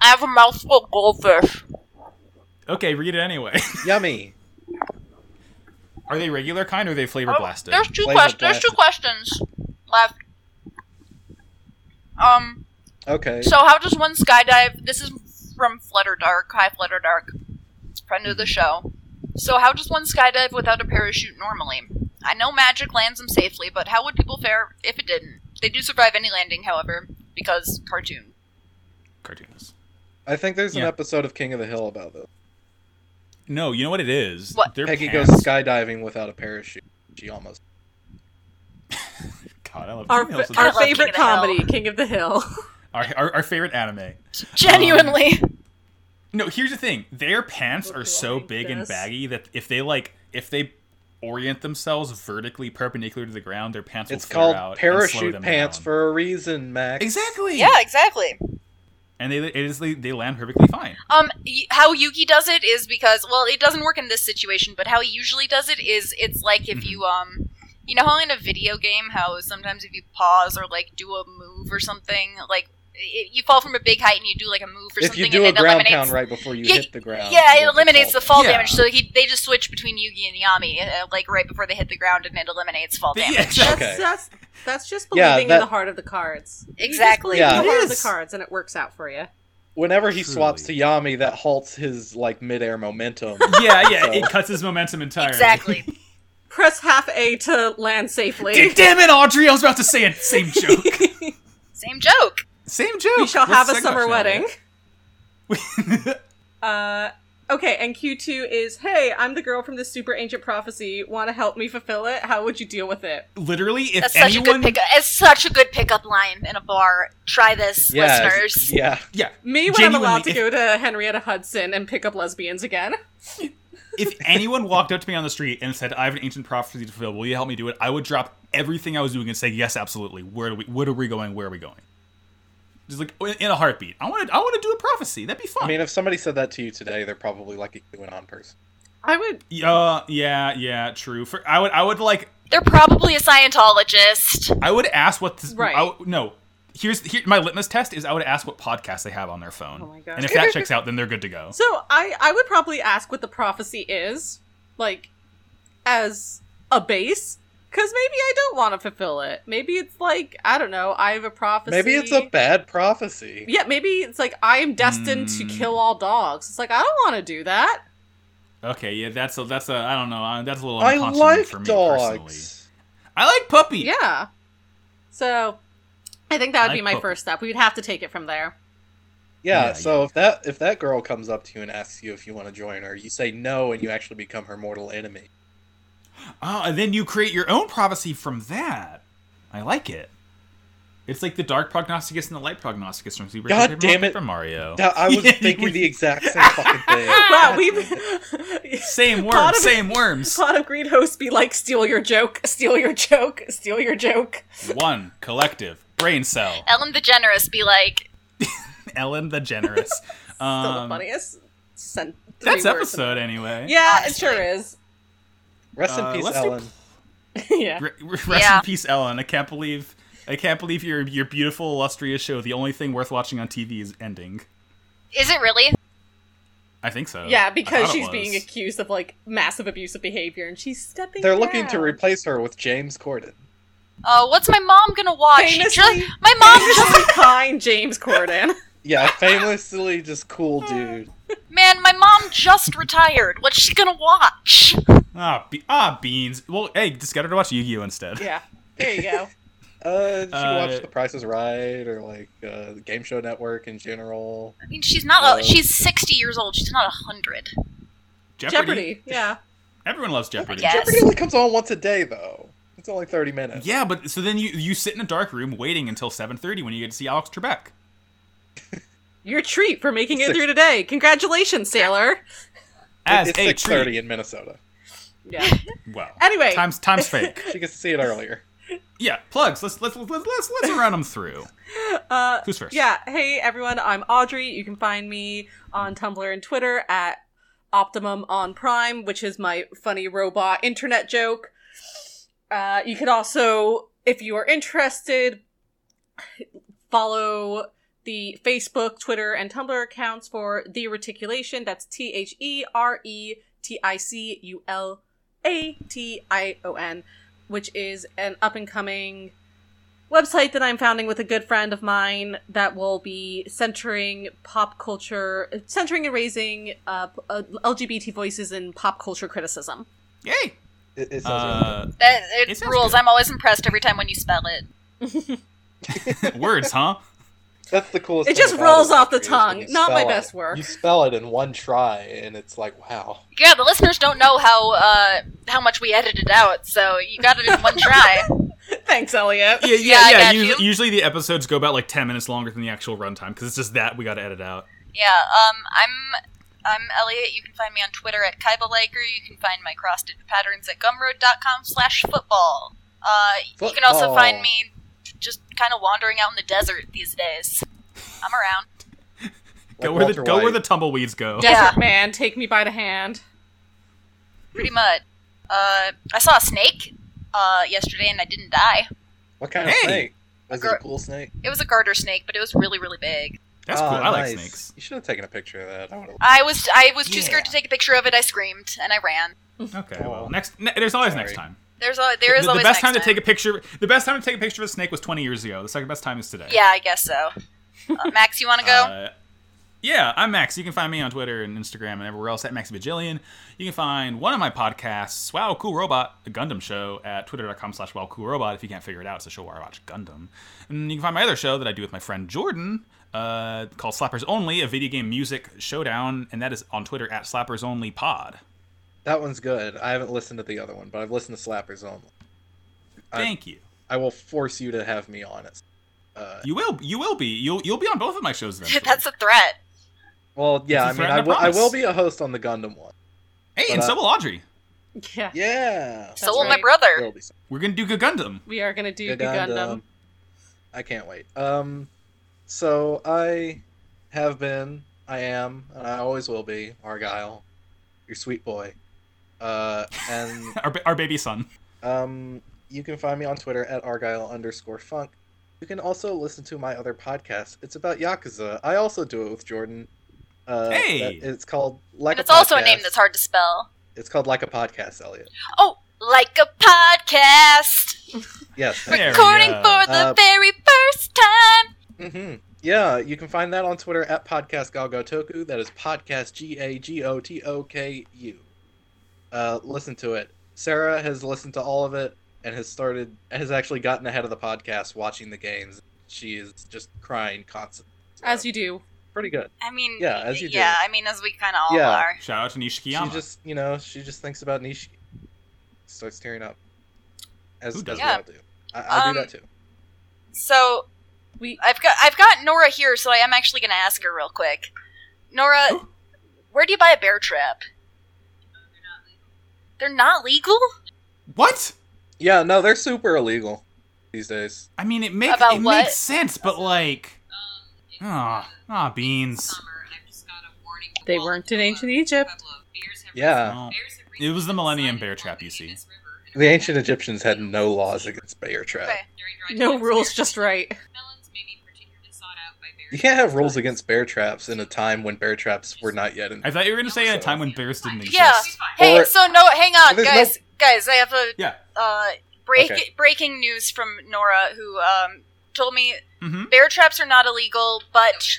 Speaker 2: I have a mouthful of goldfish.
Speaker 3: Okay, read it anyway.
Speaker 5: Yummy.
Speaker 3: are they regular kind or are they
Speaker 2: Oh,
Speaker 3: flavor blasted?
Speaker 2: There's two
Speaker 5: Flavor
Speaker 2: questions. There's two questions left. Um.
Speaker 5: Okay.
Speaker 2: So how does one skydive? This is from Flutter Dark, Hi Flutter Dark, friend of the show. So how does one skydive without a parachute normally? I know magic lands them safely, but how would people fare if it didn't? They do survive any landing, however, because cartoon.
Speaker 3: Cartoons.
Speaker 5: I think there's an
Speaker 3: Yeah.
Speaker 5: episode of King of the Hill about this.
Speaker 3: No, you know what it is.
Speaker 2: What?
Speaker 3: They're
Speaker 5: Peggy
Speaker 3: pants.
Speaker 5: goes skydiving without a parachute. She almost.
Speaker 3: God, I love
Speaker 4: Our,
Speaker 3: females.
Speaker 4: our
Speaker 2: I love King
Speaker 4: favorite
Speaker 2: of the Hill.
Speaker 4: comedy, King of the Hill.
Speaker 3: our, our, our favorite anime.
Speaker 2: Genuinely,
Speaker 3: No, here's the thing. Their pants
Speaker 4: Look
Speaker 3: are so
Speaker 4: like
Speaker 3: big and
Speaker 4: this.
Speaker 3: baggy that if they like if they orient themselves vertically perpendicular to the ground, their pants
Speaker 5: It's
Speaker 3: will flare
Speaker 5: called
Speaker 3: out and slow
Speaker 5: parachute
Speaker 3: them
Speaker 5: pants
Speaker 3: down.
Speaker 5: for a reason, Max.
Speaker 3: Exactly.
Speaker 2: exactly.
Speaker 3: And they it is they, they land perfectly fine.
Speaker 2: Um, y- how Yuki does it is because well, it doesn't work in this situation, but how he usually does it is it's like
Speaker 3: Mm-hmm.
Speaker 2: if you um, you know how in a video game how sometimes if you pause or like do a move or something like i you fall from a big height and you do like a move or
Speaker 5: If
Speaker 2: something
Speaker 5: you do a
Speaker 2: and it
Speaker 5: ground
Speaker 2: eliminates
Speaker 5: pound right before you
Speaker 2: Yeah,
Speaker 5: hit the ground.
Speaker 2: yeah
Speaker 5: you
Speaker 2: it
Speaker 5: won't
Speaker 2: eliminates the fall
Speaker 5: default.
Speaker 3: Yeah.
Speaker 2: damage so he they just switch between Yugi and Yami uh, like right before they hit the ground and it eliminates fall
Speaker 3: Yeah,
Speaker 2: damage
Speaker 3: exactly.
Speaker 5: Okay.
Speaker 4: That's, that's that's just
Speaker 5: Yeah,
Speaker 4: believing in
Speaker 5: that-
Speaker 4: the heart of the cards. You just
Speaker 2: Exactly.
Speaker 4: believe in the
Speaker 5: Yeah.
Speaker 3: It
Speaker 4: heart of the
Speaker 3: is.
Speaker 4: cards, and it works out for you.
Speaker 5: Whenever he
Speaker 3: Truly.
Speaker 5: swaps to Yami, that halts his like midair momentum.
Speaker 3: Yeah, yeah.
Speaker 5: So-
Speaker 3: It cuts his momentum entirely.
Speaker 2: exactly
Speaker 4: Press half A to land safely.
Speaker 3: Dude, damn it, Audrey! I was about to say it. Same joke.
Speaker 4: we
Speaker 2: same joke
Speaker 3: Same joke.
Speaker 4: shall
Speaker 3: Let's
Speaker 4: have a
Speaker 3: segue
Speaker 4: summer
Speaker 3: from it.
Speaker 4: wedding. Uh, okay, and Q2 is, hey, I'm the girl from this super ancient prophecy. Want to help me fulfill it? How would you deal with it?
Speaker 3: Literally, if
Speaker 2: That's such a
Speaker 3: anyone,
Speaker 2: good pickup. It's such a good pickup line in a bar. Try this,
Speaker 5: Yeah, it's-
Speaker 2: listeners.
Speaker 5: Yeah.
Speaker 3: yeah,
Speaker 4: Me when
Speaker 3: Genuinely,
Speaker 4: I'm allowed to
Speaker 3: if-
Speaker 4: go to Henrietta Hudson and pick up lesbians again.
Speaker 3: if anyone walked up to me on the street and said, "I have an ancient prophecy to fulfill. Will you help me do it?" I would drop everything I was doing and say, "Yes, absolutely. Where do we? Where are we going? Where are we going?" Just like in a heartbeat. I want to. I want to do a prophecy. That'd be fun.
Speaker 5: I mean, uh, if somebody said that to you today, they're probably like a QAnon person.
Speaker 4: I would.
Speaker 3: yeah, yeah, yeah. True. For I would. I would like.
Speaker 2: They're probably a Scientologist.
Speaker 3: I would ask what this.
Speaker 4: Right.
Speaker 3: I would- no. Here's here, my litmus test is I would ask what podcast they have on their phone.
Speaker 4: Oh my God.
Speaker 3: And if that checks out, then they're good to go.
Speaker 4: So I, I would probably ask what the prophecy is, like, as a base. Because maybe I don't want to fulfill it. Maybe it's like, I don't know, I have a prophecy.
Speaker 5: Maybe it's a bad prophecy.
Speaker 4: Yeah, maybe it's like, I am destined to
Speaker 3: Mm.
Speaker 4: kill all dogs. It's like, I don't want to do that.
Speaker 3: Okay, yeah, that's a that's a I don't know, uh, that's a little
Speaker 5: I
Speaker 3: unconscionable
Speaker 5: like
Speaker 3: for me personally.
Speaker 5: dogs.
Speaker 3: I like puppy.
Speaker 4: Yeah. So I think that would
Speaker 3: I
Speaker 4: be my
Speaker 3: hope-
Speaker 4: first step. We'd have to take it from there.
Speaker 5: Yeah,
Speaker 3: Yeah,
Speaker 5: so if that if that girl comes up to you and asks you if you want to join her, you say no and you actually become her mortal enemy.
Speaker 3: Oh, and then you create your own prophecy from that. I like it. It's like the dark prognosticus and the light prognosticus from Super
Speaker 5: God
Speaker 3: Paper-
Speaker 5: damn it.
Speaker 3: Paper Mario.
Speaker 5: That- I was
Speaker 3: Yeah,
Speaker 5: thinking
Speaker 3: we-
Speaker 5: the exact same fucking thing.
Speaker 4: Wow, we've
Speaker 3: Same worms,
Speaker 4: Part of-
Speaker 3: same worms.
Speaker 4: plot of green host be like steal your joke, steal your joke, steal your joke.
Speaker 3: One collective brain cell.
Speaker 2: Ellen the Generous be like,
Speaker 3: Ellen the generous.
Speaker 4: Still the
Speaker 3: Um,
Speaker 4: funniest. Sent three
Speaker 3: that's
Speaker 4: words.
Speaker 3: episode anyway.
Speaker 4: Yeah, it
Speaker 2: Honestly.
Speaker 4: sure is.
Speaker 5: Rest
Speaker 3: Uh,
Speaker 5: in peace,
Speaker 3: let's do-
Speaker 5: Ellen.
Speaker 4: yeah.
Speaker 3: R- r- Rest
Speaker 2: Yeah.
Speaker 3: in peace, Ellen. I can't believe I can't believe your your beautiful illustrious show. The only thing worth watching on TV is ending.
Speaker 2: "Is it really?"
Speaker 3: I think so.
Speaker 4: Yeah,
Speaker 3: I
Speaker 4: because
Speaker 3: thought it
Speaker 4: she's being
Speaker 3: was.
Speaker 4: accused of like massive abusive behavior and she's stepping
Speaker 5: They're looking
Speaker 4: down.
Speaker 5: to replace her with James Corden.
Speaker 2: Uh, what's my mom gonna watch? She
Speaker 4: Famously-
Speaker 2: just- my mom just
Speaker 4: Just kind James Corden.
Speaker 5: Yeah, famously just cool dude.
Speaker 2: man, my mom just retired. What's she gonna watch?
Speaker 3: ah, be- ah beans. Well, hey, just got her to watch Yu Gi Oh instead.
Speaker 4: yeah. There you go.
Speaker 5: Uh, she
Speaker 3: Uh,
Speaker 5: watched The Price is Right or like uh, the Game Show Network in general.
Speaker 2: I mean, she's not.
Speaker 5: Uh,
Speaker 2: A, she's sixty years old. She's not hundred.
Speaker 3: Jeopardy.
Speaker 4: Jeopardy. Yeah.
Speaker 3: Everyone loves Jeopardy.
Speaker 2: guess.
Speaker 5: Jeopardy only comes on once a day though. It's only thirty minutes.
Speaker 3: Yeah, but so then you you sit in a dark room waiting until 7:30 when you get to see Alex Trebek.
Speaker 4: Your treat for making it through today. Congratulations, sailor.
Speaker 3: As
Speaker 5: it's
Speaker 3: a
Speaker 5: six thirty
Speaker 3: treat.
Speaker 5: in Minnesota.
Speaker 4: Yeah.
Speaker 3: Well,
Speaker 4: Anyway.
Speaker 3: times times fake.
Speaker 5: She gets to see it earlier.
Speaker 3: Yeah, plugs. Let's let's let's let's let's run them through.
Speaker 4: Uh,
Speaker 3: Who's first?
Speaker 4: yeah. Hey, everyone. I'm Audrey. You can find me on Tumblr and Twitter at Optimum on Prime, which is my funny robot internet joke. Uh, you could also, if you are interested, follow the Facebook, Twitter, and Tumblr accounts for The Reticulation. That's T H E R E T I C U L A T I O N, which is an up and coming website that I'm founding with a good friend of mine that will be centering pop culture, centering and raising uh, p- uh, LGBT voices in pop culture criticism.
Speaker 3: Yay.
Speaker 5: It, it sounds really
Speaker 3: Uh,
Speaker 2: That it,
Speaker 3: It sounds
Speaker 2: rules.
Speaker 3: good.
Speaker 2: I'm always impressed every time when you spell it.
Speaker 3: Uh, words, huh?
Speaker 5: That's the coolest.
Speaker 4: It
Speaker 5: thing
Speaker 4: just
Speaker 5: about
Speaker 4: rolls
Speaker 5: it,
Speaker 4: off the
Speaker 5: is when you
Speaker 4: tongue. Not my
Speaker 5: spell it.
Speaker 4: best work.
Speaker 5: You spell it in one try, and it's like, wow.
Speaker 2: Yeah, the listeners don't know how uh, how much we edited out, so you got it in one try.
Speaker 4: Thanks, Elliot.
Speaker 3: Yeah,
Speaker 2: Yeah, I got
Speaker 3: usu-
Speaker 2: you.
Speaker 3: Usually the episodes go about like 10 minutes longer than the actual runtime because it's just that we got to edit out.
Speaker 2: Yeah, um, I'm I'm Elliot. You can find me on Twitter at Kybaliker. You can find my cross stitch patterns at gumroad.com slash football. Uh, You can also
Speaker 5: Football.
Speaker 2: find me just kind of wandering out in the desert these days. I'm around.
Speaker 5: Like
Speaker 3: go where the
Speaker 5: Walter
Speaker 3: go where the
Speaker 5: White.
Speaker 3: tumbleweeds go.
Speaker 4: Desert
Speaker 2: Yeah.
Speaker 4: man, take me by the hand.
Speaker 2: Pretty much. Uh, I saw a snake uh, yesterday and I didn't die.
Speaker 5: What kind of
Speaker 3: Hey!
Speaker 5: snake? Was it a
Speaker 2: Gar-
Speaker 5: cool snake?
Speaker 2: It was a garter snake, but it was really, really big.
Speaker 3: That's
Speaker 5: Ah,
Speaker 3: cool. I like
Speaker 5: nice.
Speaker 3: snakes.
Speaker 5: You should have taken a picture of that. I would have.
Speaker 2: I was I was too scared
Speaker 3: Yeah.
Speaker 2: to take a picture of it. I screamed and I ran.
Speaker 3: Okay.
Speaker 5: Aw.
Speaker 3: Well, next ne- there's always next
Speaker 5: Sorry.
Speaker 3: time.
Speaker 2: There's al- there is
Speaker 3: the, the
Speaker 2: always
Speaker 3: best
Speaker 2: next
Speaker 3: time, to take a picture. The best time to take a picture of a snake was 20 years ago. The second best time is today.
Speaker 2: Yeah, I guess so. Uh, Max, you want to go?
Speaker 3: Uh, yeah, I'm Max. You can find me on Twitter and Instagram and everywhere else at Max Bajillion. You can find one of my podcasts, Wow Cool Robot, a Gundam show, at twitter.com slash wow cool robot. If you can't figure it out, it's a show where I watch Gundam. And you can find my other show that I do with my friend Jordan, uh, called Slappers Only, a video game music showdown, and that is on Twitter at Slappers Only Pod.
Speaker 5: That one's good. I haven't listened to the other one, but I've listened to Slappers only. I-
Speaker 3: Thank you.
Speaker 5: I will force you to have me on it. Uh,
Speaker 3: You will. You will be. You'll. You'll be on both of my shows then.
Speaker 2: That's a threat.
Speaker 5: well, yeah, I
Speaker 3: It's a
Speaker 5: mean,
Speaker 3: threat
Speaker 5: I
Speaker 3: and a
Speaker 5: will, I will
Speaker 3: promise.
Speaker 5: be a host on the Gundam one.
Speaker 3: hey,
Speaker 5: but,
Speaker 3: and
Speaker 5: uh,
Speaker 3: so will Audrey.
Speaker 4: Yeah.
Speaker 5: Yeah,
Speaker 2: So
Speaker 4: That's
Speaker 2: will my
Speaker 4: right.
Speaker 2: brother.
Speaker 5: There'll be some
Speaker 3: We're gonna do Good Gundam.
Speaker 4: We are gonna do
Speaker 5: good
Speaker 4: the
Speaker 5: Gundam.
Speaker 4: Gundam.
Speaker 5: I can't wait. Um, so I have been, I am, and I always will be Argyle, your sweet boy. Uh, and
Speaker 3: Our, ba- our baby son.
Speaker 5: Um, you can find me on Twitter at argyle underscore funk. You can also listen to my other podcast. It's about Yakuza. I also do it with Jordan. Uh,
Speaker 3: Hey!
Speaker 5: that- It's called like.
Speaker 2: And
Speaker 5: a
Speaker 2: it's also a
Speaker 5: Podcast.
Speaker 2: name that's hard to spell.
Speaker 5: It's called like a podcast, Elliot.
Speaker 2: Oh, like a podcast.
Speaker 5: Yes.
Speaker 3: There we
Speaker 2: Recording
Speaker 3: go.
Speaker 2: for the
Speaker 5: Uh,
Speaker 2: very first time.
Speaker 5: hmm Yeah, you can find that on Twitter at podcast galgotoku. That is podcast g a g o t o k u. Uh, listen to it. Sarah has listened to all of it and has started has actually gotten ahead of the podcast watching the games. She is just crying constantly. So,
Speaker 4: As you do.
Speaker 5: pretty good.
Speaker 2: I mean,
Speaker 5: Yeah, as you do.
Speaker 2: yeah, I mean, as we kind of all
Speaker 5: Yeah.
Speaker 2: are.
Speaker 3: Shout out to Nishikiyama.
Speaker 5: She just, you know, she just thinks about Nishi, starts tearing up, as,
Speaker 3: Who
Speaker 5: as we
Speaker 2: doesn't?
Speaker 5: all do. I, I
Speaker 2: Um,
Speaker 5: do that too.
Speaker 2: So
Speaker 4: We
Speaker 2: I've got I've got Nora here, so I am actually going to ask her real quick. Nora,
Speaker 3: Oh.
Speaker 2: where do you buy a bear trap? They're not legal.
Speaker 3: what?
Speaker 5: Yeah, no, they're super illegal these days.
Speaker 3: I mean, it makes
Speaker 2: About
Speaker 3: it
Speaker 2: what?
Speaker 3: makes sense, but like, ah, ah, beans.
Speaker 4: they weren't in ancient Egypt.
Speaker 5: Yeah,
Speaker 3: No. It was the Millennium Bear Trap, you see.
Speaker 5: the ancient Egyptians had no laws against bear trap.
Speaker 2: Okay.
Speaker 4: No rules, just right.
Speaker 5: You can't have rules against bear traps in a time when bear traps were not yet. In-
Speaker 3: I thought you were gonna say at a time when bears didn't exist.
Speaker 2: Yeah. Hey,
Speaker 5: Or-
Speaker 2: so no, hang on,
Speaker 5: There's no-
Speaker 2: guys. Guys, I have a
Speaker 3: Yeah.
Speaker 2: uh, break
Speaker 5: Okay.
Speaker 2: breaking news from Nora, who um, told me
Speaker 3: Mm-hmm.
Speaker 2: bear traps are not illegal, but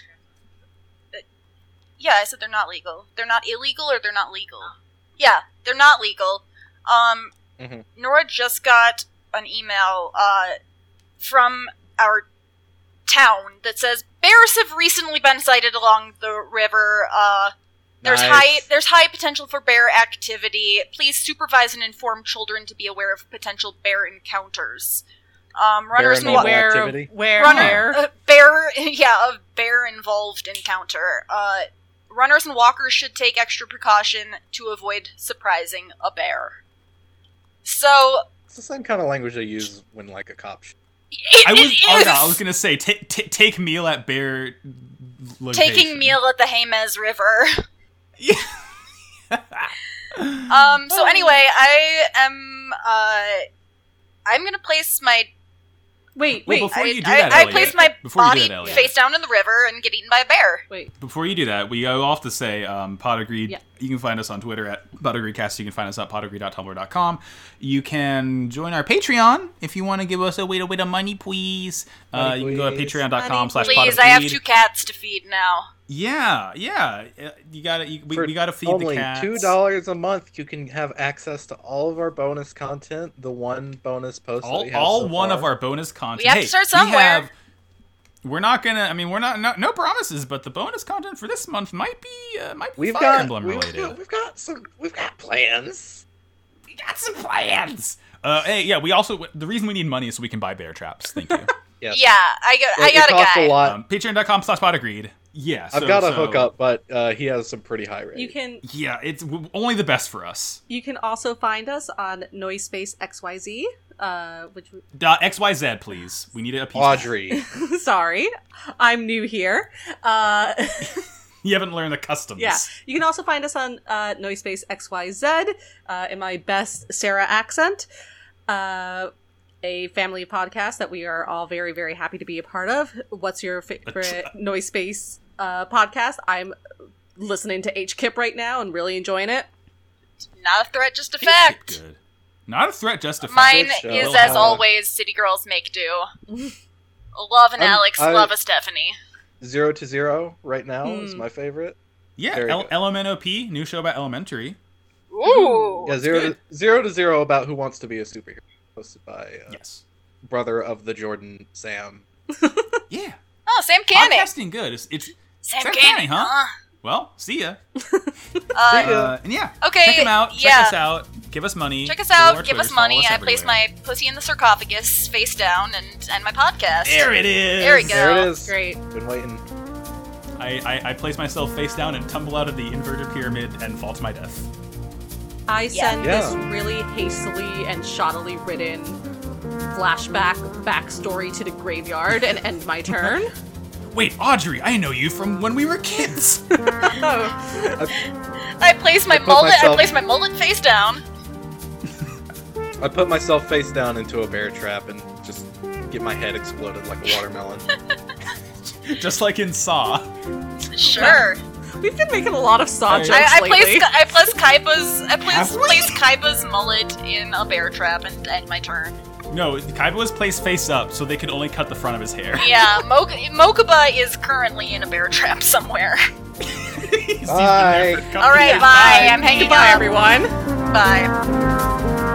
Speaker 2: yeah, I said they're not legal. They're not illegal or they're not legal. Yeah, they're not legal. Um,
Speaker 5: Mhm.
Speaker 2: Nora just got an email uh, from our town that says bears have recently been sighted along the river. Uh, there's
Speaker 5: Nice.
Speaker 2: high there's high potential for bear activity. Please supervise and inform children to be aware of potential bear encounters. Um, runners and
Speaker 5: Bear
Speaker 2: wa-
Speaker 5: Normal
Speaker 4: Where,
Speaker 5: activity.
Speaker 4: where,
Speaker 2: Runner-
Speaker 4: where?
Speaker 2: a bear yeah a bear involved encounter uh runners and walkers should take extra precaution to avoid surprising a bear so
Speaker 5: it's the same kind of language they use when like a cop. Sh-
Speaker 2: it,
Speaker 3: I
Speaker 2: it
Speaker 3: was. Oh
Speaker 2: is
Speaker 3: no, I was gonna say take t- take meal at bear. Location.
Speaker 2: taking meal at the Hames River.
Speaker 3: Yeah.
Speaker 2: Um. So anyway, I am. Uh, I'm gonna place my
Speaker 4: Wait,
Speaker 3: Well,
Speaker 4: wait,
Speaker 3: before
Speaker 2: I,
Speaker 3: you do
Speaker 2: I-
Speaker 3: that,
Speaker 2: I,
Speaker 3: Elliot,
Speaker 2: place my
Speaker 3: before you do
Speaker 2: body
Speaker 3: that, Elliot.
Speaker 2: face down in the river and get eaten by a bear.
Speaker 4: wait.
Speaker 3: Before you do that, we go off to say um, Pod Agreed.
Speaker 4: Yeah.
Speaker 3: You can find us on Twitter at PodAgreedCast. You can find us at podagreed.tumblr.com. You can join our Patreon if you want to give us a way to win a money, please. uh,
Speaker 5: Money,
Speaker 3: You can go to
Speaker 5: please.
Speaker 3: patreon.com slash
Speaker 2: Please, I have
Speaker 3: podagreed.
Speaker 2: two cats to feed now.
Speaker 3: Yeah, yeah. Uh, You gotta, you, we,
Speaker 5: For
Speaker 3: we gotta feed
Speaker 5: Only
Speaker 3: the cats.
Speaker 5: two dollars a month, you can have access to all of our bonus content. The one bonus post, that
Speaker 3: All,
Speaker 5: we have
Speaker 3: all
Speaker 5: so
Speaker 3: one
Speaker 5: far.
Speaker 3: of our bonus content.
Speaker 2: have to
Speaker 3: Hey,
Speaker 2: start
Speaker 3: We
Speaker 2: somewhere.
Speaker 3: have, we're not gonna. I mean, we're not. No, no promises, but the bonus content for this month might be uh, might be
Speaker 5: We've
Speaker 3: Fire
Speaker 5: got,
Speaker 3: Emblem
Speaker 5: we've,
Speaker 3: related.
Speaker 5: got- we've got some we've got plans.
Speaker 3: We got some plans. Uh, hey, yeah. We also the reason we need money is so we can buy bear traps. Thank
Speaker 5: Uh,
Speaker 3: you.
Speaker 5: Yes.
Speaker 2: Yeah, I got, I
Speaker 5: It-
Speaker 2: got
Speaker 5: it
Speaker 2: a
Speaker 5: costs
Speaker 2: guy.
Speaker 5: a lot.
Speaker 3: um, Patreon.com slash pot agreed. Yeah.
Speaker 5: I've
Speaker 3: so-
Speaker 5: got a
Speaker 3: so-
Speaker 5: hookup, but uh, he has some pretty high rates.
Speaker 4: You can
Speaker 3: Yeah, it's w- only the best for us.
Speaker 4: you can also find us on Noisepace XYZ, uh, which we-
Speaker 3: Dot XYZ, please. We need a piece.
Speaker 5: Audrey.
Speaker 4: sorry, I'm new here. Uh,
Speaker 3: You haven't learned the customs.
Speaker 4: yeah, you can also find us on uh, Noisepace XYZ uh, in my best Sarah accent. Uh, a family podcast that we are all very very happy to be a part of. What's your favorite Noisepace uh, podcast? I'm listening to H Kip right now and really enjoying it.
Speaker 2: Not a threat, just a
Speaker 3: Hey,
Speaker 2: fact.
Speaker 3: Good. Not a threat, just a fact.
Speaker 2: Mine
Speaker 5: Good show.
Speaker 2: is,
Speaker 3: Well,
Speaker 2: as
Speaker 5: uh,
Speaker 2: always, City Girls Make Do. Love an
Speaker 5: I'm-
Speaker 2: Alex,
Speaker 5: I-
Speaker 2: love a Stephanie.
Speaker 5: zero to zero right now is
Speaker 4: Hmm.
Speaker 5: my favorite.
Speaker 3: Yeah,
Speaker 5: Very
Speaker 3: L-
Speaker 5: good.
Speaker 3: LMNOP, new show about elementary. Mm-hmm.
Speaker 2: Ooh.
Speaker 5: yeah, zero to, zero to zero about who wants to be a superhero. Posted by uh,
Speaker 3: Yes.
Speaker 5: brother of the Jordan Sam.
Speaker 3: Yeah.
Speaker 2: Oh, Sam Canning.
Speaker 3: Podcasting good. It's, it's
Speaker 2: Sam,
Speaker 3: Sam
Speaker 2: Canning,
Speaker 3: Canning, huh? well. See ya.
Speaker 2: Uh,
Speaker 3: Uh, and yeah.
Speaker 2: Okay,
Speaker 3: Check them out.
Speaker 2: yeah.
Speaker 3: Check us out. Give us money.
Speaker 2: Check us
Speaker 3: Go to our
Speaker 2: out. Give
Speaker 3: Twitters,
Speaker 2: us money.
Speaker 3: follow us
Speaker 2: I place
Speaker 3: everywhere.
Speaker 2: my pussy in the sarcophagus, face down, and and my podcast.
Speaker 3: There it is.
Speaker 2: There we go.
Speaker 5: There it is.
Speaker 4: Great.
Speaker 5: Been waiting.
Speaker 3: I, I, I place myself face down and tumble out of the inverted pyramid and fall to my death.
Speaker 4: I
Speaker 2: Yeah.
Speaker 4: send
Speaker 5: Yeah.
Speaker 4: this really hastily and shoddily written flashback backstory to the graveyard and end my turn.
Speaker 3: Wait, Audrey, I know you from when we were kids.
Speaker 4: oh,
Speaker 2: I place my
Speaker 5: I put
Speaker 2: mullet. I
Speaker 5: myself-
Speaker 2: place my mullet face down.
Speaker 5: I put myself face down into a bear trap and just get my head exploded like a watermelon.
Speaker 3: Just like in Saw.
Speaker 2: Sure.
Speaker 4: we've been making a lot of saw
Speaker 3: Sorry.
Speaker 4: jokes
Speaker 2: I, I
Speaker 4: lately.
Speaker 2: place I place Kaiba's I place
Speaker 3: Have we?
Speaker 2: place Kaiba's mullet in a bear trap and end my turn.
Speaker 3: No, Kaiba was placed face up so they could only cut the front of his hair.
Speaker 2: Yeah, Mok- Mokuba is currently in a bear trap somewhere.
Speaker 3: He's been there for a couple
Speaker 2: All right,
Speaker 3: years.
Speaker 2: bye. I'm hanging
Speaker 4: Oh, Goodbye,
Speaker 2: up.
Speaker 4: everyone.
Speaker 2: Bye.